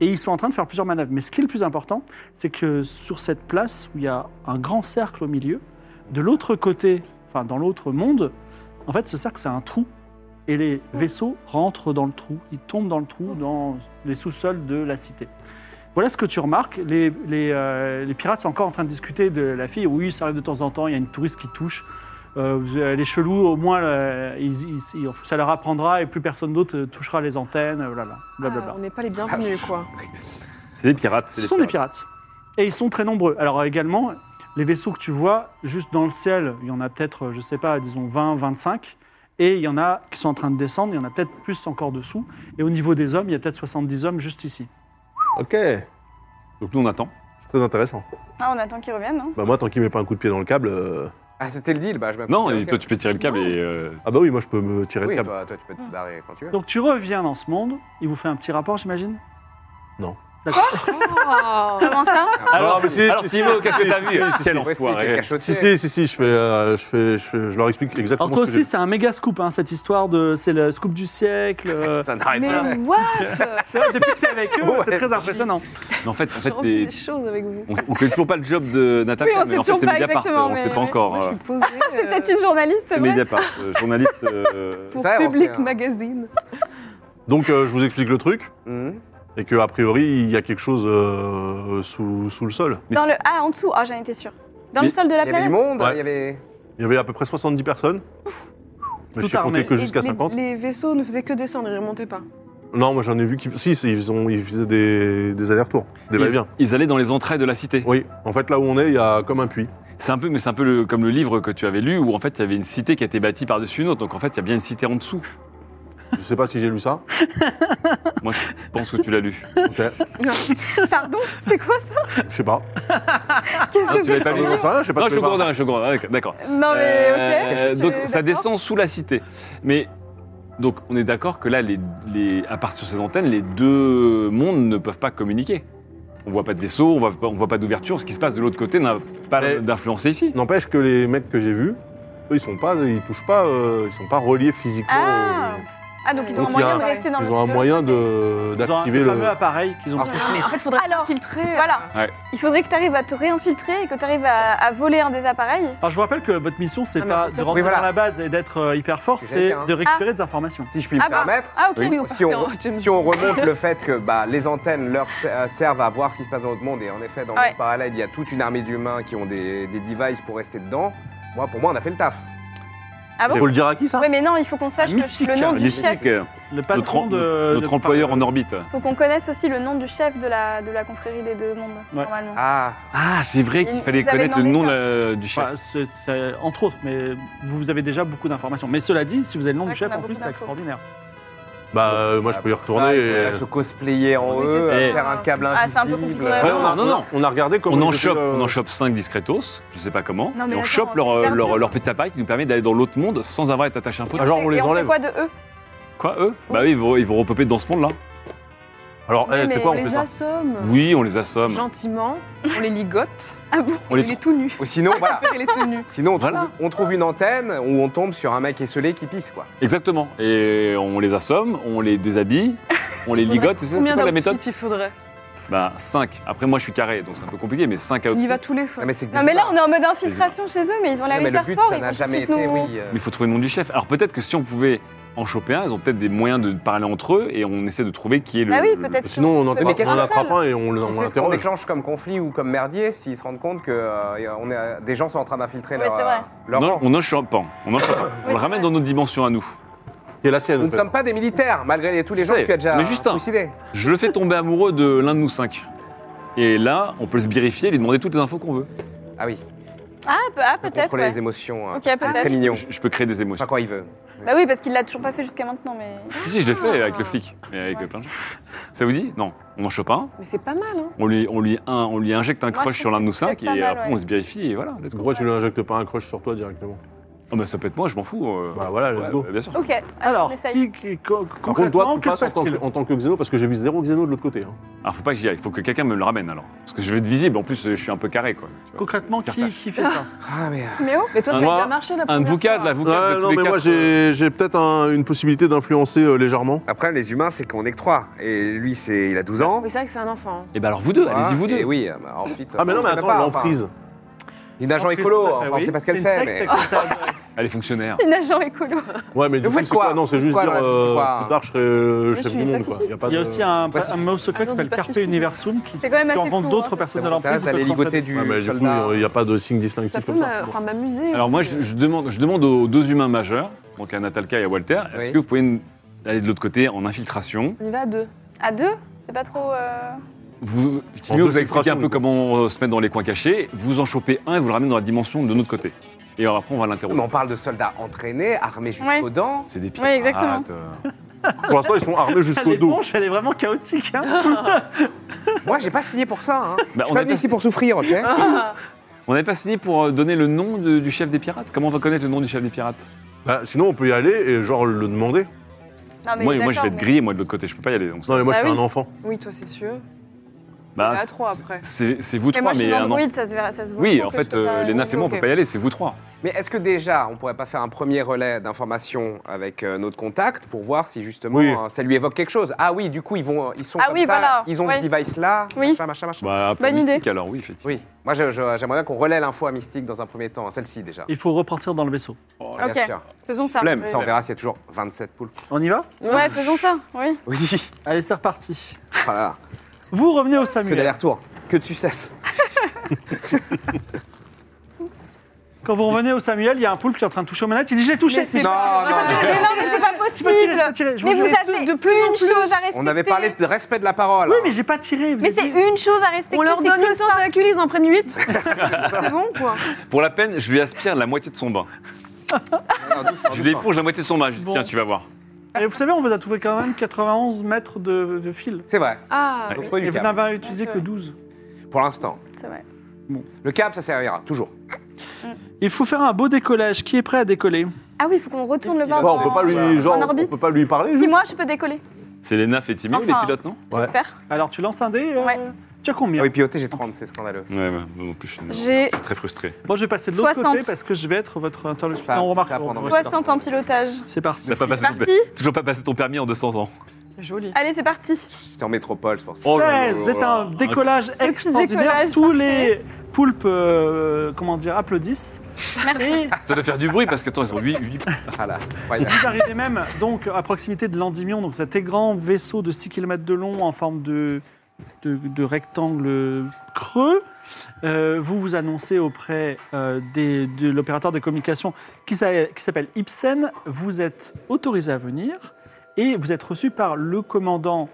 Speaker 1: Et ils sont en train de faire plusieurs manœuvres. Mais ce qui est le plus important, c'est que sur cette place où il y a un grand cercle au milieu, de l'autre côté, enfin dans l'autre monde, en fait ce cercle c'est un trou. Et les vaisseaux rentrent dans le trou, ils tombent dans le trou, dans les sous-sols de la cité. Voilà ce que tu remarques. Les, les, euh, les pirates sont encore en train de discuter de la fille. Oui, ça arrive de temps en temps, il y a une touriste qui touche. Euh, vous- euh, les chelous, au moins, euh, ils- ils- ils- ça leur apprendra et plus personne d'autre euh, touchera les antennes. euh, Blablabla.
Speaker 6: Ah,
Speaker 1: blablabla.
Speaker 6: on n'est pas les bienvenus, quoi.
Speaker 2: C'est des pirates.
Speaker 1: Ce sont des pirates. Et ils sont très nombreux. Alors euh, également, les vaisseaux que tu vois, juste dans le ciel, il y en a peut-être, euh, je sais pas, disons 20, 25. Et il y en a qui sont en train de descendre, il y en a peut-être plus encore dessous. Et au niveau des hommes, il y a peut-être 70 hommes juste ici.
Speaker 7: Ok. C'est
Speaker 2: Donc nous on attend.
Speaker 7: très intéressant.
Speaker 4: Ah, on attend qu'ils reviennent, non
Speaker 7: Bah moi, tant qu'il met pas un coup de pied dans le câble. euh,
Speaker 5: Ah, c'était le deal, bah je m'appelle.
Speaker 2: Non,
Speaker 5: Ok.
Speaker 2: et toi tu peux tirer le câble et. euh,
Speaker 7: Ah bah oui, moi je peux me tirer
Speaker 5: Oui,
Speaker 7: le câble.
Speaker 5: toi, toi, tu peux
Speaker 4: Ah.
Speaker 5: te barrer quand tu veux.
Speaker 1: Donc tu reviens dans ce monde, il vous fait un petit rapport, j'imagine
Speaker 6: Oh.
Speaker 4: Comment ça
Speaker 2: Alors,
Speaker 7: Ah, mais si,
Speaker 2: alors
Speaker 7: si,
Speaker 2: Timo,
Speaker 7: si,
Speaker 2: qu'est-ce que
Speaker 7: si,
Speaker 2: t'as
Speaker 7: si,
Speaker 2: vu
Speaker 7: si, si,
Speaker 2: Quel
Speaker 5: Ouais, c'était
Speaker 2: enfoiré
Speaker 5: quelqu'un
Speaker 7: Si,
Speaker 5: choté.
Speaker 7: si, si, si, je fais, euh, je fais, je, fais- je leur explique exactement.
Speaker 1: Alors toi
Speaker 7: ce que j'ai
Speaker 1: aussi, c'est un méga scoop, hein, cette histoire de. C'est le scoop du siècle. euh,
Speaker 5: Ça n'arrête pas.
Speaker 6: Mais what
Speaker 1: tu vois, Depuis que t'es avec eux, c'est
Speaker 5: Ouais.
Speaker 1: très impressionnant.
Speaker 2: Mais en fait, en
Speaker 6: J'ai
Speaker 2: fait
Speaker 6: envie
Speaker 2: t'es-
Speaker 6: des choses avec vous.
Speaker 2: on on connaît toujours pas le job de Nathalie,
Speaker 4: Oui, on sait
Speaker 2: mais en fait
Speaker 4: toujours
Speaker 2: c'est
Speaker 4: pas
Speaker 2: Mediapart.
Speaker 4: exactement,
Speaker 2: On sait
Speaker 4: mais-
Speaker 2: pas encore.
Speaker 6: Moi, je
Speaker 2: euh,
Speaker 6: suis posée.
Speaker 4: C'est
Speaker 6: euh,
Speaker 4: peut-être une journaliste, c'est
Speaker 2: C'est
Speaker 4: vrai
Speaker 2: Mediapart, euh, journaliste. euh,
Speaker 6: pour
Speaker 5: Ça, on
Speaker 6: Public
Speaker 5: sait, hein.
Speaker 6: Magazine.
Speaker 7: Donc euh, je vous explique le truc
Speaker 5: Mhm.
Speaker 7: et que a priori il y a quelque chose euh, sous, sous le sol.
Speaker 4: Dans le. Ah, en dessous. Ah, j'en étais sûre. Dans
Speaker 2: Mais-
Speaker 4: le sol de la
Speaker 5: Il y avait du
Speaker 4: planète.
Speaker 5: monde,
Speaker 7: Ouais.
Speaker 5: il y avait.
Speaker 7: Il y avait à peu près 70 personnes. Mais
Speaker 1: Tout
Speaker 7: je sais
Speaker 1: armé.
Speaker 7: compter que
Speaker 6: Et
Speaker 7: jusqu'à
Speaker 6: les-
Speaker 7: 50.
Speaker 6: Les vaisseaux ne faisaient que descendre, ils remontaient pas.
Speaker 7: Non, moi j'en ai vu qui si, c'est- ils ont ils faisaient des, des allers-retours, des
Speaker 2: ils-
Speaker 7: va-et-vient.
Speaker 2: Ils allaient dans les entrailles de la cité.
Speaker 7: Oui, en fait là où on est, il y a comme un puits.
Speaker 2: C'est un peu, mais c'est un peu le- comme le livre que tu avais lu où en fait il y avait une cité qui a été bâtie par-dessus une autre. Donc en fait il y a bien une cité en dessous.
Speaker 7: Je sais pas si j'ai lu ça.
Speaker 2: Moi je pense que tu l'as lu.
Speaker 7: Ok.
Speaker 4: Pardon C'est quoi
Speaker 7: Je sais pas.
Speaker 4: ça Qu'est-ce
Speaker 2: Ah,
Speaker 4: que
Speaker 2: tu l'avais
Speaker 4: c'est
Speaker 2: pas lu
Speaker 7: Je sais rien, je sais pas
Speaker 2: Non,
Speaker 7: de
Speaker 2: je
Speaker 7: quoi il
Speaker 2: comprends, je comprends. d'accord, Ah, D'accord.
Speaker 4: Non, Ah, mais ok.
Speaker 2: Euh,
Speaker 4: Tu-
Speaker 2: donc ça
Speaker 4: d'accord
Speaker 2: descend sous la cité. Mais donc on est d'accord que là, les, les- à part sur ces antennes, les deux mondes ne peuvent pas communiquer. On voit pas de vaisseau, on voit pas, on voit pas d'ouverture. Ce qui se passe de l'autre côté n'a pas
Speaker 7: Mais-
Speaker 2: d'influence ici.
Speaker 7: N'empêche que les mecs que j'ai vus, eux, ils sont pas, ils touchent pas, euh, ils sont pas reliés physiquement.
Speaker 4: Ah.
Speaker 7: au-
Speaker 4: Ah, donc ils ont un
Speaker 7: Donc, il y
Speaker 4: moyen
Speaker 7: a-
Speaker 4: de rester dans le.
Speaker 7: ils ont un
Speaker 4: de-
Speaker 7: moyen de
Speaker 1: Ils ont un
Speaker 7: d'activer le.
Speaker 1: fameux appareil qu'ils ont.
Speaker 6: Ah.
Speaker 5: Alors, si je
Speaker 6: Mais en fait, faudrait
Speaker 4: Alors,
Speaker 6: filtrer.
Speaker 4: voilà.
Speaker 6: euh,
Speaker 4: Il faudrait que tu arrives à te réinfiltrer et que tu arrives à, à voler un des appareils.
Speaker 1: Alors je vous rappelle que votre mission, c'est
Speaker 6: Ah, mais
Speaker 1: pas
Speaker 6: peut-être-
Speaker 1: de rentrer
Speaker 5: Oui, voilà.
Speaker 1: dans la base et d'être euh, hyper fort,
Speaker 5: C'est
Speaker 1: c'est
Speaker 6: hein.
Speaker 5: quelqu'un.
Speaker 1: de récupérer des informations.
Speaker 5: peux- si je puis
Speaker 4: Ah
Speaker 5: me
Speaker 4: bah.
Speaker 5: permettre,
Speaker 4: Ah, ok.
Speaker 6: Oui,
Speaker 5: si on,
Speaker 6: partait en-
Speaker 5: si on remonte le fait que bah, les antennes leur se- euh, servent à voir ce qui se passe dans notre monde, et en effet, dans le
Speaker 4: Ouais.
Speaker 5: monde parallèle, il y a toute une armée d'humains qui ont des, des devices pour rester dedans. Moi, pour moi, on a fait le taf.
Speaker 4: Ah bon
Speaker 7: Faut le dire à qui ça
Speaker 4: Oui, mais non, il faut qu'on sache le,
Speaker 1: Mystique,
Speaker 4: le nom
Speaker 1: hein,
Speaker 4: du chef.
Speaker 2: Mystique, euh,
Speaker 1: Le
Speaker 2: notre,
Speaker 1: patron
Speaker 2: en-
Speaker 1: de.
Speaker 2: notre
Speaker 1: de-
Speaker 2: employeur
Speaker 1: enfin,
Speaker 2: en orbite.
Speaker 4: faut qu'on connaisse aussi le nom du chef de la, de la confrérie des deux mondes, normalement.
Speaker 5: Ah,
Speaker 2: Ah, c'est vrai
Speaker 4: Il
Speaker 2: qu'il
Speaker 4: nous
Speaker 2: fallait
Speaker 4: avait
Speaker 2: connaître le
Speaker 4: demandé
Speaker 2: nom
Speaker 4: ça.
Speaker 2: euh, du chef.
Speaker 1: Enfin, c'est- c'est- entre autres, mais vous vous avez déjà beaucoup d'informations. Mais cela dit, si vous avez le nom
Speaker 4: Ouais,
Speaker 1: du chef,
Speaker 4: qu'on a
Speaker 1: en plus,
Speaker 4: beaucoup
Speaker 1: c'est
Speaker 4: d'infos.
Speaker 1: extraordinaire.
Speaker 7: Bah euh, moi je peux y
Speaker 5: Pour Ah, ça,
Speaker 7: retourner.
Speaker 5: il faut
Speaker 7: et-
Speaker 5: là se cosplayer en
Speaker 6: Oui, c'est
Speaker 5: eux,
Speaker 6: ça.
Speaker 5: euh, faire un câble
Speaker 4: Ah, c'est un peu
Speaker 5: invisible.
Speaker 4: compliqué. Ouais,
Speaker 7: on,
Speaker 2: non,
Speaker 7: a,
Speaker 2: non,
Speaker 7: on a-
Speaker 2: non.
Speaker 7: on a regardé comment
Speaker 2: on en,
Speaker 7: ils euh, faisaient
Speaker 2: chope,
Speaker 7: le-
Speaker 2: on en chope 5 discretos, je sais pas comment,
Speaker 4: Non, mais
Speaker 2: et on
Speaker 4: attends,
Speaker 2: chope leur,
Speaker 4: c'est
Speaker 2: euh,
Speaker 4: hyper
Speaker 2: leur,
Speaker 4: dur.
Speaker 2: leur petit appareil qui nous permet d'aller dans l'autre monde sans avoir à être attaché à un fauteuil.
Speaker 7: Ah, genre on
Speaker 4: Et
Speaker 7: les
Speaker 4: on fait
Speaker 7: enlève.
Speaker 4: quoi de eux
Speaker 2: Quoi, eux Bah oui, ils vont, ils vont repopper dans ce monde-là.
Speaker 7: Alors
Speaker 4: Oui,
Speaker 7: eh, tu sais
Speaker 4: mais
Speaker 7: quoi
Speaker 6: On
Speaker 7: on fait
Speaker 6: les
Speaker 7: ça
Speaker 6: assomme.
Speaker 2: Oui, on les assomme.
Speaker 6: Gentiment, on les ligote.
Speaker 4: Ah bon
Speaker 2: On
Speaker 6: et
Speaker 2: les-
Speaker 6: on est tout nus.
Speaker 5: Ou sinon, voilà.
Speaker 6: On les tout nus.
Speaker 5: Sinon, on trouve,
Speaker 2: Voilà.
Speaker 5: on trouve une antenne où on tombe sur un mec esselé qui pisse, quoi.
Speaker 2: Exactement. Et on les assomme, on les déshabille, on les
Speaker 6: Faudrait-
Speaker 2: ligote. C'est ça c'est
Speaker 6: Combien
Speaker 2: quoi la
Speaker 6: d'outfits
Speaker 2: méthode
Speaker 6: il faudrait
Speaker 2: Bah 5. Après moi je suis carré, donc c'est un peu compliqué, mais 5 à
Speaker 6: On y
Speaker 2: outfits.
Speaker 6: va
Speaker 2: Mais
Speaker 6: tous les cinq.
Speaker 5: Non, mais c'est que
Speaker 4: Non,
Speaker 5: des
Speaker 4: mais là,
Speaker 5: humains.
Speaker 4: on est en mode infiltration chez eux, mais ils ont l'air
Speaker 5: Non, mais le
Speaker 4: hyper
Speaker 5: but,
Speaker 4: forts.
Speaker 5: ça
Speaker 4: ils
Speaker 5: n'a
Speaker 4: vont
Speaker 5: jamais
Speaker 4: tout de suite
Speaker 5: été,
Speaker 4: nous-
Speaker 5: oui. euh,
Speaker 2: il faut trouver le nom du chef. Alors peut-être que si on pouvait en choper un. Ils ont peut-être des moyens de parler entre eux et on essaie de trouver qui est le.
Speaker 4: Bah oui,
Speaker 2: le-
Speaker 4: peut-être.
Speaker 7: Sinon, on en
Speaker 4: Mais
Speaker 7: attrape,
Speaker 4: qu'est-ce
Speaker 7: on en
Speaker 4: qu'on
Speaker 7: attrape
Speaker 4: fait
Speaker 7: un et on, le- on
Speaker 5: Qui sait ce qu'on
Speaker 7: l'interroge.
Speaker 5: déclenche comme conflit ou comme merdier s'ils se rendent compte que euh, on est, à- des gens sont en train d'infiltrer
Speaker 4: Oui,
Speaker 5: leur,
Speaker 4: c'est
Speaker 5: euh,
Speaker 4: vrai.
Speaker 5: leur
Speaker 2: Non,
Speaker 5: rang.
Speaker 2: on enchoppe pas. On enchoppe pas. On
Speaker 4: c'est
Speaker 2: le ramène
Speaker 4: vrai.
Speaker 2: dans notre dimension à nous.
Speaker 7: Qui est la sienne.
Speaker 5: Nous
Speaker 7: en
Speaker 5: ne
Speaker 7: fait.
Speaker 5: sommes pas des militaires, malgré les- tous les gens
Speaker 2: Ouais,
Speaker 5: que tu as déjà
Speaker 2: mais juste un.
Speaker 5: trucidés.
Speaker 2: Je le fais tomber amoureux de l'un de nous cinq. Et là, on peut se vérifier et lui demander toutes les infos qu'on veut.
Speaker 5: Ah oui,
Speaker 4: Ah, pe- ah,
Speaker 5: peut
Speaker 4: peut-être.
Speaker 5: contrôler
Speaker 4: ouais.
Speaker 5: les émotions. hein,
Speaker 4: Ok,
Speaker 5: c'est
Speaker 4: peut-être.
Speaker 5: très mignon.
Speaker 2: Je, je peux créer des émotions.
Speaker 5: Enfin, quand il veut.
Speaker 4: Bah oui, parce qu'il l'a toujours pas fait jusqu'à maintenant, mais.
Speaker 7: Ah.
Speaker 2: Si, si, je l'ai fait avec le
Speaker 4: Ah.
Speaker 2: flic, mais avec
Speaker 6: Ouais.
Speaker 2: plein de gens. Ça vous dit Non, on en chope un,
Speaker 6: Mais c'est pas mal, hein.
Speaker 2: on lui, on lui, un- on lui injecte un
Speaker 4: Moi, je
Speaker 2: crush
Speaker 4: trouve
Speaker 2: sur l'un de nous
Speaker 4: que c'est
Speaker 2: cinq et
Speaker 4: pas mal,
Speaker 2: après
Speaker 4: ouais.
Speaker 2: on se vérifie et voilà, let's go.
Speaker 7: Pourquoi tu lui injectes pas un crush sur toi directement
Speaker 2: Ah bah, ça peut être moi, je m'en fous. euh,
Speaker 7: Bah voilà, let's
Speaker 2: ouais,
Speaker 7: go.
Speaker 2: bah, bien sûr.
Speaker 4: Ok.
Speaker 1: Alors,
Speaker 4: on
Speaker 1: qui,
Speaker 4: essaye.
Speaker 1: qui- co-
Speaker 7: Par contre, toi,
Speaker 1: concrètement,
Speaker 7: tu
Speaker 1: que se
Speaker 7: passes en tant,
Speaker 1: passe-t-il
Speaker 7: que, en tant que xéno parce que j'ai vu zéro xéno de l'autre côté. hein.
Speaker 2: Alors faut pas que j'y aille, faut que quelqu'un me le ramène alors. Parce que je vais être visible, en plus je suis un peu carré quoi. tu vois.
Speaker 1: Concrètement, qui,
Speaker 2: Cartouche.
Speaker 1: qui fait ça
Speaker 5: Ah mais.
Speaker 4: Méo
Speaker 6: Mais toi, ça a
Speaker 2: Moi,
Speaker 6: bien marché la
Speaker 2: Un
Speaker 6: première
Speaker 2: de vous quatre,
Speaker 6: fois.
Speaker 2: là, vous quatre, vous
Speaker 7: Ouais,
Speaker 2: êtes
Speaker 7: non,
Speaker 2: tous les
Speaker 7: mais moi
Speaker 2: quatre, euh,
Speaker 7: j'ai j'ai peut-être un- une possibilité d'influencer euh, légèrement.
Speaker 5: Après, les humains, c'est qu'on est que trois. Et lui, c'est, il a 12 ans.
Speaker 6: Oui, c'est vrai que c'est un enfant. hein.
Speaker 2: Et bah alors vous deux,
Speaker 5: Voilà.
Speaker 2: allez-y vous deux.
Speaker 7: eh
Speaker 5: Et oui, euh, bah, ensuite.
Speaker 7: Ah mais non,
Speaker 5: on
Speaker 7: mais
Speaker 5: sait
Speaker 7: attends,
Speaker 5: pas, enfin,
Speaker 7: l'emprise.
Speaker 5: Une agent
Speaker 1: Entreprise,
Speaker 5: écolo,
Speaker 1: tout à fait,
Speaker 5: enfin, on
Speaker 1: oui.
Speaker 5: sait pas ce qu'elle
Speaker 1: C'est
Speaker 5: fait.
Speaker 1: une
Speaker 5: mais-
Speaker 1: secte que t'as-
Speaker 2: Elle est fonctionnaire.
Speaker 4: une agent écolo.
Speaker 7: Ouais, mais du
Speaker 5: Vous
Speaker 7: coup,
Speaker 5: faites
Speaker 7: c'est quoi
Speaker 5: quoi
Speaker 7: Non, c'est juste
Speaker 5: Quoi,
Speaker 7: dire
Speaker 5: là, vous
Speaker 7: euh,
Speaker 5: faites quoi
Speaker 7: plus tard je serai euh,
Speaker 6: Je
Speaker 7: chef
Speaker 6: suis
Speaker 7: du monde. Quoi.
Speaker 6: pacifiste.
Speaker 7: Y a pas
Speaker 1: Il y a
Speaker 7: de-
Speaker 1: aussi un,
Speaker 5: Pacifiste.
Speaker 1: un mot secret
Speaker 4: Ah
Speaker 1: qui s'appelle Carpe Universum qui,
Speaker 4: C'est quand même
Speaker 1: qui en
Speaker 4: assez
Speaker 1: vend
Speaker 4: flou,
Speaker 1: d'autres
Speaker 4: hein.
Speaker 1: personnes de
Speaker 5: C'est bon,
Speaker 1: l'entreprise.
Speaker 5: t'as
Speaker 1: ils
Speaker 5: les
Speaker 1: peuvent
Speaker 5: ligoter
Speaker 1: s'entraider.
Speaker 5: du
Speaker 7: Ouais, mais du coup,
Speaker 5: soldat.
Speaker 7: il n'y a pas de signe distinctif
Speaker 6: Ça peut
Speaker 7: comme ça.
Speaker 6: m'a- enfin, m'amuser.
Speaker 2: Alors moi je,
Speaker 6: je...
Speaker 2: je demande, je demande aux deux humains majeurs, donc à Natalka et à Walter, est-ce
Speaker 5: Oui.
Speaker 2: que vous pouvez n- aller de l'autre côté en infiltration
Speaker 6: On y va à deux.
Speaker 4: À deux C'est pas trop. euh,
Speaker 2: Vous,
Speaker 7: En
Speaker 2: Simio
Speaker 7: deux
Speaker 2: vous a expliqué
Speaker 7: filtrations,
Speaker 2: un
Speaker 7: du
Speaker 2: peu
Speaker 7: coup.
Speaker 2: comment euh, se mettre dans les coins cachés. Vous en chopez un et vous le ramenez dans la dimension de notre côté. Et alors après, on va
Speaker 5: Mais
Speaker 2: l'interroger.
Speaker 5: on parle de soldats entraînés, armés jusqu'aux
Speaker 4: Ouais.
Speaker 5: dents.
Speaker 2: C'est des pirates.
Speaker 4: Ouais, exactement.
Speaker 2: euh.
Speaker 7: Pour l'instant, ils sont armés jusqu'au dos.
Speaker 1: L'éponge, elle est vraiment chaotique. hein.
Speaker 5: Moi, j'ai pas signé pour ça. Hein.
Speaker 2: Bah,
Speaker 5: je
Speaker 2: on
Speaker 5: suis pas
Speaker 2: a
Speaker 5: venu
Speaker 2: pas-
Speaker 5: ici pour souffrir, ok
Speaker 2: On n'avait pas signé pour euh, donner le nom de- du chef des pirates Comment on va connaître le nom du chef des pirates
Speaker 7: Bah, sinon, on peut y aller et genre le demander.
Speaker 4: Non, Ah, mais
Speaker 2: moi, moi, je
Speaker 4: d'accord,
Speaker 2: vais être
Speaker 4: mais-
Speaker 2: grillé, moi, de l'autre côté. Je peux pas y aller. donc ça-
Speaker 7: Non, mais moi,
Speaker 4: Bah
Speaker 7: je suis
Speaker 4: oui.
Speaker 7: un enfant.
Speaker 6: Oui, toi, c'est sûr.
Speaker 2: Bah,
Speaker 6: on est à
Speaker 2: c'est-
Speaker 6: trois, après.
Speaker 2: C'est c'est vous
Speaker 4: Mais
Speaker 2: trois,
Speaker 4: moi, je suis
Speaker 2: mais
Speaker 4: une
Speaker 2: un an.
Speaker 4: androïde, ça se verra. Ça se voit
Speaker 2: Oui,
Speaker 4: trop
Speaker 2: en
Speaker 4: que je
Speaker 2: fait,
Speaker 4: peux pas-
Speaker 2: euh, Léna et moi, on peut
Speaker 6: ok.
Speaker 2: pas y aller. C'est vous trois.
Speaker 5: Mais est-ce que déjà, on pourrait pas faire un premier relais d'information avec euh, notre contact pour voir si justement
Speaker 7: Oui.
Speaker 5: euh, ça lui évoque quelque chose Ah oui, du coup, ils vont, ils sont
Speaker 4: Ah
Speaker 5: comme
Speaker 4: oui,
Speaker 5: ça,
Speaker 4: voilà,
Speaker 5: ils ont
Speaker 4: ouais.
Speaker 5: ce device-là,
Speaker 4: Oui.
Speaker 5: machin, machin, machin.
Speaker 2: Bah, pour
Speaker 4: Bonne idée.
Speaker 2: Mystique, Alors oui, effectivement.
Speaker 5: Oui, moi je- je- j'aimerais bien qu'on relaie l'info à Mystique dans un premier temps, hein, celle-ci déjà. Ah,
Speaker 1: Il faut repartir dans le vaisseau.
Speaker 5: Bien
Speaker 4: Ok.
Speaker 5: sûr.
Speaker 4: Faisons ça.
Speaker 2: Flemme.
Speaker 5: Ça, on verra s'il y a toujours 27 poules.
Speaker 1: On y va
Speaker 4: Ouais, faisons ça, oui.
Speaker 5: Oui,
Speaker 1: Allez, c'est reparti.
Speaker 5: Oh là là,
Speaker 1: Vous revenez au
Speaker 5: que
Speaker 1: Samuel.
Speaker 5: d'aller-retour, que de sucettes.
Speaker 1: Quand vous revenez au Samuel, il y a un poulpe qui est en train de toucher aux manettes. Il dit J'ai touché.
Speaker 6: Mais c'est-
Speaker 5: Non,
Speaker 1: J'ai pas
Speaker 5: non,
Speaker 1: tiré, j'ai
Speaker 4: Mais non, mais c'est pas
Speaker 1: pas tiré, j'ai pas
Speaker 4: possible
Speaker 1: tiré. Je vous
Speaker 4: Mais vous
Speaker 1: jure.
Speaker 4: avez de plus une chose à respecter
Speaker 5: On avait parlé de respect de la parole.
Speaker 1: Oui,
Speaker 5: hein.
Speaker 1: mais j'ai pas tiré. vous
Speaker 4: Mais
Speaker 1: avez
Speaker 4: c'est
Speaker 1: dit.
Speaker 4: une chose à respecter,
Speaker 6: On leur
Speaker 4: c'est
Speaker 6: donne
Speaker 4: que
Speaker 6: le temps d'acculer, ils en prennent 8. c'est bon, quoi.
Speaker 2: Pour la peine, je lui aspire la moitié de son bain.
Speaker 5: Non, non, doucement,
Speaker 2: Je lui
Speaker 5: doucement.
Speaker 2: éponge la moitié de son bain. Je lui dis,
Speaker 1: Bon.
Speaker 2: tiens, tu vas voir.
Speaker 1: Et vous savez, on vous a trouvé quand même 91 mètres de, de fil.
Speaker 5: C'est vrai,
Speaker 6: Ah,
Speaker 5: ils ont trouvé
Speaker 1: Et
Speaker 5: du
Speaker 1: vous
Speaker 5: câble.
Speaker 1: n'avez utilisé
Speaker 4: Ouais,
Speaker 1: que
Speaker 4: ouais.
Speaker 1: 12.
Speaker 5: Pour l'instant.
Speaker 4: C'est vrai.
Speaker 5: Le câble, ça servira, toujours.
Speaker 1: Il faut faire un beau décollage. Qui est prêt à décoller
Speaker 4: Ah oui, il faut qu'on retourne le
Speaker 5: Il
Speaker 4: bain.
Speaker 7: Quoi, on peut pas lui, genre,
Speaker 4: En
Speaker 7: on
Speaker 4: orbite.
Speaker 7: peut pas lui parler
Speaker 4: Si
Speaker 7: juste
Speaker 4: moi, je peux décoller,
Speaker 2: C'est Léna et Timmy, les
Speaker 4: Enfin.
Speaker 2: pilotes, non
Speaker 7: Ouais.
Speaker 4: j'espère.
Speaker 1: Alors, tu lances un dé. euh,
Speaker 4: Ouais.
Speaker 1: Tu as combien
Speaker 5: Ah oui, piloté, j'ai 30, c'est scandaleux.
Speaker 2: Ouais, ouais. Non, en plus, je suis-
Speaker 4: J'ai
Speaker 2: je suis très frustré.
Speaker 1: Moi, je vais passer de l'autre
Speaker 4: 60.
Speaker 1: côté parce que je vais être votre interlocuteur.
Speaker 2: Ah,
Speaker 5: Ça,
Speaker 1: Non, on remarque.
Speaker 5: ça, pendant
Speaker 1: on-
Speaker 5: votre- Ouais.
Speaker 4: 60 en pilotage.
Speaker 1: C'est parti.
Speaker 2: T'as pas passé ton-
Speaker 4: Parti
Speaker 2: Toujours pas passé ton permis en 200 ans.
Speaker 6: joli.
Speaker 4: Allez, c'est parti.
Speaker 5: J'étais en métropole, c'est pour ça.
Speaker 2: Oh là là
Speaker 1: 16,
Speaker 2: là
Speaker 1: c'est
Speaker 2: là.
Speaker 1: un décollage extraordinaire.
Speaker 4: décollage,
Speaker 1: Tous les poulpes, euh, comment dire, applaudissent. Et
Speaker 2: Ça doit faire du bruit parce que, attends, ils ont 8,
Speaker 5: Voilà, incroyable.
Speaker 1: vous arrivez même donc à proximité de l'Endymion, donc cet grand vaisseau de 6 km de long en forme de, de, de rectangle creux. Euh, vous vous annoncez auprès euh, des- de l'opérateur de communication qui s'a- qui s'appelle Ibsen. Vous êtes autorisé à venir et vous êtes reçu par le commandant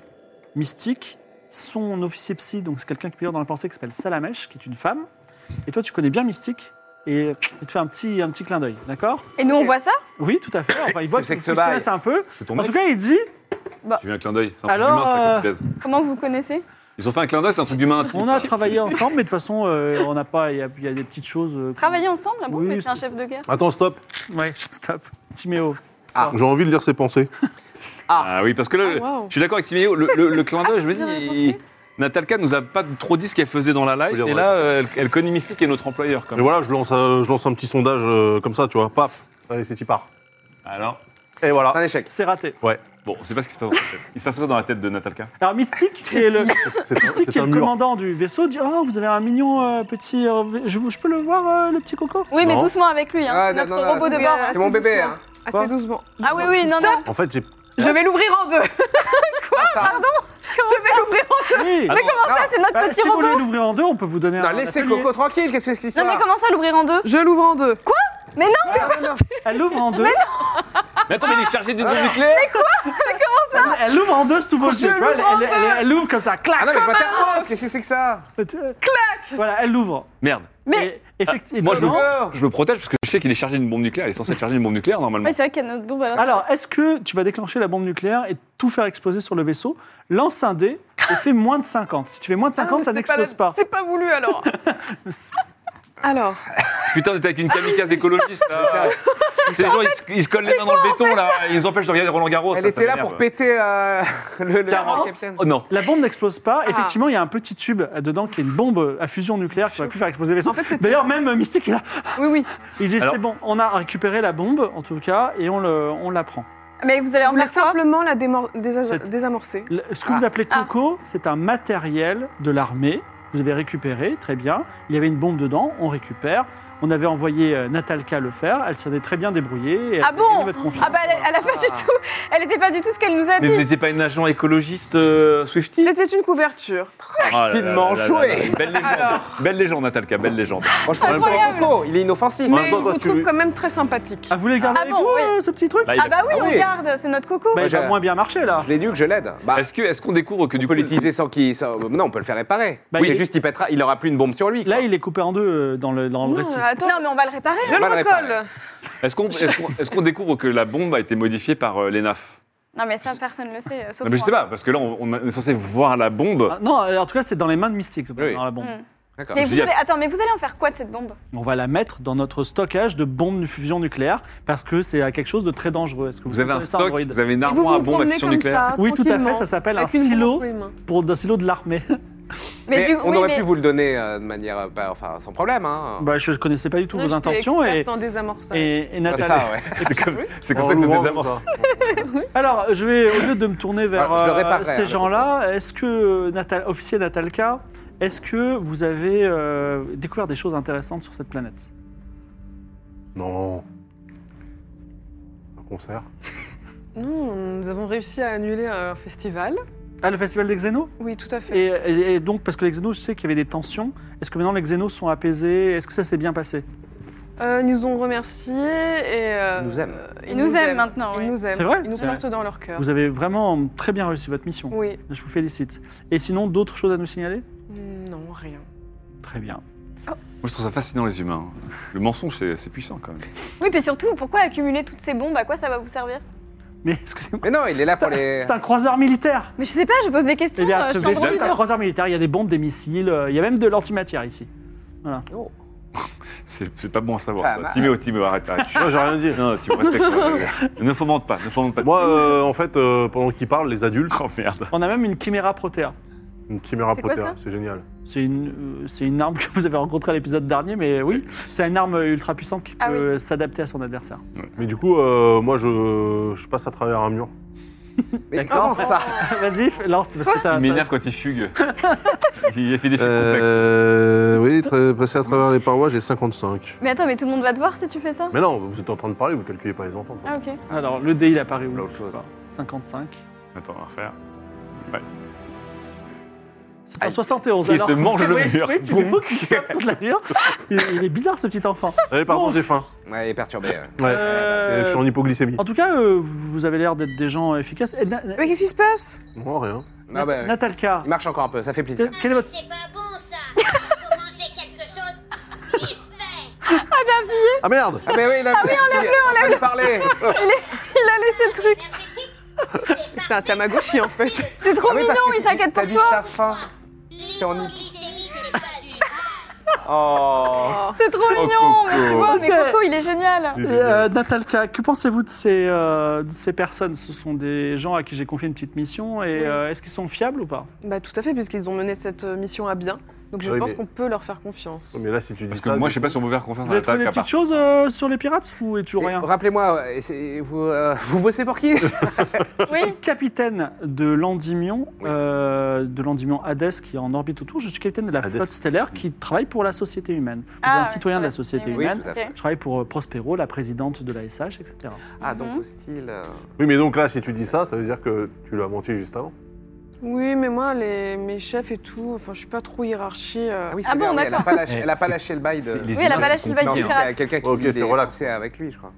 Speaker 1: mystique, son officier psy, donc c'est quelqu'un qui pilote dans la pensée qui s'appelle Salamèche, qui est une femme. Et toi, tu connais bien Mystique et il te fait un petit, un petit clin d'œil, d'accord
Speaker 4: Et nous, on voit ça
Speaker 1: oui, tout à fait. Enfin, il voit que
Speaker 5: C'est
Speaker 1: c'est
Speaker 5: que
Speaker 1: se
Speaker 5: ce bail.
Speaker 1: connaissent un peu.
Speaker 2: C'est ton
Speaker 1: En
Speaker 2: mec
Speaker 1: tout cas, il dit
Speaker 2: J'ai eu un clin d'œil. C'est un
Speaker 1: Alors,
Speaker 2: truc humain, ça,
Speaker 1: euh,
Speaker 2: quand tu baises.
Speaker 4: Comment vous connaissez
Speaker 2: Ils ont fait un clin d'œil, c'est un truc humain. intime.
Speaker 1: on a travaillé ensemble, mais de toute façon, euh, on n'a pas. Il y, a- il y a des petites choses. euh, qu'on-
Speaker 4: Travailler ensemble Ah bon,
Speaker 1: Oui,
Speaker 4: mais c'est un
Speaker 1: c'est-
Speaker 4: chef de guerre.
Speaker 7: Attends, stop.
Speaker 1: Ouais, stop. Timéo.
Speaker 7: J'ai envie de lire ses pensées.
Speaker 2: Ah oui, parce que là,
Speaker 6: Ah, wow.
Speaker 2: je suis d'accord avec Timéo, le, le- le clin d'œil, je me dis,
Speaker 6: Bien
Speaker 2: il-
Speaker 6: pensé.
Speaker 2: Natalka nous a pas trop dit ce qu'elle faisait dans la live,
Speaker 7: Faut dire
Speaker 2: et là, euh, elle, elle connaît Mystique et notre employeur quand
Speaker 7: Mais
Speaker 2: même.
Speaker 7: voilà, je lance, euh, je lance un petit sondage euh, comme ça, tu vois. Paf. Allez, c'est y part.
Speaker 2: Alors,
Speaker 7: Et voilà.
Speaker 5: Un échec.
Speaker 1: C'est raté.
Speaker 2: Bon, on sait pas ce qui se passe dans sa tête. Il se passe quoi dans la tête de Natalka
Speaker 1: Alors Mystique, qui est le,
Speaker 7: C'est
Speaker 1: Mystique, qui
Speaker 7: c'est
Speaker 1: est
Speaker 7: un
Speaker 1: le
Speaker 7: mur.
Speaker 1: commandant du vaisseau, dit Oh, vous avez un mignon euh, petit. euh, v- je, vous- je peux le voir, euh, le petit coco
Speaker 4: Oui, mais
Speaker 7: Non.
Speaker 4: doucement avec lui, hein.
Speaker 5: Ah,
Speaker 4: c'est
Speaker 5: non,
Speaker 4: notre
Speaker 5: non, non,
Speaker 4: robot de
Speaker 6: euh, c'est-
Speaker 4: bord.
Speaker 5: C'est mon bébé, hein.
Speaker 1: Quoi
Speaker 6: Assez doucement.
Speaker 4: Ah oui, oui, non, non.
Speaker 7: En fait, j'ai.
Speaker 6: Je vais l'ouvrir en deux.
Speaker 5: Pardon
Speaker 6: Je vais l'ouvrir en deux.
Speaker 1: Oui
Speaker 2: Ah non,
Speaker 4: Ah, c'est notre
Speaker 1: Bah,
Speaker 4: petit
Speaker 1: Si vous
Speaker 4: robot.
Speaker 1: voulez l'ouvrir en deux, on peut vous donner un.
Speaker 5: Non, laissez
Speaker 1: atelier.
Speaker 5: Coco tranquille, qu'est-ce que c'est que cette
Speaker 4: Non, mais
Speaker 5: histoire
Speaker 4: comment ça l'ouvrir en deux
Speaker 6: Je l'ouvre en deux.
Speaker 4: Mais non,
Speaker 5: Ah, non, non.
Speaker 1: Elle l'ouvre en deux.
Speaker 2: Mais attends, mais il est chargé d'une bombe nucléaire
Speaker 1: Elle l'ouvre en deux sous vos yeux. tu vois, Elle
Speaker 6: l'ouvre en
Speaker 1: elle- elle- elle l'ouvre comme Ah, ça,
Speaker 5: Ah
Speaker 1: clac
Speaker 5: non, mais je m'interpose, qu'est-ce que c'est que ça
Speaker 1: Clac Voilà, elle l'ouvre.
Speaker 2: Merde.
Speaker 4: Mais-
Speaker 1: Et effectivement.
Speaker 2: moi, je
Speaker 5: J'ai
Speaker 2: Non.
Speaker 5: peur.
Speaker 2: Je me protège parce que je sais qu'il est chargé d'une bombe nucléaire. Il est censé être chargé d'une bombe nucléaire normalement.
Speaker 4: Oui, c'est vrai qu'il y a notre bombe. alors.
Speaker 1: Alors, est-ce que tu vas déclencher la bombe nucléaire et tout faire exploser sur le vaisseau Lance un dé et fais moins de 50. Si tu fais moins de 50,
Speaker 6: Ah,
Speaker 1: ça
Speaker 6: mais c'est
Speaker 1: n'explose pas.
Speaker 6: C'est pas voulu alors. Alors,
Speaker 2: Putain, on était avec une kamikaze écologiste là.
Speaker 5: Putain,
Speaker 2: Ces gens, ils se, ils se collent les mains dans le béton là. Ils nous empêchent de regarder Roland Garros.
Speaker 5: Elle
Speaker 2: ça,
Speaker 5: était
Speaker 2: ça
Speaker 5: là
Speaker 2: m'énerve.
Speaker 5: pour péter euh, le, le
Speaker 1: 40.
Speaker 5: capitaine.
Speaker 2: Oh non.
Speaker 1: La bombe n'explose pas.
Speaker 6: Ah.
Speaker 1: Effectivement, il y a un petit tube dedans qui est une bombe à fusion nucléaire qui va plus faire exploser le vaisseau.
Speaker 6: En fait, c'était-
Speaker 1: D'ailleurs, même euh, Mystique est là.
Speaker 6: oui, oui.
Speaker 1: Il dit
Speaker 2: Alors-
Speaker 1: c'est bon, on a récupéré la bombe en tout cas et on, le, on la prend.
Speaker 4: Mais vous allez
Speaker 6: Je
Speaker 4: en
Speaker 6: voulais
Speaker 4: faire quoi
Speaker 6: simplement la démor- désas-
Speaker 1: Cette-
Speaker 6: désamorcer.
Speaker 1: Le- Ce que vous appelez Coco, c'est un matériel de l'armée. Vous avez récupéré, très bien. Il y avait une bombe dedans, on récupère. On avait envoyé euh, Natalka le faire. Elle s'était très bien débrouillée. et elle
Speaker 4: Ah
Speaker 1: avait gagné
Speaker 4: bon
Speaker 1: votre confiance.
Speaker 4: Ah bah, elle, elle a pas du tout. Elle n'était pas du tout ce qu'elle nous a
Speaker 2: Mais vous
Speaker 4: dit.
Speaker 2: n'étiez pas une agent écologiste euh, Swifty
Speaker 6: C'était une couverture.
Speaker 2: Ah, là, là,
Speaker 5: Finement
Speaker 2: là, là,
Speaker 5: joué.
Speaker 2: là, là. Belle légende.
Speaker 6: Alors.
Speaker 2: Belle légende, Natalka, belle légende.
Speaker 5: Moi, je prends pas
Speaker 4: Incroyable.
Speaker 5: Coco, il est inoffensif.
Speaker 6: Mais je
Speaker 7: toi,
Speaker 6: vous
Speaker 7: tu-
Speaker 6: trouve quand même très sympathique.
Speaker 1: Ah, vous voulez le garder
Speaker 4: Ah
Speaker 1: avec
Speaker 4: bon,
Speaker 1: vous,
Speaker 4: oui.
Speaker 1: euh, ce petit truc
Speaker 2: Là, il
Speaker 4: Ah bah oui,
Speaker 5: Ah
Speaker 4: on
Speaker 5: oui.
Speaker 4: garde, c'est notre coco.
Speaker 1: Bah, Il a
Speaker 5: j'ai-
Speaker 1: moins bien marché là.
Speaker 5: Je l'ai dit que je l'aide. Bah,
Speaker 2: Est-ce que- est-ce qu'on découvre que
Speaker 5: on
Speaker 2: du
Speaker 5: peut
Speaker 2: coup,
Speaker 5: l'utiliser sans qu'il. ça- Non, on peut le faire réparer.
Speaker 1: Bah,
Speaker 5: oui,
Speaker 1: il-
Speaker 5: juste il pètera, il aura plus une bombe sur lui.
Speaker 1: Là, il est coupé en deux euh, dans le, dans le
Speaker 6: Non,
Speaker 1: récit.
Speaker 6: attends,
Speaker 4: Non, mais on va Bah, le réparer.
Speaker 6: je le
Speaker 5: va le
Speaker 6: recolle.
Speaker 2: est-ce qu'on est-ce qu'on- est-ce qu'on découvre que la bombe a été modifiée par euh, l'ENAF
Speaker 4: Non, mais ça, personne ne le sait. euh, Sauf
Speaker 2: Non, mais je sais
Speaker 4: moi.
Speaker 2: pas, parce que là, on, on est censé voir la bombe.
Speaker 1: Ah, non, en tout cas, c'est dans les mains de Mystique.
Speaker 5: Oui.
Speaker 1: dans la bombe.
Speaker 4: Mm.
Speaker 5: D'accord.
Speaker 4: Mais
Speaker 2: Je
Speaker 4: vous
Speaker 2: dis-
Speaker 4: allez... Attends, mais vous allez en faire quoi de cette bombe
Speaker 6: Mm.
Speaker 1: On va la mettre dans notre stockage de bombes de fusion nucléaire parce que c'est quelque chose de très dangereux. Est-ce que vous,
Speaker 2: Vous avez un
Speaker 1: connaissez
Speaker 2: stock,
Speaker 1: Android
Speaker 2: vous avez une
Speaker 6: Et vous
Speaker 2: armoire à
Speaker 6: vous
Speaker 2: bombes à
Speaker 6: promenez
Speaker 2: fission
Speaker 6: comme
Speaker 2: nucléaire.
Speaker 6: ça.
Speaker 1: Oui, tout à fait.
Speaker 6: tranquillement,
Speaker 1: Ça s'appelle un
Speaker 6: avec une bombe
Speaker 1: silo
Speaker 6: entre les mains.
Speaker 1: pour un silo de l'armée.
Speaker 4: Mais,
Speaker 5: Mais
Speaker 4: du
Speaker 5: on
Speaker 4: oui,
Speaker 5: aurait
Speaker 4: mais...
Speaker 5: pu vous le donner euh, de manière. euh, bah, enfin, sans problème. Hein.
Speaker 1: Bah, je ne connaissais pas du tout
Speaker 6: Non,
Speaker 1: vos
Speaker 6: j'étais
Speaker 1: intentions et,
Speaker 6: experte en désamorçage.
Speaker 1: et, et
Speaker 5: Bah,
Speaker 1: Nathalie.
Speaker 5: ça, ouais.
Speaker 2: C'est comme, c'est comme
Speaker 7: En
Speaker 2: ça que vous
Speaker 7: l'ouvrant,
Speaker 2: désamorcez.
Speaker 1: Alors, je vais, au lieu de me tourner vers
Speaker 5: Alors, je le
Speaker 1: euh,
Speaker 5: réparerai, hein,
Speaker 1: ces
Speaker 5: le
Speaker 1: gens-là, est-ce que, Natal, officier Natalka, est-ce que vous avez euh, découvert des choses intéressantes sur cette planète
Speaker 7: Non. Un concert
Speaker 6: Non, nous avons réussi à annuler un festival.
Speaker 1: Ah, le festival des Xénos
Speaker 6: Oui, tout à fait.
Speaker 1: et, et- et donc, parce que les Xénos, je sais qu'il y avait des tensions. Est-ce que maintenant les Xénos sont apaisés Est-ce que ça s'est bien passé
Speaker 6: Euh, ils nous ont remerciés et... euh,
Speaker 5: Ils nous aiment.
Speaker 4: Ils nous aiment maintenant,
Speaker 6: Ils
Speaker 4: oui.
Speaker 6: nous aiment.
Speaker 1: C'est vrai
Speaker 6: Ils nous
Speaker 1: C'est vrai.
Speaker 6: portent dans leur cœur.
Speaker 1: Vous avez vraiment très bien réussi votre mission.
Speaker 6: Oui.
Speaker 1: Je vous félicite. Et sinon, d'autres choses à nous signaler
Speaker 6: Non, rien.
Speaker 1: Très bien.
Speaker 2: Moi, je trouve ça fascinant, les humains. Le mensonge, c'est c'est puissant quand même.
Speaker 4: Oui, puis surtout, pourquoi accumuler toutes ces bombes À quoi ça va vous servir
Speaker 1: Mais excusez-moi,
Speaker 5: Mais non, il est là pour les.
Speaker 1: c'est un croiseur militaire
Speaker 4: Mais je sais pas, je pose des questions.
Speaker 1: Eh bien,
Speaker 4: euh,
Speaker 1: à ce
Speaker 4: je t'en
Speaker 1: vaisseau,
Speaker 4: prie.
Speaker 1: c'est un croiseur militaire. Il y a des bombes, des missiles, euh, il y a même de l'antimatière ici.
Speaker 2: C'est c'est pas bon à savoir.
Speaker 5: Ah,
Speaker 2: ça.
Speaker 5: bah.
Speaker 2: Timéo, Timéo, arrête, arrête.
Speaker 7: Non, j'ai rien dit.
Speaker 2: Non, Timéo, respecte. ne fomente pas, ne fomente pas.
Speaker 7: Moi, euh, en fait, euh, pendant qu'ils parlent, les adultes,
Speaker 2: Oh merde.
Speaker 1: On a même une chiméra protéa.
Speaker 7: une chiméra
Speaker 4: C'est quoi
Speaker 7: protéa,
Speaker 4: ça
Speaker 7: hein,
Speaker 4: Ah.
Speaker 7: c'est génial.
Speaker 1: C'est une, euh, c'est une arme que vous avez rencontrée à l'épisode dernier, mais oui, c'est une arme ultra puissante qui
Speaker 4: Ah
Speaker 1: peut s'adapter à son adversaire.
Speaker 7: Mais du coup, euh, moi, je, je passe à travers un mur.
Speaker 5: Mais
Speaker 1: D'accord.
Speaker 5: comment ça
Speaker 1: Vas-y, f- lance, parce que t'as.
Speaker 2: Il m'énerve
Speaker 1: t'as-
Speaker 2: quand il fugue. il a fait des fugues complexes.
Speaker 7: Euh, oui, tra- passer à travers les parois, j'ai 55.
Speaker 4: Mais attends, mais tout le monde va te voir si tu fais ça
Speaker 7: Mais non, vous êtes en train de parler, vous calculez pas les enfants. toi.
Speaker 4: Ah, ok.
Speaker 1: Alors, le dé, il apparaît où
Speaker 5: L'autre chose.
Speaker 1: 55.
Speaker 2: Attends, on va refaire.
Speaker 1: C'est un 71.
Speaker 2: Il
Speaker 1: alors.
Speaker 2: se mange le
Speaker 1: Oui,
Speaker 2: mur.
Speaker 1: oui, tu
Speaker 2: Boum.
Speaker 1: vois qu'il se tape contre la mur. Il, il est bizarre, ce petit enfant.
Speaker 7: Allez, par
Speaker 1: Bon.
Speaker 7: contre, j'ai faim.
Speaker 5: Ouais, il est perturbé. ouais.
Speaker 7: Ouais.
Speaker 1: Euh,
Speaker 7: Je suis en hypoglycémie.
Speaker 1: En tout cas, euh, vous vous avez l'air d'être des gens efficaces. Et Na- Na-
Speaker 6: Mais qu'est-ce qui se passe
Speaker 7: Moi, rien.
Speaker 2: Ah
Speaker 5: Non, bah,
Speaker 1: Natalka,
Speaker 5: il marche encore un peu, ça fait plaisir.
Speaker 1: quel est votre.
Speaker 3: C'est pas bon ça Faut manger quelque chose qui se fait
Speaker 7: Ah merde
Speaker 5: Ah, mais oui, il a ah, on l'a on l'a parler.
Speaker 4: Il a laissé le truc.
Speaker 6: C'est un Tamagotchi en fait.
Speaker 4: C'est trop
Speaker 5: Ah oui,
Speaker 4: mignon,
Speaker 5: parce que
Speaker 4: il
Speaker 5: tu dis-
Speaker 4: s'inquiète
Speaker 5: T'as
Speaker 4: pour
Speaker 5: dit
Speaker 4: toi.
Speaker 5: que t'as faim. T'es en
Speaker 3: L'hypoglycémie, c'est pas du
Speaker 5: Oh.
Speaker 4: C'est trop
Speaker 2: Oh,
Speaker 4: mignon.
Speaker 2: Coco.
Speaker 4: Mais tu vois, mais
Speaker 1: Ok.
Speaker 4: Coco, il est génial.
Speaker 1: Euh, Natalka, que pensez-vous de ces, euh, de ces personnes Ce sont des gens à qui j'ai confié une petite mission et euh, est-ce qu'ils sont fiables ou pas
Speaker 6: Bah tout à fait, puisqu'ils ont mené cette euh, mission à bien. Donc je
Speaker 7: Oui,
Speaker 6: pense
Speaker 7: mais-
Speaker 6: qu'on peut leur faire confiance.
Speaker 7: Oh, Mais là, si tu dis
Speaker 2: Parce
Speaker 7: ça.
Speaker 2: que moi,
Speaker 7: du
Speaker 2: je sais pas
Speaker 7: coup-
Speaker 2: si on peut faire confiance
Speaker 1: Vous
Speaker 2: à la
Speaker 1: avez trouvé des
Speaker 2: table.
Speaker 1: petites choses euh, sur les pirates ou est toujours
Speaker 5: Et
Speaker 1: rien
Speaker 5: Rappelez-moi, euh, c'est- vous, euh, vous bossez pour qui
Speaker 4: Oui,
Speaker 1: Capitaine de l'Endymion,
Speaker 5: Oui.
Speaker 1: euh, de l'Endymion Hades qui est en orbite autour, je suis capitaine de la
Speaker 7: Hadès.
Speaker 1: flotte stellaire qui travaille pour la société humaine. Je suis
Speaker 4: Ah,
Speaker 1: un
Speaker 4: ouais,
Speaker 1: citoyen
Speaker 4: pour
Speaker 1: de la
Speaker 4: la
Speaker 1: société
Speaker 4: société
Speaker 5: Oui,
Speaker 1: humaine.
Speaker 5: tout à
Speaker 4: Ok.
Speaker 5: fait.
Speaker 1: Je travaille pour euh, Prospero, la présidente de la SH, etc.
Speaker 5: Ah, donc
Speaker 4: Mhm.
Speaker 5: hostile. euh,
Speaker 7: Oui, mais donc là, si tu dis ça, ça veut dire que tu lui as menti juste avant.
Speaker 6: Oui, mais moi, les, mes chefs et tout, enfin, je suis pas trop hiérarchie. euh.
Speaker 5: Ah oui, c'est
Speaker 4: Ah bon,
Speaker 5: vrai, oui, elle n'a
Speaker 4: d'accord.
Speaker 5: pas lâché,
Speaker 2: Eh,
Speaker 5: elle a pas
Speaker 2: c'est-
Speaker 5: lâché le bail de.
Speaker 2: les
Speaker 4: Oui, elle
Speaker 2: humains
Speaker 4: a pas
Speaker 2: qui
Speaker 4: lâché le bail
Speaker 5: Non,
Speaker 4: du
Speaker 5: c'était
Speaker 2: comprennent.
Speaker 4: pirate.
Speaker 5: quelqu'un qui
Speaker 7: Ok,
Speaker 5: vivait
Speaker 7: c'est
Speaker 5: des
Speaker 7: relax.
Speaker 5: pensées avec lui, je crois.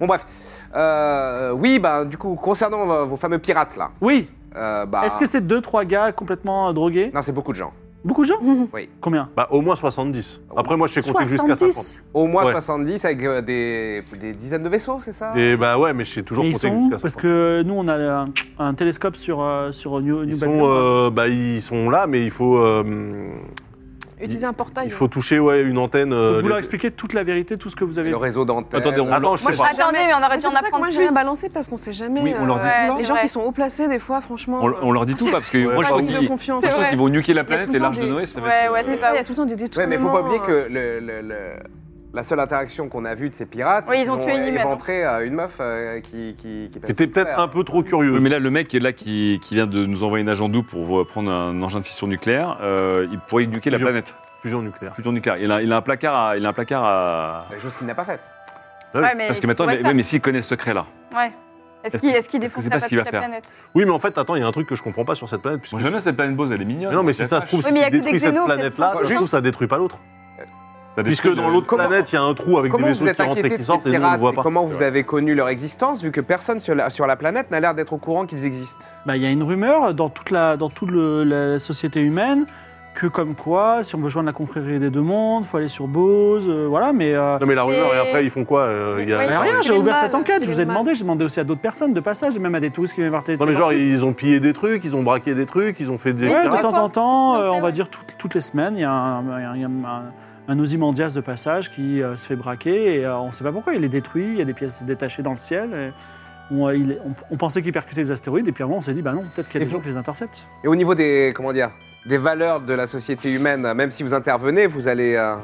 Speaker 5: Bon, bref. Euh, oui, bah, du coup, concernant euh, vos fameux pirates, là.
Speaker 1: Oui,
Speaker 5: euh, bah,
Speaker 1: est-ce que c'est deux, trois gars complètement euh, drogués
Speaker 5: Non, c'est beaucoup de gens.
Speaker 1: Beaucoup de gens
Speaker 5: Oui.
Speaker 1: Combien
Speaker 7: Bah, au moins 70.
Speaker 1: Ah,
Speaker 7: Après, moi, je sais compter jusqu'à 50.
Speaker 1: 70
Speaker 5: Au moins
Speaker 7: Ouais.
Speaker 5: 70 avec euh, des, des dizaines de vaisseaux, c'est ça
Speaker 7: Et bah, ouais, mais je sais toujours
Speaker 1: Mais ils
Speaker 7: compter
Speaker 1: sont où
Speaker 7: jusqu'à 50.
Speaker 1: Parce que nous, on a un, un télescope sur, euh, sur New, New
Speaker 7: Ils sont,
Speaker 1: Babylon.
Speaker 7: euh, bah, ils sont là, mais il faut, euh,
Speaker 6: Utiliser un portail.
Speaker 7: il faut toucher ouais, une antenne. euh,
Speaker 1: Donc, vous
Speaker 7: les-
Speaker 1: leur expliquez toute la vérité, tout ce que vous avez
Speaker 5: Le réseau Ah, d'antenne.
Speaker 2: Attendez, on-
Speaker 7: Attends, je
Speaker 4: Moi,
Speaker 7: sais
Speaker 4: je-
Speaker 7: pas.
Speaker 4: Attendez, mais on aurait
Speaker 6: Mais
Speaker 4: dû
Speaker 6: c'est
Speaker 4: en
Speaker 6: pour ça que
Speaker 4: apprendre
Speaker 6: moi,
Speaker 4: plus.
Speaker 6: j'ai rien balancé parce qu'on sait jamais. euh,
Speaker 2: Oui, on leur dit
Speaker 4: tout, hein.
Speaker 6: Les
Speaker 4: C'est
Speaker 6: gens
Speaker 4: vrai.
Speaker 6: qui sont haut placés, des fois, franchement.
Speaker 2: On,
Speaker 6: euh,
Speaker 2: on leur dit tout, là, parce que
Speaker 7: Ouais,
Speaker 2: moi, je
Speaker 6: pas
Speaker 2: pense
Speaker 6: de
Speaker 2: qu'ils
Speaker 6: confiance.
Speaker 4: C'est
Speaker 2: je pense
Speaker 4: vrai.
Speaker 2: qu'ils vont nuquer la
Speaker 6: Il y a
Speaker 2: planète
Speaker 6: tout
Speaker 2: et
Speaker 6: le
Speaker 2: l'arche
Speaker 6: temps
Speaker 2: de
Speaker 6: des-
Speaker 2: Noé. ça va
Speaker 4: Ouais,
Speaker 2: être-
Speaker 4: ouais,
Speaker 6: C'est
Speaker 4: c'est
Speaker 6: ça,
Speaker 4: pas
Speaker 6: il y a
Speaker 4: ouf.
Speaker 6: tout le temps des détours.
Speaker 5: Ouais, mais faut pas oublier
Speaker 4: euh.
Speaker 5: que le, le- le- la seule interaction qu'on a vue de ces pirates,
Speaker 4: Oui, ils ont tué
Speaker 5: euh,
Speaker 4: Nimad, hein.
Speaker 5: éventré euh, une meuf euh, qui, qui, qui
Speaker 7: Qui était peut-être un peu trop curieux.
Speaker 2: Oui, mais là, le mec qui est là qui, qui vient de nous envoyer une agent doux pour euh, prendre un engin de fission nucléaire, euh, il pourrait nuquer la
Speaker 7: Fusion.
Speaker 2: planète.
Speaker 7: Fusion nucléaire.
Speaker 2: Fusion nucléaire. Il a, il a un placard à. Il a un placard à...
Speaker 5: La chose qu'il n'a pas faite.
Speaker 4: Ouais, mais
Speaker 2: Parce que maintenant,
Speaker 4: il
Speaker 2: mais,
Speaker 4: pourrait
Speaker 2: ouais, mais s'il connaît ce secret-là,
Speaker 4: faire. Ouais. Est-ce
Speaker 2: Est-ce
Speaker 4: qu'il
Speaker 2: que-
Speaker 4: est-ce qu'il
Speaker 2: est-ce que
Speaker 4: défonce
Speaker 2: c'est
Speaker 4: la
Speaker 2: pas ce qu'il va
Speaker 4: la
Speaker 2: faire
Speaker 4: planète
Speaker 7: Oui, mais en fait, attends, il y a un truc que je comprends pas sur cette planète. Puisque
Speaker 2: moi hein, j'aime bien cette planète Bose, elle est mignonne.
Speaker 7: Mais non, mais si ça se trouve,
Speaker 4: Oui,
Speaker 7: si
Speaker 4: mais il y a que
Speaker 7: tu
Speaker 4: des
Speaker 7: détruis cette
Speaker 4: xénos,
Speaker 7: planète-là,
Speaker 5: peut-être,
Speaker 7: ça se trouve,
Speaker 5: juste-
Speaker 7: ça détruit pas l'autre.
Speaker 2: Ça détruit
Speaker 7: Puisque dans
Speaker 2: le-
Speaker 7: l'autre
Speaker 5: Comment-
Speaker 7: planète, il y a un trou avec des
Speaker 5: Comment
Speaker 7: vaisseaux
Speaker 5: vous êtes
Speaker 7: qui rentrent et
Speaker 5: inquiété
Speaker 7: qui
Speaker 5: de ces
Speaker 7: sortent, et nous, on le
Speaker 5: pirates
Speaker 7: voit
Speaker 5: et
Speaker 7: pas.
Speaker 5: comment vous
Speaker 7: Ouais.
Speaker 5: avez connu leur existence, vu que personne sur la, sur la planète n'a l'air d'être au courant qu'ils existent
Speaker 1: Bah, Il y a une rumeur dans toute, la, dans toute le- la société humaine que comme quoi, si on veut joindre la confrérie des deux mondes, faut aller sur Bose, euh, voilà, mais... euh,
Speaker 7: Non, mais la rumeur,
Speaker 4: Et-
Speaker 7: et après, ils font quoi euh, il y a-
Speaker 6: Mais
Speaker 1: mais
Speaker 6: oui.
Speaker 1: rien,
Speaker 6: c'est
Speaker 1: j'ai ouvert
Speaker 6: mal,
Speaker 1: cette enquête, je
Speaker 6: c'est
Speaker 1: vous ai
Speaker 6: mal.
Speaker 1: demandé, j'ai demandé aussi à d'autres personnes de passage, et même à des touristes qui viennent voir tes-
Speaker 7: Non, mais
Speaker 1: tes
Speaker 7: genre,
Speaker 1: parties.
Speaker 7: ils ont pillé des trucs, ils ont braqué des trucs, ils ont fait des.
Speaker 4: Oui,
Speaker 1: Ouais,
Speaker 7: pirates.
Speaker 1: de temps en temps,
Speaker 4: Tout
Speaker 1: euh,
Speaker 4: à fait,
Speaker 1: on va
Speaker 4: ouais.
Speaker 1: dire toutes, toutes les semaines, il y a un, un- il y a un- un Ozymandias de passage qui euh, se fait braquer et euh, on ne sait pas pourquoi. Il est détruit, il y a des pièces détachées dans le ciel. et on, euh, il est- on- on pensait qu'il percutait des astéroïdes et puis à un moment on s'est dit, bah non, peut-être qu'il y a des
Speaker 5: Et vous-
Speaker 1: gens qui les interceptent.
Speaker 5: Et au niveau des, comment dire, des valeurs de la société humaine, même si vous intervenez, vous allez euh,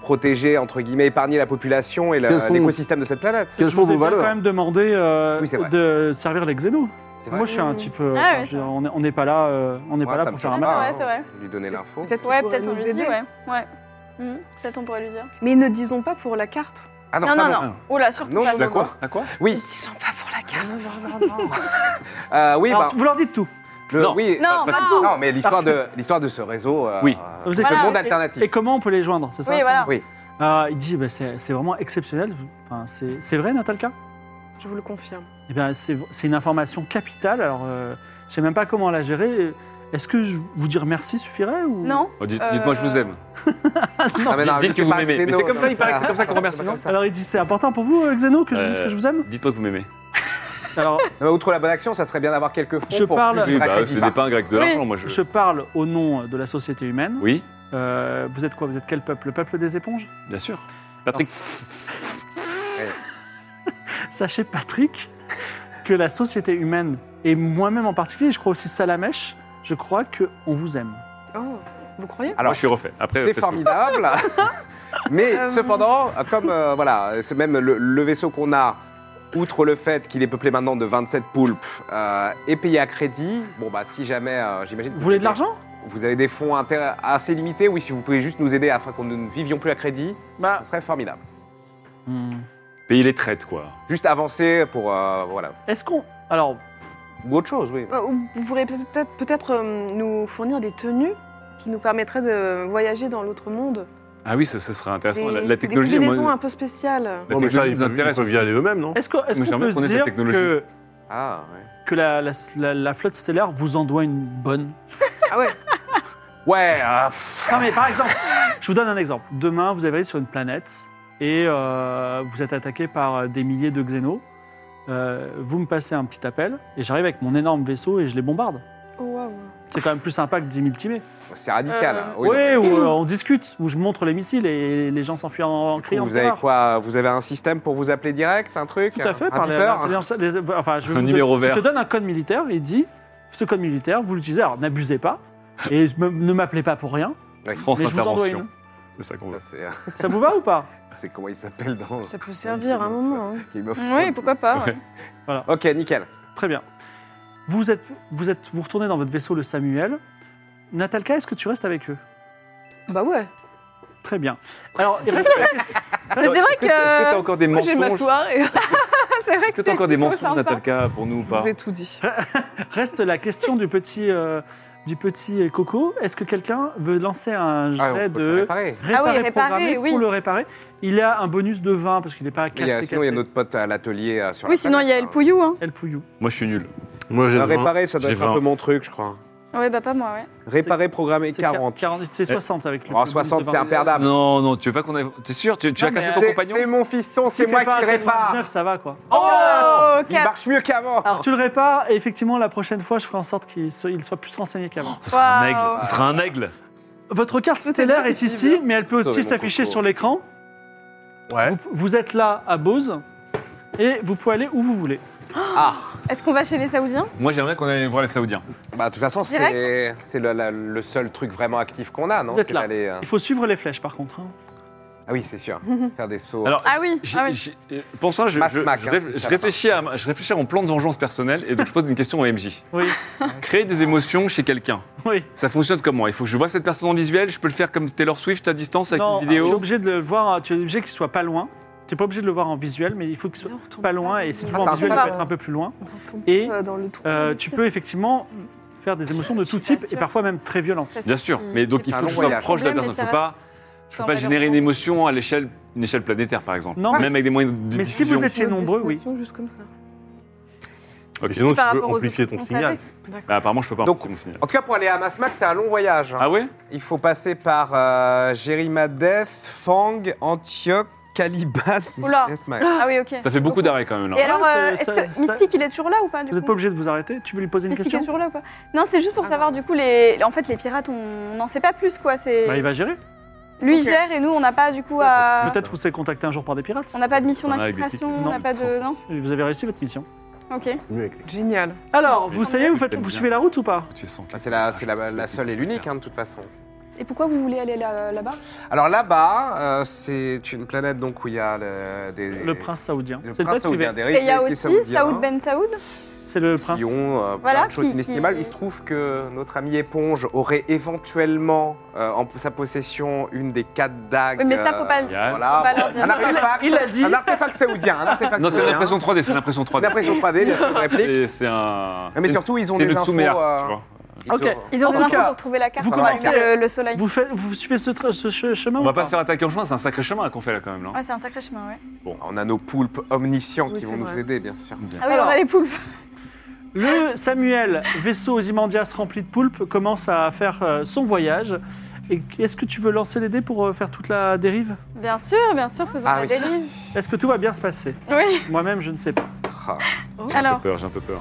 Speaker 5: protéger, entre guillemets, épargner la population et la-
Speaker 7: Quelles sont-
Speaker 5: l'écosystème de cette planète.
Speaker 7: Quelles
Speaker 1: Je vous
Speaker 7: sont
Speaker 1: ai
Speaker 7: vos
Speaker 1: bien quand
Speaker 7: valeurs
Speaker 1: même demandé euh,
Speaker 5: Oui, c'est vrai.
Speaker 1: de servir les xénos.
Speaker 5: C'est vrai.
Speaker 1: Moi je suis un type. euh,
Speaker 4: Ah
Speaker 1: enfin,
Speaker 4: ouais,
Speaker 1: je veux dire,
Speaker 4: ça va.
Speaker 1: on n'est- on n'est pas là, euh, on n'est
Speaker 5: Moi,
Speaker 1: pas
Speaker 5: ça
Speaker 1: là
Speaker 5: me
Speaker 1: pour faire un
Speaker 5: choque
Speaker 1: match.
Speaker 4: massacre.
Speaker 5: pas,
Speaker 4: Ah Ouais, c'est vrai.
Speaker 5: Lui donner l'info.
Speaker 6: Peut-être
Speaker 4: Ouais,
Speaker 6: qu'ils
Speaker 4: peut-être on
Speaker 6: pourraient
Speaker 4: lui
Speaker 6: nous
Speaker 4: dit,
Speaker 6: aider.
Speaker 4: ouais. Ouais. Mhm. Peut-être on pourrait lui dire.
Speaker 6: Mais ne disons pas pour la carte.
Speaker 5: Ah
Speaker 4: Non,
Speaker 5: ça,
Speaker 4: non, non. Oh là, surtout
Speaker 5: Non,
Speaker 4: pas.
Speaker 5: non,
Speaker 2: La
Speaker 5: non,
Speaker 2: quoi
Speaker 5: non.
Speaker 2: La quoi
Speaker 5: Oui.
Speaker 6: Disons pas pour la carte.
Speaker 5: Non, non, non, non. Euh,
Speaker 4: Ah,
Speaker 5: oui,
Speaker 1: Alors,
Speaker 5: bah,
Speaker 1: vous leur dites tout.
Speaker 5: le-
Speaker 2: non.
Speaker 5: oui. bah,
Speaker 4: Non,
Speaker 2: pas
Speaker 4: pas
Speaker 2: tout.
Speaker 4: tout.
Speaker 5: Non, mais l'histoire de, l'histoire de ce réseau, euh,
Speaker 2: Oui.
Speaker 5: euh,
Speaker 1: Vous êtes-
Speaker 5: le
Speaker 4: bah, Voilà.
Speaker 5: monde
Speaker 1: Et-
Speaker 5: alternatif.
Speaker 1: Et comment on peut les joindre, c'est ça
Speaker 4: Oui, voilà.
Speaker 5: Oui.
Speaker 1: Ah, il dit, bah, c'est c'est vraiment exceptionnel. Enfin, c'est c'est vrai, Natalka
Speaker 6: Je vous le confirme.
Speaker 1: Eh bien, c'est c'est une information capitale. Alors, euh, je sais même pas comment la gérer. Est-ce que je vous dire merci suffirait ou
Speaker 4: Non
Speaker 2: Oh, dites-
Speaker 4: Euh,
Speaker 2: Dites-moi, je vous aime.
Speaker 5: Non, mais non,
Speaker 2: Dites
Speaker 5: je
Speaker 2: que
Speaker 5: sais
Speaker 2: vous
Speaker 5: pas,
Speaker 2: m'aimez. Mais
Speaker 5: non,
Speaker 2: c'est comme ça, il
Speaker 5: non,
Speaker 2: paraît que c'est
Speaker 5: non,
Speaker 2: comme ça qu'on
Speaker 5: non,
Speaker 2: remercie, hein.
Speaker 5: c'est
Speaker 2: non
Speaker 5: comme ça.
Speaker 1: Alors, il dit c'est important pour vous, euh, Xeno, que je vous dise
Speaker 2: Euh,
Speaker 1: que je vous aime
Speaker 2: Dites-moi que vous m'aimez.
Speaker 1: Alors,
Speaker 5: Non, mais outre la bonne action, ça serait bien d'avoir quelques fonds
Speaker 1: Je
Speaker 5: pour
Speaker 1: parle-
Speaker 5: plus
Speaker 2: Oui,
Speaker 5: vivre à
Speaker 2: bah,
Speaker 5: crédit,
Speaker 2: c'est
Speaker 5: bah.
Speaker 2: des pains grecs de
Speaker 4: Oui.
Speaker 2: l'argent, moi je.
Speaker 1: je parle au nom de la société humaine.
Speaker 2: Oui,
Speaker 1: Euh, vous êtes quoi Vous êtes quel peuple Le peuple des éponges
Speaker 2: bien sûr. Patrick,
Speaker 1: Sachez, Patrick, que la société humaine, et moi-même en particulier, je crois aussi Salamèche, je crois qu'on vous aime.
Speaker 6: Oh, vous croyez
Speaker 2: moi
Speaker 5: Alors,
Speaker 2: je suis refait. Après, fais ce
Speaker 5: C'est
Speaker 2: que-
Speaker 5: formidable. Mais
Speaker 6: Euh,
Speaker 5: cependant, comme euh, voilà, c'est même le, le vaisseau qu'on a, outre le fait qu'il est peuplé maintenant de 27 poulpes euh, et payé à crédit, bon bah si jamais, euh, j'imagine. que
Speaker 1: Vous voulez de
Speaker 5: avez-
Speaker 1: l'argent
Speaker 5: Vous avez des fonds inter- assez limités, oui, si vous pouvez juste nous aider afin qu'on ne vivions plus à crédit,
Speaker 1: Bah,
Speaker 5: ce serait formidable.
Speaker 1: hmm,
Speaker 2: Payer les traites, quoi.
Speaker 5: Juste avancer pour. euh, voilà.
Speaker 1: est-ce qu'on. Alors,
Speaker 5: Ou autre chose, oui.
Speaker 6: Euh, ou Vous pourriez peut-être peut-être, euh, nous fournir des tenues qui nous permettraient de voyager dans l'autre monde.
Speaker 2: Ah oui, ça, ça serait
Speaker 6: Des,
Speaker 2: intéressant. La, la
Speaker 6: c'est
Speaker 2: technologie,
Speaker 6: des
Speaker 1: euh,
Speaker 2: moi,
Speaker 6: combinaisons un peu spéciales.
Speaker 2: la
Speaker 7: Non, mais ça,
Speaker 2: technologie
Speaker 7: ils
Speaker 2: nous
Speaker 7: peuvent ils
Speaker 2: intéresse.
Speaker 7: peuvent y
Speaker 2: aussi.
Speaker 7: aller eux-mêmes, non
Speaker 1: est-ce qu'on est-ce
Speaker 2: Mais
Speaker 1: qu'on
Speaker 2: j'aimerais
Speaker 1: peut
Speaker 2: qu'on ait
Speaker 1: se
Speaker 2: cette
Speaker 1: dire
Speaker 2: technologie.
Speaker 1: que,
Speaker 5: Ah, ouais.
Speaker 1: que la- la- la- la flotte stellaire vous en doit une bonne
Speaker 6: Ah ouais,
Speaker 5: Ouais, euh, pff,
Speaker 1: Non mais par exemple, je vous donne un exemple. Demain, vous allez sur une planète et euh, vous êtes attaqué par euh, des milliers de xénos. Euh, vous me passez un petit appel et j'arrive avec mon énorme vaisseau et je les bombarde.
Speaker 6: oh, waouh.
Speaker 1: C'est quand même plus sympa que 10 000 timés.
Speaker 5: c'est radical.
Speaker 4: Euh,
Speaker 5: hein.
Speaker 1: Oui,
Speaker 5: Oui, non,
Speaker 1: ou euh, on discute, où je montre les missiles et les gens s'enfuient en, en
Speaker 5: mais du coup,
Speaker 1: criant.
Speaker 5: vous avez
Speaker 1: terreur.
Speaker 5: quoi Vous avez un système pour vous appeler direct, un truc
Speaker 1: Tout à fait,
Speaker 5: un
Speaker 1: par les-
Speaker 5: beeper
Speaker 1: l'intelligence- les- Enfin, je vais
Speaker 2: Un
Speaker 1: vous
Speaker 2: numéro
Speaker 1: don-
Speaker 2: vert.
Speaker 1: Je te donne un code militaire et il dit ce code militaire, vous l'utilisez, alors n'abusez pas et me- ne m'appelez pas pour rien.
Speaker 5: Oui.
Speaker 2: France
Speaker 1: Mais je vous en dois
Speaker 2: Intervention.
Speaker 1: une.
Speaker 2: C'est ça qu'on
Speaker 5: Ça,
Speaker 2: veut.
Speaker 5: C'est
Speaker 1: Ça vous va ou pas
Speaker 5: c'est comment il s'appelle
Speaker 1: Oh.
Speaker 5: dans.
Speaker 6: Ça peut servir à un moment. hein.
Speaker 5: Game of
Speaker 4: Oui,
Speaker 5: Thrones.
Speaker 4: pourquoi pas. ouais.
Speaker 5: Ok, nickel. Ah,
Speaker 1: Très bien. Vous êtes, vous êtes, vous retournez dans votre vaisseau le Samuel. Natalka, est-ce que tu restes avec eux
Speaker 6: Bah ouais.
Speaker 1: Très bien. Alors, il reste,
Speaker 4: Mais c'est vrai
Speaker 2: Est-ce que t'as
Speaker 4: que.
Speaker 2: encore des
Speaker 6: Moi, j'ai ma
Speaker 2: mensonges
Speaker 6: soirée.
Speaker 4: C'est vrai
Speaker 2: Est-ce que t'as encore des
Speaker 4: c'est plutôt
Speaker 2: mensonges,
Speaker 4: sympa.
Speaker 2: Natalka, pour nous ou
Speaker 6: Je
Speaker 2: pas
Speaker 6: vous ai tout dit.
Speaker 1: Ah, reste la question du petit, euh, du petit Coco. Est-ce que quelqu'un veut lancer un jet
Speaker 5: Ah, on peut le faire
Speaker 1: de
Speaker 5: réparer.
Speaker 4: Ah oui,
Speaker 1: réparer,
Speaker 4: réparer,
Speaker 1: programmé
Speaker 4: oui.
Speaker 1: pour le réparer Il a un bonus de 20 parce qu'il n'est pas
Speaker 5: Il y a-
Speaker 1: cassé.
Speaker 5: sinon, il y a
Speaker 1: cassé.
Speaker 5: notre pote à l'atelier euh, sur la
Speaker 4: Oui, sinon il y a
Speaker 5: planète,
Speaker 4: El
Speaker 5: hein.
Speaker 4: Pouillou. Hein.
Speaker 1: El Pouillou.
Speaker 2: Moi, je suis nul.
Speaker 7: Moi, j'ai
Speaker 5: Euh,
Speaker 7: vingt.
Speaker 5: Réparer, ça doit
Speaker 2: J'ai
Speaker 5: être un
Speaker 2: vingt.
Speaker 5: peu mon truc, je crois.
Speaker 4: Ouais, bah pas moi, ouais.
Speaker 5: Réparer, programmer
Speaker 1: C'est quar-
Speaker 5: 40.
Speaker 1: 40 c'est 60 avec le.
Speaker 5: Oh, 60, c'est imperdable.
Speaker 2: Non, non, tu veux pas qu'on ait... T'es sûr Tu, tu
Speaker 1: Non,
Speaker 2: as
Speaker 1: mais
Speaker 2: cassé
Speaker 1: c'est-
Speaker 2: ton
Speaker 5: C'est
Speaker 2: compagnon
Speaker 5: c'est mon fiston, c'est moi qui le répare.
Speaker 1: 19, ça va quoi.
Speaker 4: Oh,
Speaker 5: Il
Speaker 4: quatre.
Speaker 5: marche mieux qu'avant.
Speaker 1: Alors tu le répares et effectivement la prochaine fois je ferai en sorte qu'il soit, il soit plus renseigné qu'avant.
Speaker 2: Ce sera un
Speaker 4: Waouh.
Speaker 2: aigle. Ce sera un aigle.
Speaker 1: Votre carte
Speaker 6: Tout est
Speaker 1: stellaire
Speaker 6: bien
Speaker 1: est ici,
Speaker 6: visible.
Speaker 1: mais elle peut
Speaker 5: Sauvez
Speaker 1: aussi
Speaker 5: mon
Speaker 1: s'afficher
Speaker 5: concours.
Speaker 1: sur l'écran.
Speaker 7: Ouais.
Speaker 1: Vous, vous êtes là à Bose et vous pouvez aller où vous voulez.
Speaker 4: Est-ce qu'on va chez les Saoudiens
Speaker 2: Moi, j'aimerais qu'on aille voir les Saoudiens.
Speaker 5: Bah, de toute façon, c'est c'est le, la- le seul truc vraiment actif qu'on a, non
Speaker 1: Vous êtes
Speaker 5: C'est
Speaker 1: là.
Speaker 5: d'aller, euh,
Speaker 1: Il faut suivre les flèches par contre. hein.
Speaker 5: Ah oui, c'est sûr. Faire des sauts.
Speaker 2: Alors,
Speaker 4: Ah oui,
Speaker 2: j'ai-
Speaker 4: ah oui.
Speaker 2: j'ai- euh, pour ça, je,
Speaker 5: Mass
Speaker 2: je-
Speaker 5: Mac,
Speaker 2: je
Speaker 5: hein,
Speaker 2: réf-
Speaker 5: c'est
Speaker 2: je
Speaker 5: ça, la
Speaker 2: réfléchis à, ma- je réfléchis à mon plan de vengeance personnelle et donc je pose une question au MJ.
Speaker 1: Oui,
Speaker 2: Créer des émotions chez quelqu'un,
Speaker 1: oui.
Speaker 2: ça fonctionne comment Il faut que je vois cette personne en visuel, je peux le faire comme Taylor Swift à distance avec
Speaker 1: Non, tu
Speaker 2: une
Speaker 1: es
Speaker 2: vidéo
Speaker 1: obligé de le voir, tu es obligé qu'il soit pas loin. Tu n'es pas obligé de le voir en visuel, mais il faut qu'il soit pas loin et si tu le
Speaker 6: Ah,
Speaker 1: vois
Speaker 5: c'est
Speaker 1: en
Speaker 5: un
Speaker 1: visuel, il
Speaker 4: combat.
Speaker 1: peut être un peu plus loin. Et,
Speaker 6: Et dans le trou.
Speaker 1: Euh, tu peux effectivement faire des émotions de tout
Speaker 4: suis
Speaker 1: type
Speaker 4: pas
Speaker 1: et
Speaker 4: sûre.
Speaker 1: parfois même très violentes.
Speaker 4: Parce que-
Speaker 2: Bien sûr,
Speaker 1: Mm,
Speaker 2: mais donc il
Speaker 5: un
Speaker 2: faut que je
Speaker 5: long
Speaker 2: sois
Speaker 5: voyage.
Speaker 2: proche de la
Speaker 4: Problème,
Speaker 2: personne. Je peux
Speaker 4: les
Speaker 2: pas, je peux
Speaker 4: Enfin,
Speaker 2: pas
Speaker 4: on va
Speaker 2: générer une
Speaker 4: leur-
Speaker 2: émotion à l'échelle une échelle planétaire, par exemple.
Speaker 1: Non,
Speaker 2: Même
Speaker 1: mais
Speaker 2: avec des moyens de
Speaker 1: mais si
Speaker 2: diffusion.
Speaker 1: vous étiez nombreux, oui.
Speaker 6: Juste comme ça.
Speaker 7: Et Sinon, tu
Speaker 4: Par
Speaker 7: peux
Speaker 4: rapport aux
Speaker 7: amplifier
Speaker 4: autres,
Speaker 7: ton
Speaker 4: on
Speaker 7: signal.
Speaker 4: savait.
Speaker 2: Bah, apparemment, je peux pas
Speaker 5: Donc-
Speaker 2: mon signal.
Speaker 5: En tout cas, pour aller à Masmac, c'est un long voyage. hein.
Speaker 2: Ah ouais
Speaker 5: Il faut passer par euh, Jérimadeth, Fang, Antioche, Caliban.
Speaker 4: Oula.
Speaker 5: Masmac.
Speaker 4: Ah oui, c'est-
Speaker 2: Ça fait beaucoup d'arrêts quand même
Speaker 4: Et
Speaker 2: là.
Speaker 4: alors,
Speaker 1: Ah,
Speaker 4: euh,
Speaker 1: c'est-
Speaker 4: est-ce
Speaker 1: ça-
Speaker 4: que
Speaker 1: ça-
Speaker 4: Mystique, il est toujours là ou pas du
Speaker 1: Vous n'êtes
Speaker 4: coup
Speaker 1: pas obligé de vous arrêter. Tu veux lui poser une
Speaker 4: Mystique est
Speaker 1: question
Speaker 4: toujours là ou pas Non, c'est juste pour
Speaker 6: Ah,
Speaker 4: savoir du coup les. En fait, les pirates, on n'en sait pas plus quoi. C'est
Speaker 1: Bah, Il va gérer.
Speaker 4: lui
Speaker 6: Ok.
Speaker 4: gère et nous, on n'a pas du coup à.
Speaker 1: Peut-être vous serez contacté un jour par des pirates.
Speaker 4: On n'a pas de mission
Speaker 2: On a avec des
Speaker 4: d'infiltration,
Speaker 2: titres.
Speaker 4: on n'a
Speaker 2: Non,
Speaker 4: pas de. Non.
Speaker 1: Et Vous avez réussi votre mission.
Speaker 4: Ok.
Speaker 7: Mieux avec les-
Speaker 6: Génial.
Speaker 1: Alors,
Speaker 2: Mais-
Speaker 1: vous savez, vous, faites,
Speaker 2: J'aime
Speaker 1: vous
Speaker 2: bien.
Speaker 1: suivez la route ou pas
Speaker 2: Tu es sans
Speaker 5: Bah, C'est la, c'est la- la seule et l'unique, hein, de toute façon.
Speaker 6: Et pourquoi vous voulez aller là- là-bas
Speaker 5: Alors là-bas, euh, c'est une planète donc, où il y a le, des,
Speaker 1: Le prince saoudien.
Speaker 5: le
Speaker 1: C'est le
Speaker 5: prince
Speaker 1: prince
Speaker 5: saoudien,
Speaker 1: privé.
Speaker 5: des
Speaker 4: Et il y a
Speaker 5: riches héritiers
Speaker 4: aussi
Speaker 5: saoudiens.
Speaker 4: Saoud Ben Saoud.
Speaker 1: C'est le prince.
Speaker 5: qui ont euh,
Speaker 4: Voilà,
Speaker 5: plein de choses
Speaker 4: qui-
Speaker 5: inestimables.
Speaker 4: qui-
Speaker 5: Il se trouve que notre ami éponge aurait éventuellement euh, en sa possession une des quatre dagues. euh,
Speaker 4: Oui, mais ça, faut pas le-
Speaker 5: voilà.
Speaker 4: faut pas leur dire.
Speaker 5: un artefact,
Speaker 1: Il l'a dit.
Speaker 2: Ah,
Speaker 5: un artefact saoudien, un artefact
Speaker 2: Non, c'est
Speaker 5: saoudien.
Speaker 2: l'impression 3D, c'est l'impression 3D.
Speaker 5: Une impression 3D, bien sûr, réplique.
Speaker 2: C'est- C'est un.
Speaker 5: Ah, Mais surtout, ils ont
Speaker 2: c'est
Speaker 5: des
Speaker 2: le
Speaker 5: infos.
Speaker 2: Tsumer Art,
Speaker 5: euh,
Speaker 2: tu vois.
Speaker 5: ils
Speaker 1: Ok.
Speaker 5: ont-
Speaker 4: Ils ont
Speaker 1: En
Speaker 4: des
Speaker 1: tout
Speaker 4: infos
Speaker 1: cas,
Speaker 4: pour trouver la carte.
Speaker 1: vous
Speaker 4: pour aller
Speaker 1: commencez-
Speaker 4: vers le, le soleil.
Speaker 1: Vous, faites, vous suivez ce, tra- ce che- chemin
Speaker 2: On
Speaker 1: ou
Speaker 2: va pas se faire attaquer en chemin, c'est un sacré chemin qu'on fait là quand même. là.
Speaker 4: Ouais, c'est un sacré chemin, ouais.
Speaker 5: On a nos poulpes omniscients
Speaker 6: Oui,
Speaker 5: qui
Speaker 6: c'est
Speaker 5: vont nous
Speaker 6: vrai.
Speaker 5: aider, bien sûr.
Speaker 4: Ah oui,
Speaker 1: Alors-
Speaker 4: on a les poulpes.
Speaker 1: Le Samuel, vaisseau aux Imandias rempli de poulpes, commence à faire euh, son voyage. Et Est-ce que tu veux lancer les dés pour euh, faire toute la dérive
Speaker 4: Bien sûr, bien sûr, faisons
Speaker 5: Ah
Speaker 4: la
Speaker 5: oui.
Speaker 4: dérive.
Speaker 1: Est-ce que tout va bien se passer
Speaker 4: Oui.
Speaker 1: Moi-même, je ne sais pas.
Speaker 5: Ah,
Speaker 2: J'ai un
Speaker 4: Alors,
Speaker 2: peu peur, j'ai un peu peur.